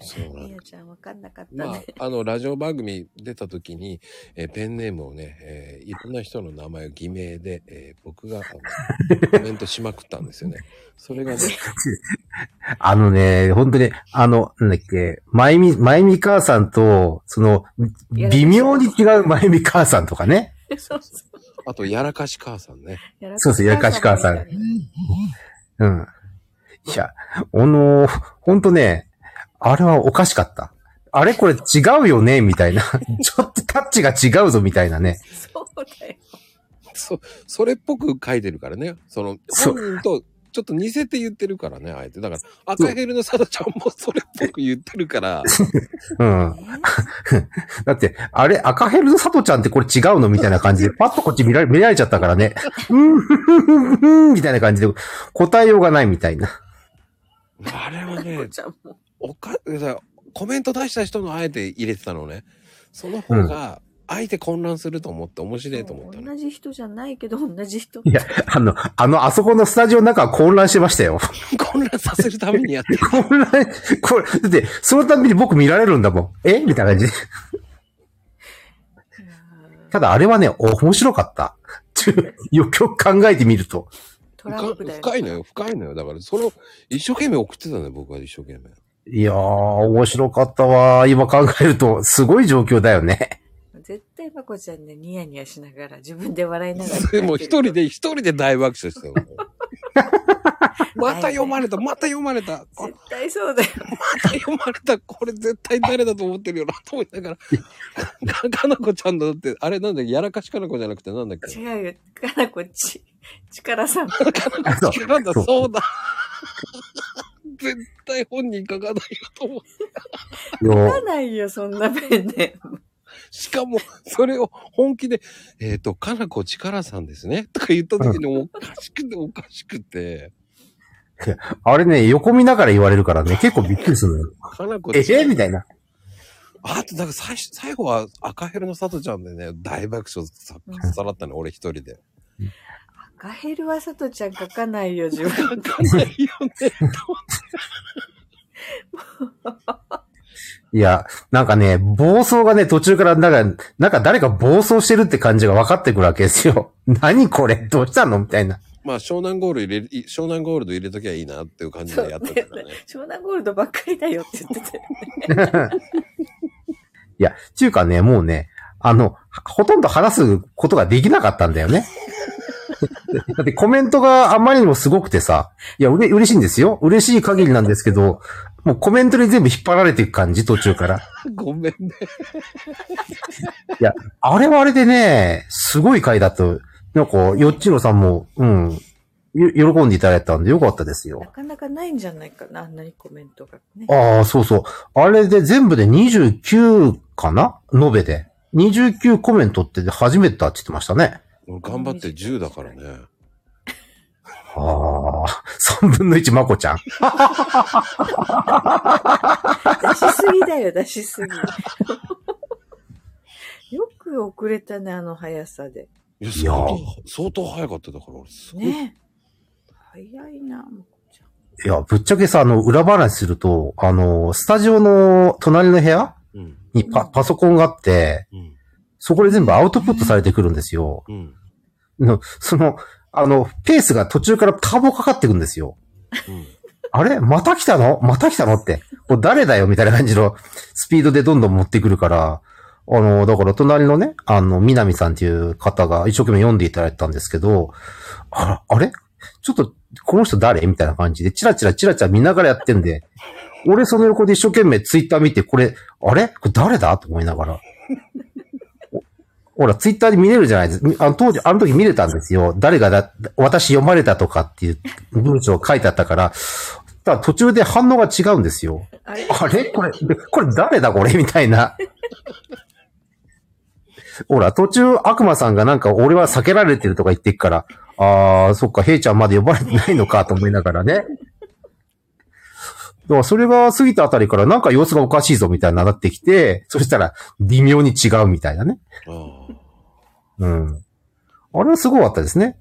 S1: そうなんだ
S7: ニーナちゃん分か (laughs) んなかったね。
S1: まあ、あの、ラジオ番組出た時に、えーペンネームをね、えーいろんな人の名前を偽名で、えー僕が、あのコメントしまくったんですよね。それがね、
S9: あのね、本当に、あの、なんだっけ、まゆみ、まゆみ母さんと、その、微妙に違うまゆみ母さんとかね。
S7: そうそう。
S1: あと、やらかし母さんね。
S9: そうそう、やらかし母さん。うん。いや、あのー、ほんとね、あれはおかしかった。あれこれ違うよねみたいな。 (laughs) ちょっとタッチが違うぞみたいなね。
S7: そうだよ。
S1: そ、それっぽく書いてるからね。その、
S9: そう
S1: 本人と、ちょっと似せて言ってるからね、あえて。だから、赤ヘルのサダちゃんもそれっぽく言ってるから、
S9: うん。 (laughs) だって、あれ、赤ヘルのサトちゃんってこれ違うのみたいな感じで、パッとこっち見られ、見られちゃったからね。うん、ふふふふん (laughs) みたいな感じで、答えようがないみたいな。
S1: あれはね、おか、だからコメント出した人のあえて入れてたのね。その方が、相手混乱すると思って面白いと思った。
S7: 同じ人じゃないけど、同じ人。
S9: いや、あの、あの、あそこのスタジオの中は混乱してましたよ。
S1: 混乱させるためにやってる。
S9: 混乱、 (laughs) これ、だって、そのたびに僕見られるんだもん。えみたいな感じで。ただ、あれはね、面白かった。よくよく考えてみると。
S1: 深いのよ、深いのよ。だから、それを一生懸命送ってたね、僕は一生懸命。
S9: いやー、面白かったわー。今考えると、すごい状況だよね。
S7: (laughs) 絶対まこちゃんね、ニヤニヤしながら、自分で笑いながら。
S1: でもう一人で、一人で大爆笑してたよ。また読まれた、また読まれた。
S7: 絶対そうだよ。
S1: また読まれた、これ絶対誰だと思ってるよな、と思いながら。かかなこちゃんだって、あれなんだっけやらかしかなこじゃなくてなんだっけ
S7: 違うよ。かなこち、力さん。
S1: なんだ、そ
S7: (laughs)
S1: うだ。絶対本人書かないよと思って。
S7: 書かないよ、そんなペンで。
S1: しかも、それを本気で、 (laughs) えっ、と、かなこちからさんですね、とか言った時におかしくておかしくて、
S9: あれね、横見ながら言われるからね、結構びっくりするのよ。
S1: かなこ
S9: え
S1: ち
S9: えみたいな。
S1: あと、だから最初、最後は赤ヘルのさとちゃんでね、大爆笑さ、かっさらったの、俺一人で。
S7: ガヘルはさとちゃん書かない
S1: (laughs)
S7: よ、自分。
S1: 書か
S7: (laughs)
S1: ないよね。
S9: いや、なんかね、暴走がね、途中から、なんか、なんか誰か暴走してるって感じが分かってくるわけですよ。何これどうしたのみたいな。
S1: まあ、湘南ゴール入れ、湘南ゴールド入れときゃいいなっていう感じでやったけどね。
S7: 湘南ゴールドばっかりだよって言ってて。
S1: (laughs)
S9: いや、ちゅうかね、もうね、あの、ほとんど話すことができなかったんだよね。 (laughs) だってコメントがあまりにもすごくてさ、いや、うれ、嬉しいんですよ。嬉しい限りなんですけど、もうコメントに全部引っ張られていく感じ、途中から。
S1: ごめんね。
S9: いや、あれはあれでね、すごい回だと、なんか、よっちろさんも、うん、よ喜んでいただいたんでよかったですよ。
S7: なかなかないんじゃないかな、あんなにコメントがね。
S9: ああ、そうそう。あれで全部で29かな延べで。29コメントって初めてだって言ってましたね。
S1: 俺頑張って10だからね。
S9: ああ、3分の1まこちゃん。
S7: 出しすぎだよ、出しすぎ。よく遅れたね、あの速さで。
S1: いや、相当、相当早かっただから、俺すごい。
S7: ね早いな、もう
S9: いや、ぶっちゃけさ、あの、裏話すると、あの、スタジオの隣の部屋にパパソコンがあって、そこで全部アウトプットされてくるんですよ。のその、あの、ペースが途中からターボかかってくんですよ。あれまた来たのまた来たのって。これ誰だよみたいな感じのスピードでどんどん持ってくるから、あの、だから隣のね、あの、南さんっていう方が一生懸命読んでいただいてたんですけど、あら、あれちょっと、この人誰みたいな感じで、チラチラチラチラ見ながらやってんで、俺その横で一生懸命ツイッター見て、これ、あれこれ誰だと思いながら。ほら、ツイッターで見れるじゃないですか。みあの当時、あの時見れたんですよ。誰がだ、私読まれたとかっていう文章書いてあったから、ただ途中で反応が違うんですよ。
S7: あれ
S9: あれこれ、これ誰だこれみたいな。ほら、途中悪魔さんがなんか俺は避けられてるとか言ってっから、あー、そっか、ヘイちゃんまで呼ばれてないのかと思いながらね。だからそれが過ぎたあたりからなんか様子がおかしいぞみたいになってきて、そしたら微妙に違うみたいなね。うん。あれはすごかったですね。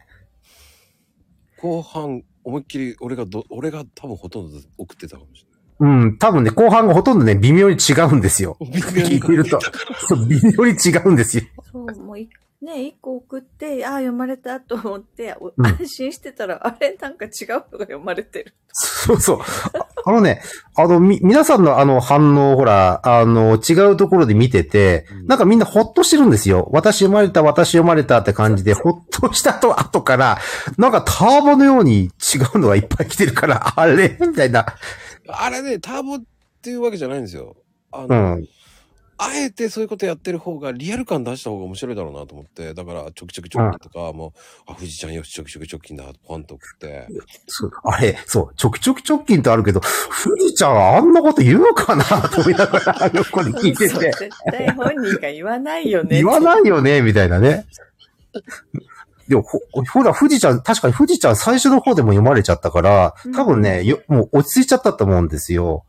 S1: 後半、思いっきり俺がど、俺が多分ほとんど送ってたかもし
S9: うん、多分ね、後半がほとんどね、微妙に違うんですよ。聞いてると。そう、微妙に違うんですよ。
S7: そう、もうい、ね、一個送って、ああ、読まれたと思って、お
S9: うん
S7: 安心してたら、あ (laughs) れなんか違うのが読まれてる。
S9: そうそう。ああのね、あの、み、皆さんのあの反応、ほら、あの、違うところで見てて、なんかみんなほっとしてるんですよ。私読まれた、私読まれたって感じで、ほっとしたと、後から、なんかターボのように違うのがいっぱい来てるから、あれみた
S1: れ
S9: いな。
S1: ない。あれね、ターボっていうわけじゃないんですよ。あ
S9: う
S1: の、
S9: ん。
S1: あえてそういうことやってる方がリアル感出した方が面白いだろうなと思って、だから、ちょきちょきちょきとか、もう、あ、富士ちゃんよし、ちょきちょきちょきだ、ポンと送って。
S9: そうあれ、そう、ちょきちょきちょっきんってあるけど、富士ちゃんはあんなこと言うかなと思いながら、あの子に聞いて
S7: そう
S9: て。
S7: 絶対本人が言わないよね。
S9: 言わないよね、みたいなね。でも、ほ、ほら、富士ちゃん、確かに富士ちゃん最初の方でも読まれちゃったから、多分ね、よ、もう落ち着いちゃったと思うんですよ。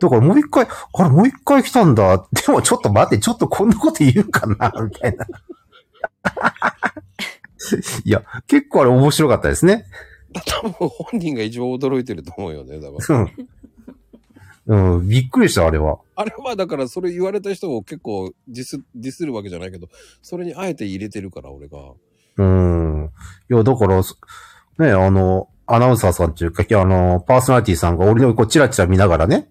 S9: だからもう一回、あれ、もう一回来たんだ。でもちょっと待って、ちょっとこんなこと言うかな、みたいな。いや、結構あれ面白かったですね。
S1: 多分本人が一番驚いてると思うよね、だ
S9: う
S1: から。
S9: ん。うん、びっくりした、あれは。
S1: あれはだからそれ言われた人を結構ディス、ディスるわけじゃないけど、それにあえて入れてるから、俺が。
S9: うん。いや、だから、そね、あの、アナウンサーさんっていうか、あの、パーソナリティさんが俺のこう、チラチラ見ながらね、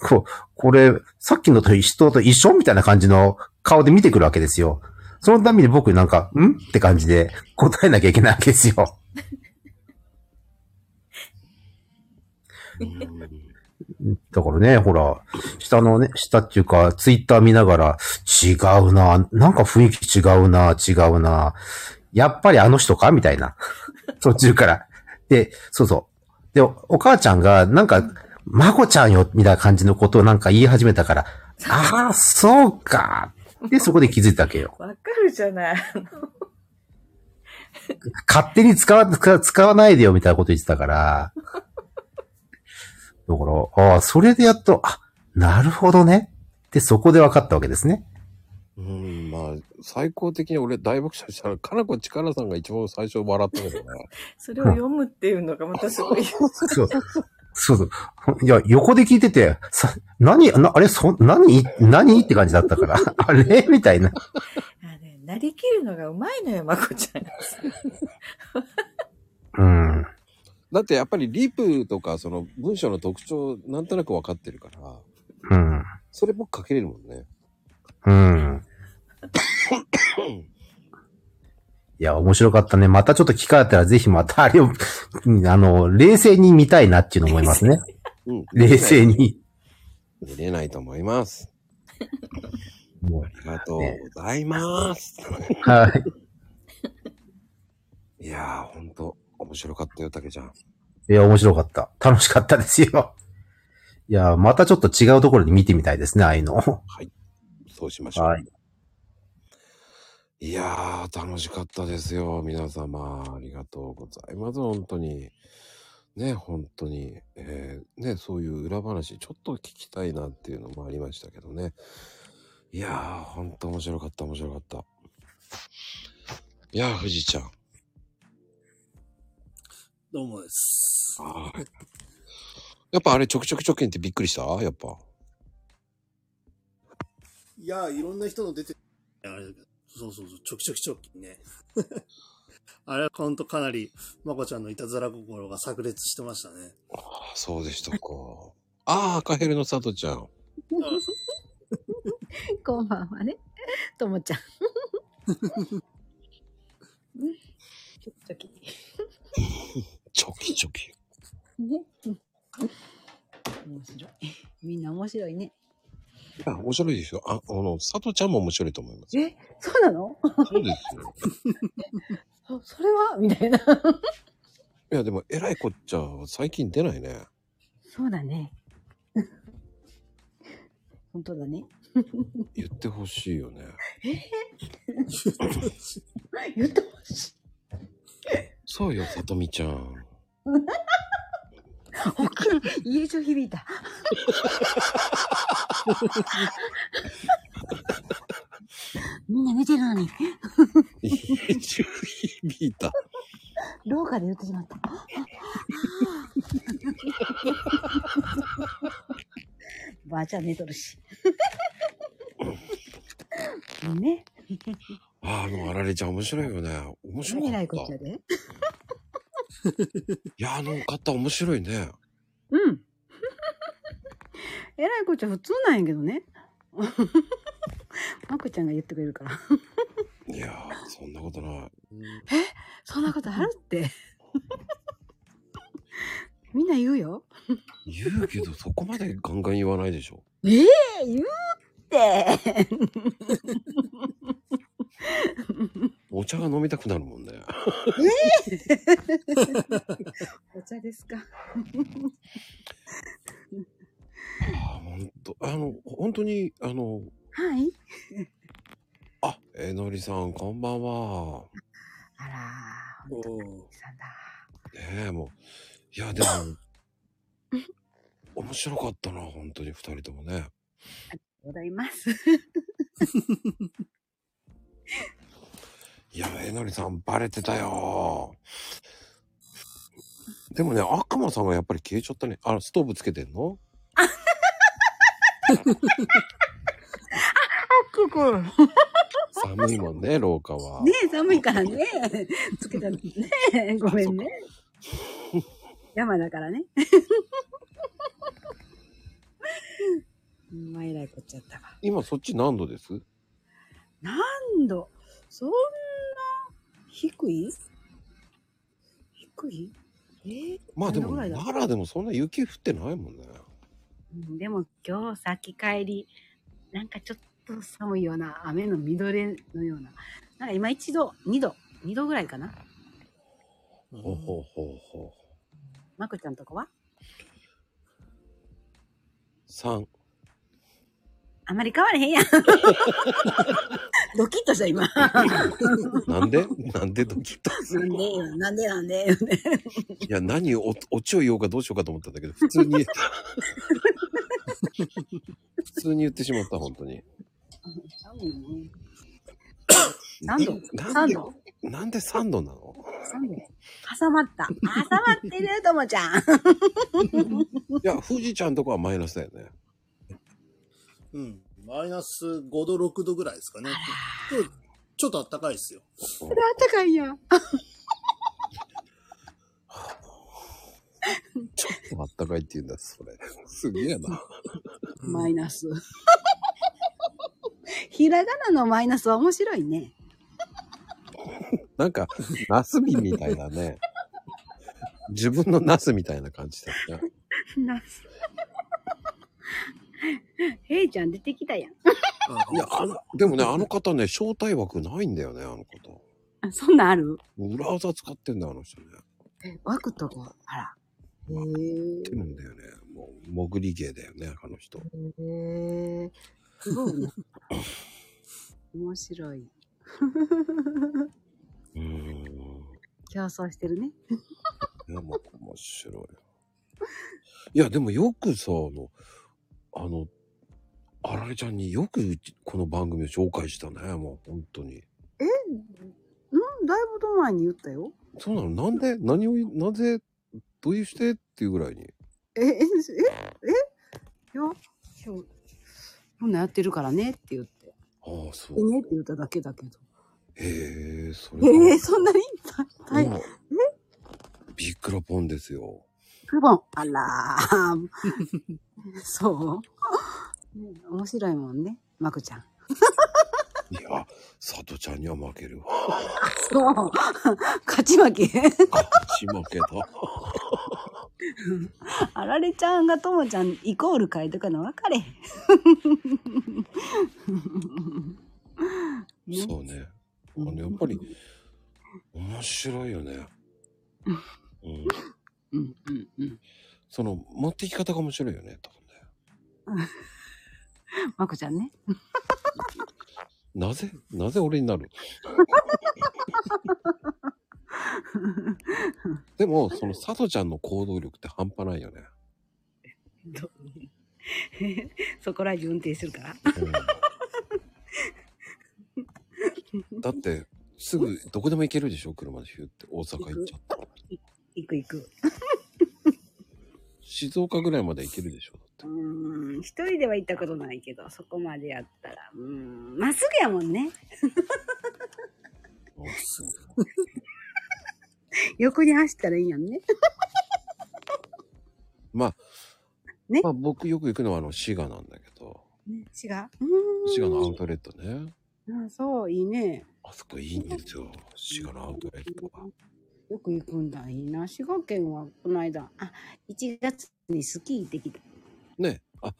S9: こう、これ、さっきのと一緒と一緒みたいな感じの顔で見てくるわけですよ。そのために僕なんか、んって感じで答えなきゃいけないわけですよ。だからね、ほら、下のね、下っていうか、ツイッター見ながら、違うな、なんか雰囲気違うな、違うな、やっぱりあの人かみたいな。 (laughs) 途中から。で、そうそう。で、お母ちゃんが、なんか、まこちゃんよ、みたいな感じのことをなんか言い始めたから、ああ、そうか。で、そこで気づいたわけよ。
S7: わかるじゃ
S9: (laughs)
S7: ない。
S9: 勝手に使わ、使使わないでよ、みたいなこと言ってたから。 (laughs) だから、ああ、それでやっと、あ、なるほどね。で、そこで分かったわけですね。
S1: うん、まあ、最高的に俺大爆笑したら、かなこちからさんが一番最初笑ったけどね。
S7: それを読むっていうのがまたすごい。 (laughs)
S9: そう。そうそう。いや、横で聞いてて、さ、何、な、あれ、そ、何、何って感じだったから、 (laughs) あれみたいな。
S7: なりきるのがうまいのよ、まこちゃん。
S9: うん。
S1: (laughs) だってやっぱりリプとか、その文章の特徴、なんとなく分かってるから、
S9: うん。
S1: それ僕書けれるも
S7: (laughs)
S1: んね。
S9: うん。いや、面白かったね。またちょっと機会あったら、ぜひまたあれを、うんあの、冷静に見たいなっていうの思いますね。
S1: うん。
S9: 冷静に。
S1: 見れないと思い
S7: (laughs)
S1: ます。
S9: も
S1: ありがとうございます。
S9: はい。
S1: いやー、ほんと、面白かったよ、たけちゃん。
S9: いや、面白かった。楽しかったですよ。いや、またちょっと違うところに見てみたいですね、ああいうの。はい。
S1: そうしましょう。い、やー、楽しかったですよ、皆様。ありがとうございます、本当に。ね、本当に。えーね、そういう裏話、ちょっと聞きたいなっていうのもありましたけどね。いやー、本当面白かった、面白かった。いやー、富士ちゃん。
S8: どうもです。
S1: はい。やっぱあれ、ちょくちょくちょけんってびっくりしたやっぱ。
S8: いや、いろんな人の出て、あれだけどそうそうそう、ちょきちょきちょき (laughs) ね。あれはほんとかなり、まこちゃんのいたずら心が炸裂してましたね。
S1: あそうでしたか。 (laughs) ああ、カヘルのサトちゃん。
S15: こんばんはね。ともちゃん。ちょきちょき。
S1: チョキチョキ。
S15: ね。うん面白い。みんな面白いね。
S1: あ、面白いですよ。あ、あの、サトちゃんも面白いと思います。
S15: え、そうなの
S1: そうですよ。
S15: そそれはみたいな。
S1: いや、でも、えらいこっちゃ、最近出ないね。
S15: そうだね。本当だね。
S1: 言ってほしいよね。
S15: え言ってほしい。
S1: そうよ、さとみちゃん。
S15: 大きな家中響いた。みんな寝てるの
S1: (laughs)
S15: に、
S1: 家中響いた。
S15: 廊下で言ってしまった。ばあちゃん寝とるし。ね。
S1: ああ、でも、あられちゃん面白いよね。面白か
S15: えらい
S1: っ
S15: こ
S1: た
S15: っち。ゃで。
S1: いや、あの方面白いね。
S15: うん。 (laughs) えらいこっちゃ普通なんやけどね。 (laughs) まこちゃんが言ってくれるから。
S1: いやー、そんなことない。
S15: えそんなことあるって。みんな言うよ。
S1: 言うけど、そこまでガンガン言わないでしょ。
S15: (laughs) ええ言う (laughs) って。
S1: お茶が飲みたくなるもんね。
S15: え (laughs) お茶です (laughs) か。
S1: 本当あの、本当に、あの、
S15: はい。
S1: えのりさん、こんばんは。
S15: あ
S8: ら、お
S1: ねえ、もう。いや、でも、面白かったな、本当に二人ともね。
S15: ござい (laughs) ます。
S1: いや、えのりさん、バレてたよ。でもね、悪魔さんがやっぱり消えちゃったね。あ、ストーブつけてんの
S15: くく。
S1: 寒いもんね、廊下は。
S15: ねえ、寒いからね。 (laughs) つけたのねえ。ごめんね。山だからね。ほんまえらいこっちゃったわ。
S1: 今そっち何度です
S15: 何度そんな低い低いえー、
S1: まあでも、
S15: 何度ぐらいだ
S1: 奈良でもそんな雪降ってないもんね。
S15: うんでも今日先帰り、なんかちょっと寒いような、雨のみどれのような。なんか今一度、二度、二度ぐらいかな。
S1: ほうほうほうほ
S15: まこちゃんとこは
S1: う。3。
S15: (laughs) あまり変われへんや (laughs) ん。ドキッとした (laughs) 今。
S1: なんで (laughs) なんでドキッとす
S15: るなんでよなんでなんでなんで。
S1: いや、何を、おちを言おうかどうしようかと思ったんだ (laughs) けど、普通に、普通に言ってしまった、本当に。
S15: 何度
S1: な
S15: 三
S1: んで
S15: 度、
S1: なんで3度なの
S15: 三度挟まった。挟まってるともちゃん。
S1: いや、富士ちゃんとこはマイナスだよね。
S8: うん。マイナス5度、6度ぐらいですかね。今日ちょっと暖かいですよ。
S15: それあったかいやん。
S1: あったかいって言うんだ、それ。すげえな。
S15: マイナス。 (laughs) ひらがなのマイナスは面白いね。
S1: なんか、ナスビみたいなね。自分のナスみたいな感じだよね。
S15: (laughs) なす。 (laughs) へいちゃん出てきたやん。
S1: いや、あの、でもね、あの方ね、招待枠ないんだよね、あの方。
S15: あそんなんある
S1: 裏技使ってんだよ、あの人ね。
S15: 枠とか、あら。へ
S1: ってるんだよね。もう、潜り芸だよね、あの人。
S15: え。へえ。すごいな。面白い。
S1: うーん。
S15: 競争してるね。
S1: いや、もう、面白い。いや、でもよくさ、あの、あの、あられちゃんによくうちこの番組を紹介したね、もう、本当に。
S15: えうんだいぶ前に言ったよ。
S1: そうなのなんで何を、なぜ、どういうしてっていうぐらいに。
S15: え、え、え、えいや、今日、こんなんやってるからねって言って。
S1: ああ、そう。
S15: でねって言っただけだけど。
S1: へえ、それ。
S15: ええそんなにはい。
S1: もう
S15: え
S1: ビックラポンですよ。
S15: クボン。あらー。そうね面白いもんね、まこちゃん。
S1: いや、佐藤ちゃんには負ける
S15: (laughs)
S1: わ。
S15: そう。勝ち負け。
S1: 血負けた。
S15: あられちゃんがともちゃんイコール書いとかな分かれへん。
S1: そうね。あの、やっぱり、面白いよね。うん。
S15: うん、うん、うん。
S1: その、持っていき方が面白いよね。
S15: まこちゃんね。
S1: なぜ、なぜ俺
S15: (laughs)
S1: になるでも、その、佐藤ちゃんの行動力って半端ないよね。
S15: そこらじゅ運転するから。
S1: だって、すぐ、どこでも行けるでしょ車でヒュって、大阪行っちゃったら。
S15: 行く行く。
S1: 静岡ぐらいまで行けるでしょ
S15: うーん、一人では行ったことないけど、そこまでやったら、うーん、まっすぐやもんね。横に走ったらいいやんね。
S1: まあ、まあ僕よく行くのはあの滋賀なんだけど、
S15: ね違う。
S1: 滋賀のアウトレットね。
S15: うん、そう、いいね。
S1: あそこいいんですよ。滋賀のアウトレットは。
S15: よく行くんだ、いいな。滋賀県はこの間、あ、1月にスキー行ってきた。
S1: ね。あ、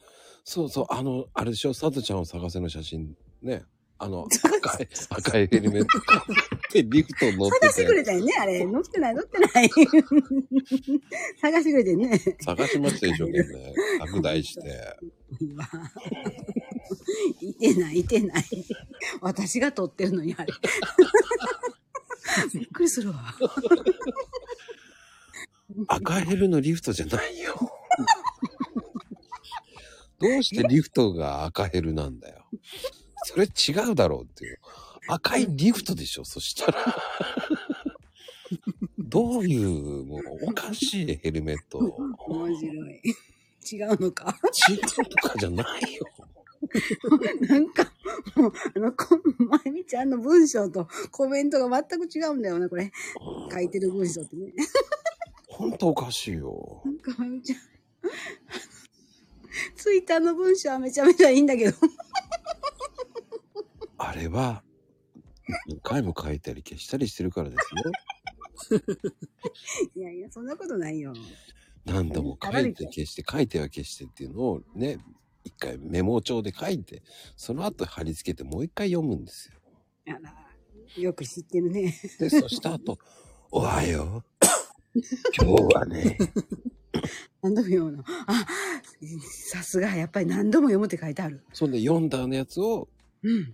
S1: そうそう、あの、あれでしょ、さとちゃんを探せの写真、ね。あの、赤い、赤いヘルメッ
S15: (laughs)
S1: トかぶってリフト乗って
S15: 探してくれ
S1: て。
S15: たよね、あれ。乗ってない、乗ってない。 (laughs) 探してくれてね。
S1: 探しましたでしょ、懸命。拡大して。
S15: いてない、いてない。私が撮ってるのに、あれ。 (laughs) びっくりするわ。
S1: 赤ヘルのリフトじゃないよ。どうしてリフトが赤ヘルなんだよ。それ違うだろうっていう。赤いリフトでしょ、そしたら。どういう、もうおかしいヘルメット
S15: 面白い。違うのか。
S1: とかじゃないよ。
S15: なんか、もう、あの、こまゆみちゃんの文章とコメントが全く違うんだよね、これ。書いてる文章ってね。
S1: ほんとおかしいよ。
S15: なんか、まゆみちゃん。ツイッターの文章はめちゃめちゃいいんだけど。
S1: あれは、何回も書いたり消したりしてるからですよ。
S15: いやいや、そんなことないよ。
S1: 何度も書いて消して、書いては消してっていうのをね、一回メモ帳で書いて、その後貼り付けてもう一回読むんですよ。
S15: あら、よく知ってるね。
S1: で、そした
S15: (laughs)
S1: 後、おはよう。今日はね、
S15: 何度も読むの。あ、さすが、やっぱり何度も読むって書いてある。 (laughs)
S1: そんで読んだのやつを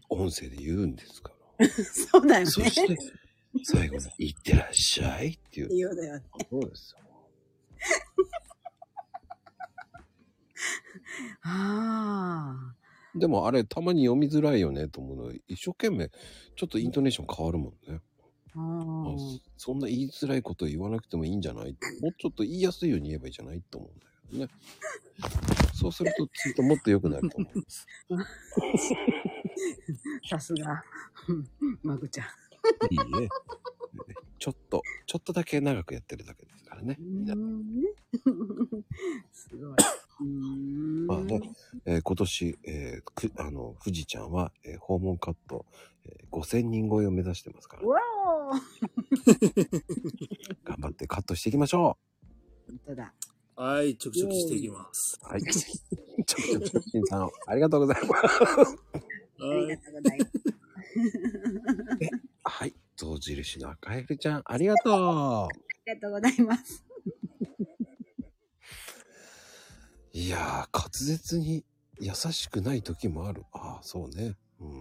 S1: 音声で言うんですから。
S15: そうだよね。
S1: そして、最後に、いってらっしゃいっていう。
S15: 言うだよね。
S1: そうですよ。
S15: あ
S1: でもあれ、たまに読みづらいよねと思うのは一生懸命、ちょっとイントネーション変わるもんね。
S15: あ。
S1: あそんな言いづらいこと言わなくてもいいんじゃないもうちょっと言いやすいように言えばいいじゃないと思うんだけどね。そうすると、きっともっと良くなると思う。
S15: さすが、マグちゃん。
S1: (laughs) いいね。ちょっと、ちょっとだけ長くやってるだけですからね。
S15: すごい。
S1: まあね、えー今年、えーく、あの、富士ちゃんは、えー訪問カット、えー5000人超えを目指してますから、
S15: わお (laughs)
S1: 頑張ってカットしていきましょ
S15: 本当だ。
S1: うはい、。
S22: 着々していきます
S1: はい。ちょっと、しんさん、ありがとうございます。
S15: ありがとうございます。
S1: はい、象印の赤エルちゃん、ありがとう
S15: ありがとうございます。
S1: いやー、滑舌に優しくない時もある。ああ、そうね。うん。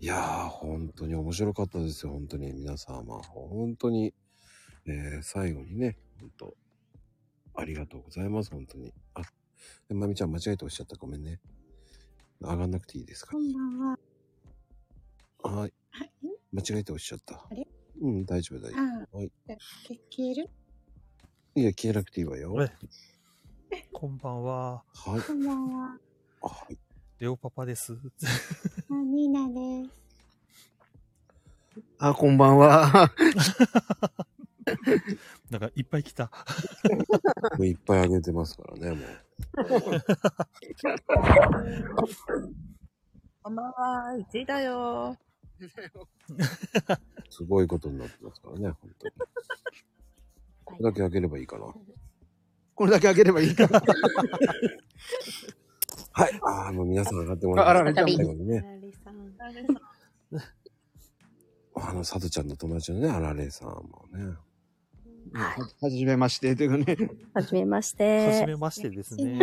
S1: いやー、本当に面白かったですよ。本当に皆様。本当に、えー最後にね、本当、ありがとうございます。本当に。あ、でまみちゃん間違えておっしゃった。ごめんね。上がんなくていいですか
S2: こんばんは。
S1: はい。間違えておっしゃった。
S2: あれ
S1: うん、大丈夫、大丈
S2: あ
S1: 夫。はい。
S2: あ、け消える
S1: いや、消えなくていいわよ。はい。
S18: こんばんは。
S1: はい。
S2: こんばんは。
S18: レオパパです。
S2: あ、ニーナです。
S18: あ、 (laughs) こんばんは。なんかいっぱい来た。
S1: (laughs) もういっぱいあげてますからね、もう。
S18: (laughs)
S11: こんばんは、1位だよ。
S1: すごいことになってますからね、本当に。これだけあげればいいかな。
S16: これだけあげればいい (laughs) かな。
S1: はい。ああ、もう皆さん上がってもらって。
S16: ああらら
S1: 最後にね。
S11: あれさん
S1: あの、さとちゃんの友達のね、あられいさんもね。
S16: はじめまして、というかね。
S11: はじめまして。
S1: はじめましてですね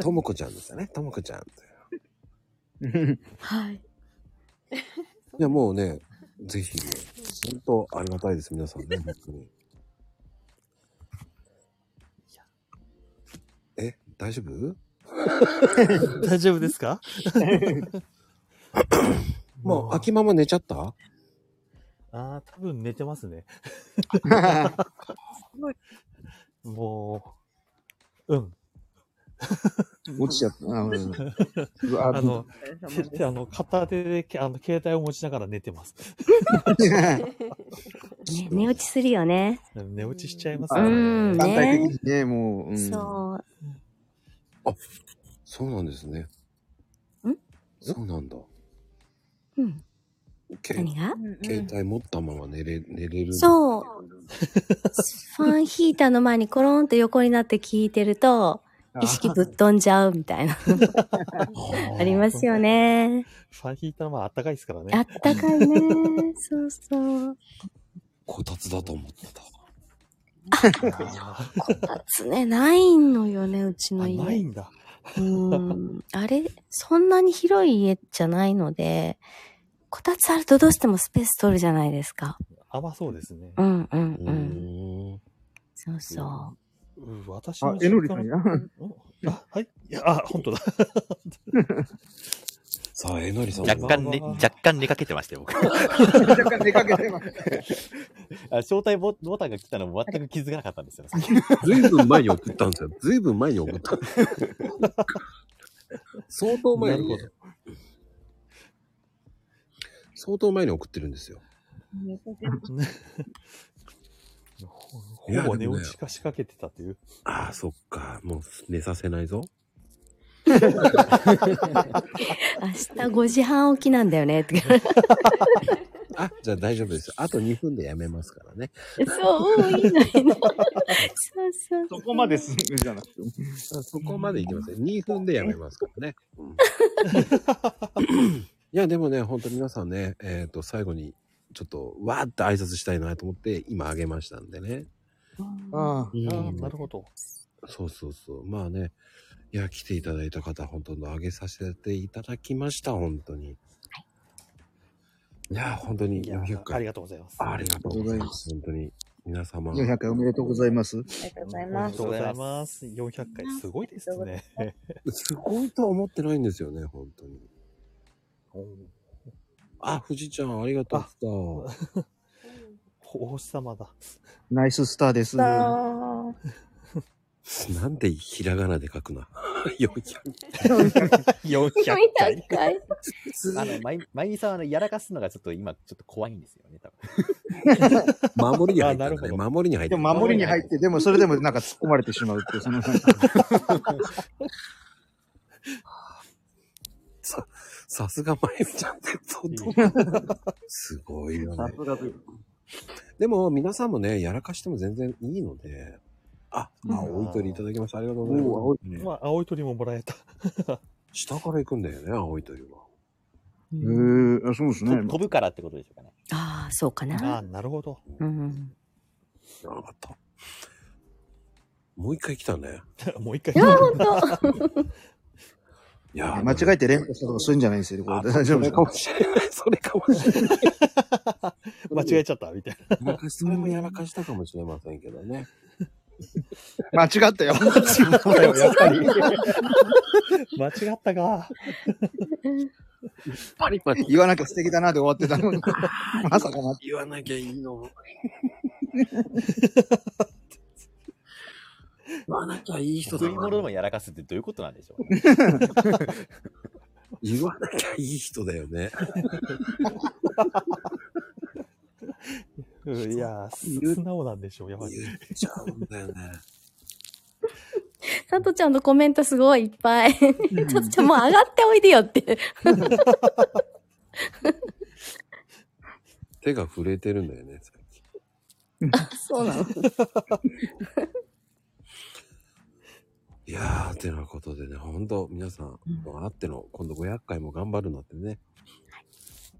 S1: ともこちゃんですよね、ともこちゃん。
S16: (laughs)
S11: はい。
S1: いや、もうね、ぜひね、本当ありがたいです、皆さん
S11: (laughs)
S1: ね、本当に。え、大丈夫
S18: (laughs) 大丈夫ですか
S1: (laughs) もう、秋ママ寝ちゃった
S18: ああ、多分寝てますね。もう、うん。
S1: 落ちちゃった
S18: (laughs)
S1: な俺
S18: あの、てあの片手でけあの携帯を持ちながら寝て
S11: (laughs)
S18: ます。
S11: ね、寝落ちするよね。
S18: 寝落ちしちゃいます
S11: うんね全体
S16: 的にね、もう。
S11: そう。
S1: そうなんですね。
S11: ん
S1: そうなんだ。
S11: うん。
S1: け
S11: 何が
S1: 携帯持ったまま寝れ、寝れる。
S11: そう。ファンヒーターの前にコロンと横になって聞いてると、意識ぶっ飛んじゃうみたい (laughs) な。ありますよね。
S18: ファンヒーターはあったかいですからね。
S11: あったかいね。そうそう。
S1: こたつだと思ってた。
S11: つね、ないのよね、うち
S18: (laughs)
S11: の家。
S18: ないんだ。
S11: うん。あれ、そんなに広い家じゃないので、こたつあるとどうしてもスペース取るじゃないですか。
S18: 甘そうですね。
S11: うんうんうん。
S1: う
S11: そうそう。
S18: ん私
S16: あ
S18: の、
S16: えのりさんや。
S18: うんあ、はい。いや、あ、本当だ。
S1: さあ、えのりさん。
S13: 若干ね、若干寝かけてましたよ、僕。
S16: 若干出かけてます。
S13: (laughs) あ招待ボボタンが来たのも全く気づかなかったんですよ。
S1: (laughs) ずいぶん前に送ったんですよ。ずいぶん前に送った。相当前に、
S13: な
S1: ね。相当前に送ってるんですよ。
S18: ほぼ寝落ちか仕掛けてたという。
S1: ああ、そっか。もう寝させないぞ。
S3: 明日5時半起きなんだよね
S18: (laughs)
S3: って。
S1: あ、じゃあ大丈夫です。あと2分でやめますからね。
S3: そう、いいのいいの。そうそうそう。
S16: そこまですぐじゃなくて。
S1: そこまでいきません。2分でやめますからね。
S16: (laughs)
S1: いや、でもね、本当皆さんね、えっ、と、最後に、ちょっと、わーって挨拶したいなと思って、今あげましたんでね。
S18: あ
S1: うん
S18: あ、なるほど。
S1: そうそうそう。まあね、いや、来ていただいた方、本当にあげさせていただきました、本当に。いや、本当に400回。ありがとうございます。ありがとうございます。本当に。皆様。
S16: 400回おめでとうございます。
S1: ありがとうご
S18: ざいますおめでとうございます。400回すごいですね。
S1: (laughs) すごいとは思ってないんですよね、本当に。あ、富士ちゃん、ありがとう。
S18: お星様だ。
S16: ナイススターです。な
S1: なんでひらがなで書く (laughs) な。400
S13: 400回。
S3: 400回
S13: あの、まゆまゆみさんはあのやらかすのがちょっと今、ちょっと怖いんですよね、多
S1: (laughs)
S13: 分。
S1: 守りに入ったんだね。守りに入った。
S16: でも守りに入って、でもそれでもなんか突っ込まれてしまうっていう、その。
S1: さ、さすがまゆみちゃんって、どんどん (laughs) すごいよね。でも、皆さんもね、やらかしても全然いいので、あ、青い鳥いただきました。ありがとうございます。
S18: おー青い鳥ねまあ青い鳥ももらえた。
S1: (laughs) 下から行くんだよね、青い鳥は。
S16: へえ、そうですね。
S13: 飛ぶからってことでしょうかね。
S3: ああ、そうか
S18: あ
S3: な
S18: あ、。なるほど。
S3: うん。
S1: 知らなかった。もう一回来たね。
S18: (laughs) もう一回
S3: いや
S1: (laughs)
S3: 本
S1: 当。いや、
S16: 間違えて連呼したとかそういうんじゃないんですよ。これ大丈夫です
S1: かそれかもしれない。それかもしれない。
S18: (laughs) 間違えちゃったみたいな。
S1: 昔それもやらかしたかもしれませんけどね。
S16: 間違ったよ。
S18: やっ
S16: (laughs)
S18: ぱり。間違ったか。
S1: パリパリ。
S16: 言わなきゃ素敵だなで終わってた
S1: (laughs)
S16: のに。 (laughs) まさかな。
S1: 言わなきゃいいの。言わなきゃいい人だ
S13: 食
S1: ない
S13: 物でもやらかすってどういうことなんでしょう、
S1: (laughs) 言わなきゃいい人だよ
S13: (laughs)
S1: ね。
S18: うんいやー、す素直なんでしょう、やっぱり。
S1: ちゃうんだ
S18: (laughs)
S1: よね。
S3: 佐藤ちゃんのコメントすごいいっぱい。佐藤ちゃんもう上がっておいでよって。
S1: (laughs) 手が震えてるんだよね。
S3: そうなの。
S1: いやー、てなことでね、ほんと、皆さん、あっての、今度500回も頑張るのってね。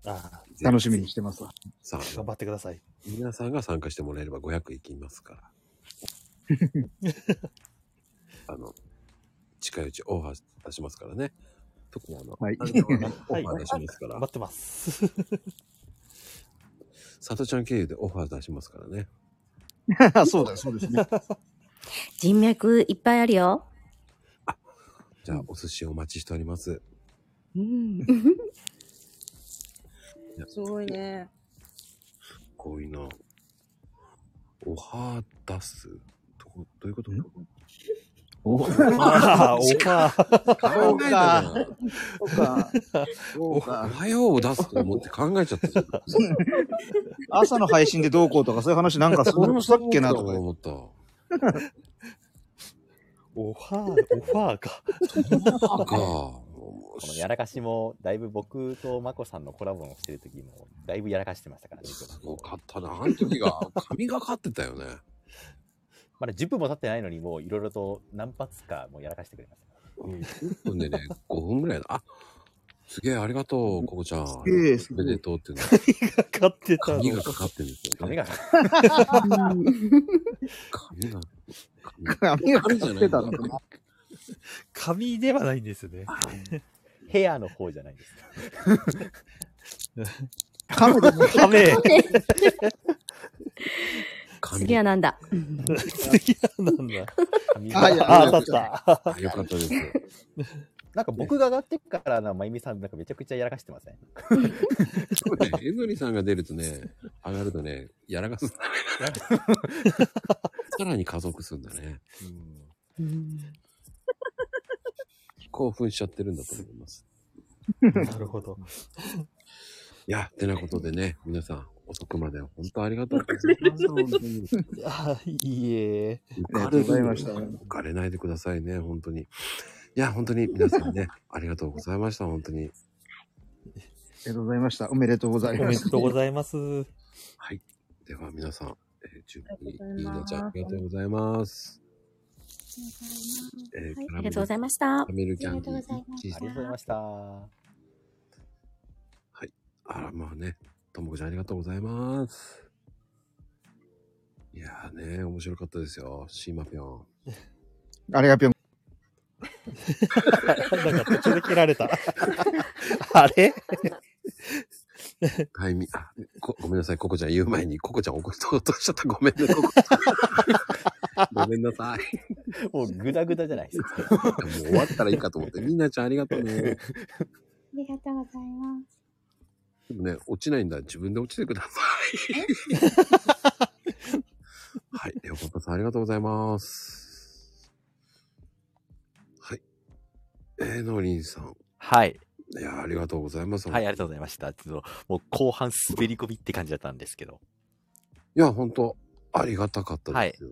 S18: あ
S16: 楽しみにしてますわ。
S1: さあ、
S18: 頑張ってください。
S1: 皆さんが参加してもらえれば500いきますから。あの、近いうちオファー出しますからね。特にあの、
S16: はい
S1: あのオファ
S18: はい
S1: ー出しますから。
S18: 待っ
S1: (laughs)
S18: てます。
S1: さとちゃん経由でオファー出しますから
S18: (laughs)
S1: ね。
S16: (laughs) そうだよ、そうですね。
S3: 人脈いっぱいあるよ。
S1: じゃあ、お寿司お待ちしております。
S3: うん。
S7: (laughs) すごいね。
S1: こういうの。オファー出すとこどういうことオフ
S18: あーオファー
S1: 考えたな
S18: そうか
S1: おはようを出すと思って考えちゃったじゃん。
S16: (laughs) 朝の配信でどうこうとかそういう話なんかそれもしたっけなとか
S1: 思った。
S18: オファー、オファーか。
S13: (laughs) このやらかしも、だいぶ僕とまこさんのコラボをしてる時も、だいぶやらかしてましたからね。す
S1: ごかったな、あの時が。神がかってたよね。
S13: (laughs) まだ10分も経ってないのに、もういろいろと何発かもうやらかしてくれました。
S1: うん、10分でね、5分 (laughs) ぐらいだ。あすげえ、ありがとう、ここちゃん。
S13: すげえ
S1: おめでとうっていうの。
S18: かかってた
S1: 髪がかかってるんですよ、ね。
S13: 髪が
S1: (laughs) 髪が。
S16: 髪がかかってた
S1: 髪じゃな
S16: のか
S1: い
S16: な。
S18: 紙ではないんですね。
S13: (laughs) ヘアの方じゃな
S18: (laughs)
S13: いんです。
S18: 亀だね亀
S3: (laughs)
S1: (laughs)
S3: 次はなん
S13: (laughs)
S3: だ。
S18: 次は
S11: (laughs)
S18: なんだ。
S13: あいや
S18: あ、当たった。
S1: よかったです。
S13: (laughs) なんか僕が上がってからな、まゆみさん、なんかめちゃくちゃやらかしてま (laughs) せん。
S1: そうね、えのりさんが出るとね、上がるとね、やらかすんだね。さらに加速するんだね。興奮しちゃってるんだと思います。 (laughs)
S18: なるほど。
S1: いや、てなことでね、皆さん、遅くまで本当ありがとうございます。本当に。
S18: あいいえ。
S1: 浮かれる浮かれないでくださいね、本当に。いや、本当に皆さんね、 (laughs) ありがとうございました、本当に。
S16: りがとうございました。おめでとうございます。
S1: おめでとうござい
S16: ます。
S1: はい。では皆さん、えー、準備に、いいなちゃん、ありがとうございます。えー
S3: ありがとうございました
S1: カラメルキャンディー
S3: ありがとうございました
S1: チーズ
S3: ありがとうございま
S1: した。はい。あら、まあね、ともこちゃんありがとうございます。いやーね、面白かったですよ。シーマぴょん。
S16: あれがぴょん。
S18: なんか途中で切られた。 (laughs) あれ
S1: (laughs) タイミング、あこごめんなさい、ココちゃん言う前に、ココちゃん怒っととしちゃった。ごめんね、ココ。
S18: (laughs)
S1: ごめんなさい。 (laughs) もうグダグダじゃないですか。もう終わったらいいかと思って、みんなちゃんありがとうね。
S14: りがとうございま
S3: (laughs)
S1: でもね、落ちないんだ。自分で落ちてくださ (laughs) い。はい。レオパパさん、ありがとうございます。はい。えー、ノリンさん。
S13: はい。
S1: いやー、ありがとうございます。
S13: はい、ありがとうございました。ちょっと、もう後半滑り込みって感じだったんですけど。
S1: いや、本当ありがたかったですよ。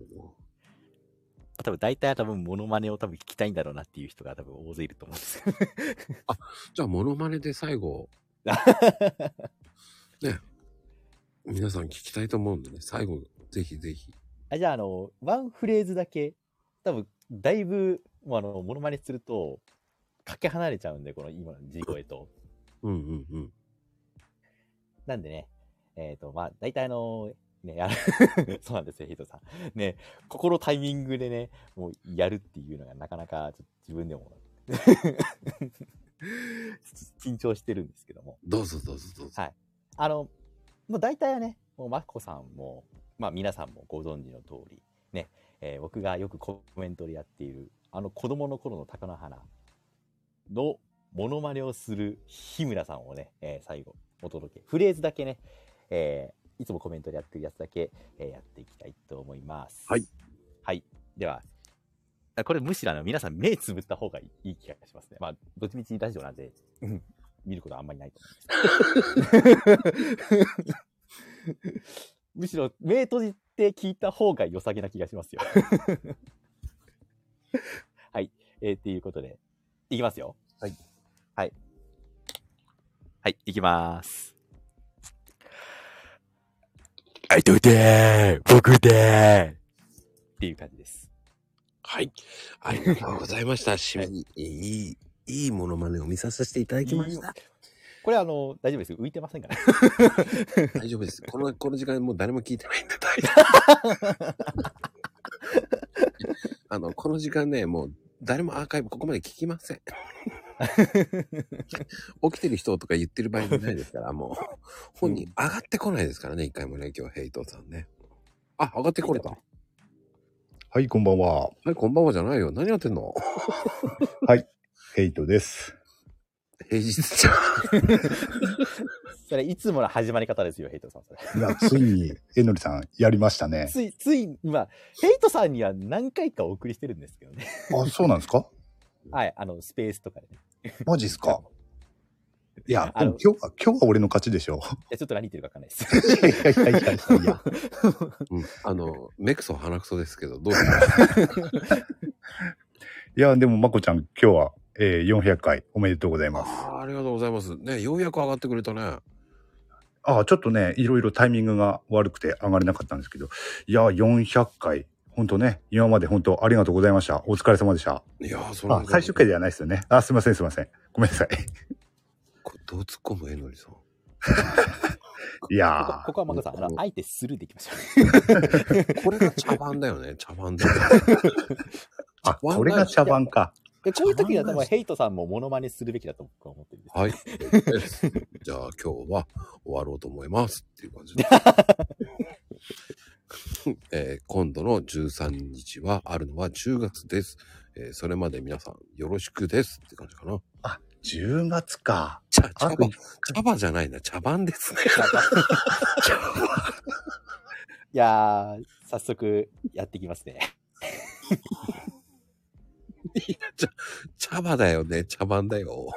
S13: 多分大体は多分モノマネを多分聞きたいんだろうなっていう人が多分大勢いると思うんですけど。
S1: あ、じゃあモノマネで最
S13: (laughs)
S1: 後。ね。皆さん聞きたいと思うんでね、最後、ぜひぜひ。
S13: あじゃあ、あの、ワンフレーズだけ、多分、だいぶ、もうあの、モノマネすると、かけ離れちゃうんで、この今の G 声と。
S1: うんうんうん。
S13: なんでね、えっ、と、まあ、大体あの、ね、やる (laughs) そうなんですよ、ヒトさん。ね、ここのタイミングでね、もうやるっていうのがなかなか、ちょっと自分でも (laughs) 緊張してるんですけども。
S1: どうぞどうぞどう
S13: ぞ。はい。あの、もう大体はね、もうマッコさんも、まあ皆さんもご存知の通り、ね、えー僕がよくコメントでやっている、あの子供の頃の貴乃花のモノマネをする日村さんをね、えー最後お届け、フレーズだけね、えーいつもコメントでやってるやつだけ、えーやっていきたいと思います。はい。はい。では、あこれむしろあの皆さん目つぶった方がいい気がしますね。まあ、どっちみちラジオなんで、うん見ることはあんまりないと思い (laughs) ます。むしろ目閉じて聞いた方が良さげな気がします (laughs) よ。はい。えー、っていうことで、いきますよ。
S1: はい。
S13: はい。はい、いきます。はい、どいてー僕でっていう感じです。
S1: はい。ありがとうございました。締めに、いい、いいモノマネを見させていただきました。
S13: これあの、大丈夫です浮いてません
S23: (laughs)
S13: かね
S1: (laughs) 大丈夫です。この、この時間もう誰も聞いてないんで大丈夫。あの、この時間ね、もう誰もアーカイブここまで聞きま (laughs) せん。起きてる人とか言ってる場合じゃないですから、もう、本人上がってこないですからね、一回もね、今日ヘイトさんね。あ、上がってこれた。
S23: はい、こんばんは。
S1: はい、こんばんはじゃないよ。何やってんの
S23: (laughs) はい、ヘイトです。
S1: 平日じゃん。
S13: それいつもの始まり方ですよ、ヘイトさん。それ
S23: いや、ついに、えのりさん、やりましたね。
S13: つい、つい、まあ、ヘイトさんには何回かお送りしてるんですけどね。
S23: あ、そうなんですか
S13: (laughs) はい、あの、スペースとかでね。
S23: マジっすかいや、でも今日は、今日は俺の勝ちでしょ
S13: いや、ちょっと何言ってるかわかんないです。
S23: う。いやいやいやい
S13: (laughs)
S23: や。
S1: うんあの、目くそ鼻くそですけど、どうしますか
S23: (laughs) いや、でも、まこちゃん、今日は、えー、400回おめでとうございます。
S1: あーありがとうございます。ね、ようやく上がってくれたね。
S23: ああ、ちょっとね、いろいろタイミングが悪くて上がれなかったんですけど、いや、400回、本当ね、今まで本当ありがとうございました。お疲れ様でした。
S1: いやー、それ
S23: あ、最終回ではないですよね。あ、すいません、すいません。ごめんなさい。
S1: どう突っ込むえのりさん。
S23: いやー
S13: ここはマコさん、あの、あえてスルーでいきましょ
S23: (laughs)
S1: これが茶番だよね、茶番 (laughs) だよ。
S23: あ、これが茶番か。
S13: う。で、こういう時には多分ヘイトさんもモノマネするべきだと僕は思ってるんです。
S1: はい。 (laughs) じゃあ今日は終わろうと思いますっていう感
S13: (laughs)
S1: じで。 (laughs) えー今度の13日はあるのは10月です。えーそれまで皆さんよろしくですって感じかな。
S23: あ、10月か。
S1: 茶、茶番、茶番じゃないな、茶番ですね。
S13: いやー、早速やっていきます
S1: (laughs)
S13: ね。
S1: 茶番だよね、茶番だよ。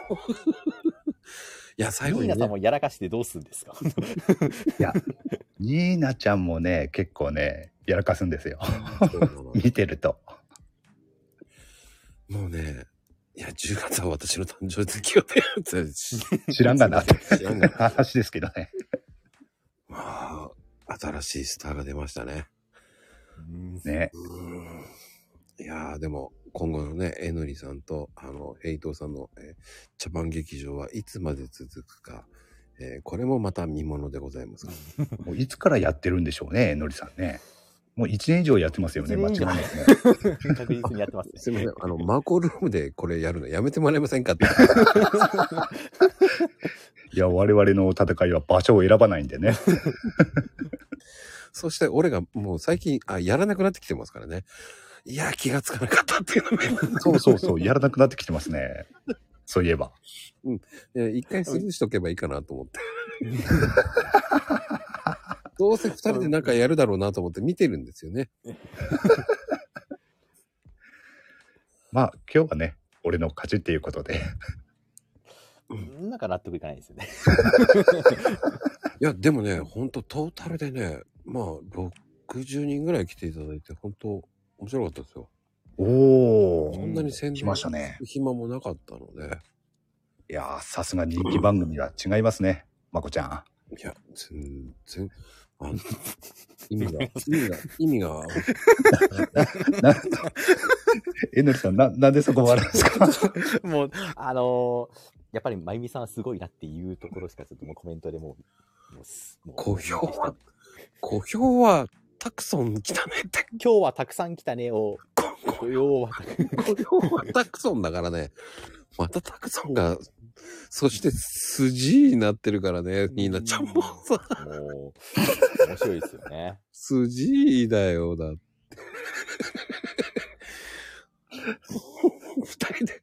S1: いや、最後に、
S23: ニー
S1: ね
S23: ナさん、
S13: もうやらかしてどうするんですか
S23: いや、ニーナちゃんもね、結構ね、やらかすんですよ。見てると。
S1: もうね、いや、10月は私の誕生月をね、
S23: 知らんがなって
S1: 知らんがな。
S23: 話ですけど
S1: (laughs)
S23: ね。
S1: まあ、新しいスターが出ましたね。
S23: ね。
S1: いやー、でも、今後のね、えのりさんと、あの、ヘイトさんの、えー茶番劇場はいつまで続くか、えーこれもまた見ものでございます。
S23: (laughs) もういつからやってるんでしょうね、のりさんね。もう1年以上やってますよね、間違いないですね。
S1: (laughs) 確実にやってます、すみません。あの、マーコルームでこれやるのやめてもらえませんかって。
S23: (laughs) いや、我々の戦いは場所を選ばないんでね。 (laughs)
S1: そして、俺がもう最近、あ、やらなくなってきてますからね。いや、気がつかなかったっていうのも。
S23: そうそうそう、やらなくなってきてますね。そういえば。
S1: うん。え一回スルーしとけばいいかなと思
S23: (laughs)
S1: って。どうせ二人でなんかやるだろうなと思って見てるんですよね。
S23: まあ、今日はね、俺の勝ちっていうことで。
S13: なんか納得いかないですよね。
S1: いや、でもね、ほんとトータルでね、まあ、60人ぐらい来ていただいて、本当面白かったですよ。
S23: おお。
S1: こんなに宣
S23: 来
S1: 伝
S23: ましたね。
S1: 暇もなかったので。
S23: いやー、さすが人気番組は違いますね、まこちゃん。
S1: いや、全然、あの、意味が、 (laughs) 意味が、意味が、
S23: なえのりさん、な、なんでそこ笑うんです
S1: (laughs)
S23: か
S13: (laughs) もう、あのーやっぱりまゆみさんはすごいなっていうところしかちょっともうコメントでもう、もうすもう
S1: 小兵は、小兵は、たくさん来たねって。
S13: 今日はたくさん来たねを、
S1: 雇用は、雇用はタク
S13: (laughs)
S1: ソンだからね。またタクソンが、そして筋になってるからね、みんなちゃんもさ。
S13: もう、面白いですよね。
S1: 筋だよ、だっ
S13: (laughs)
S1: て。二人で、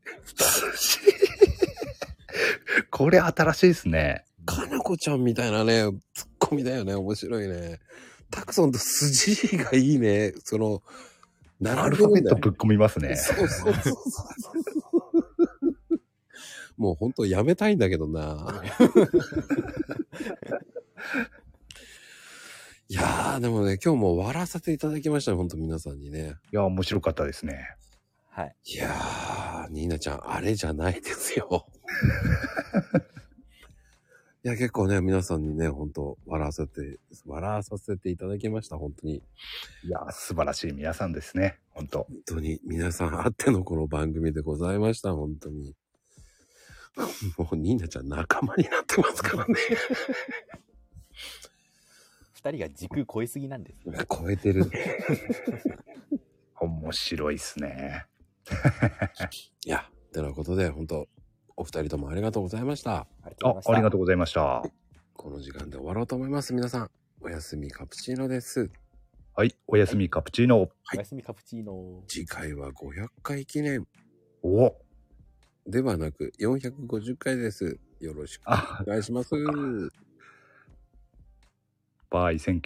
S23: これ新しいですね。
S1: かなこちゃんみたいなね、ツッコミだよね、面白いね。タクソンと筋がいいね、その、
S23: ア
S1: 並
S23: ル
S1: ん
S23: フ
S1: でる
S23: ァベ
S1: ん
S23: ッ
S1: だ
S23: ト
S1: よ
S23: ぶっ込みますね。
S1: そうそうそうそう。もう本当やめたいんだけど
S23: (laughs)
S1: な。いやー、でもね、今日も終わらせていただきましたね、本当皆さんにね。
S23: いや、面白かったですね。
S13: はい。
S1: いやー、ニーナちゃん、あれじゃないです
S23: (laughs)
S1: よ。いや、結構ね、皆さんにね、本当笑わせて、笑わさせていただきました、本当に。
S23: いやー、素晴らしい皆さんですね。本当。
S1: 本当に皆さんあってのこの番組でございました、本当に。 (laughs) もうニーナちゃん仲間になってますからね。
S13: 二人が時空超えすぎなんですよね。
S1: 超えてる。
S23: 面白いっすね。
S1: (laughs) いや、てなことで、本当お二人ともありがとうございました。
S23: あ、ありがとうございました。
S1: この時間で終わろうと思います、皆さん。おやすみカプチーノです。
S23: はい、おやすみカプチーノ。
S1: はい
S13: おやすみカプチーノ。
S1: 次回は500回記念。
S23: お
S1: ではなく、450回です。よろしくお願いします。
S23: バイ、センキュー。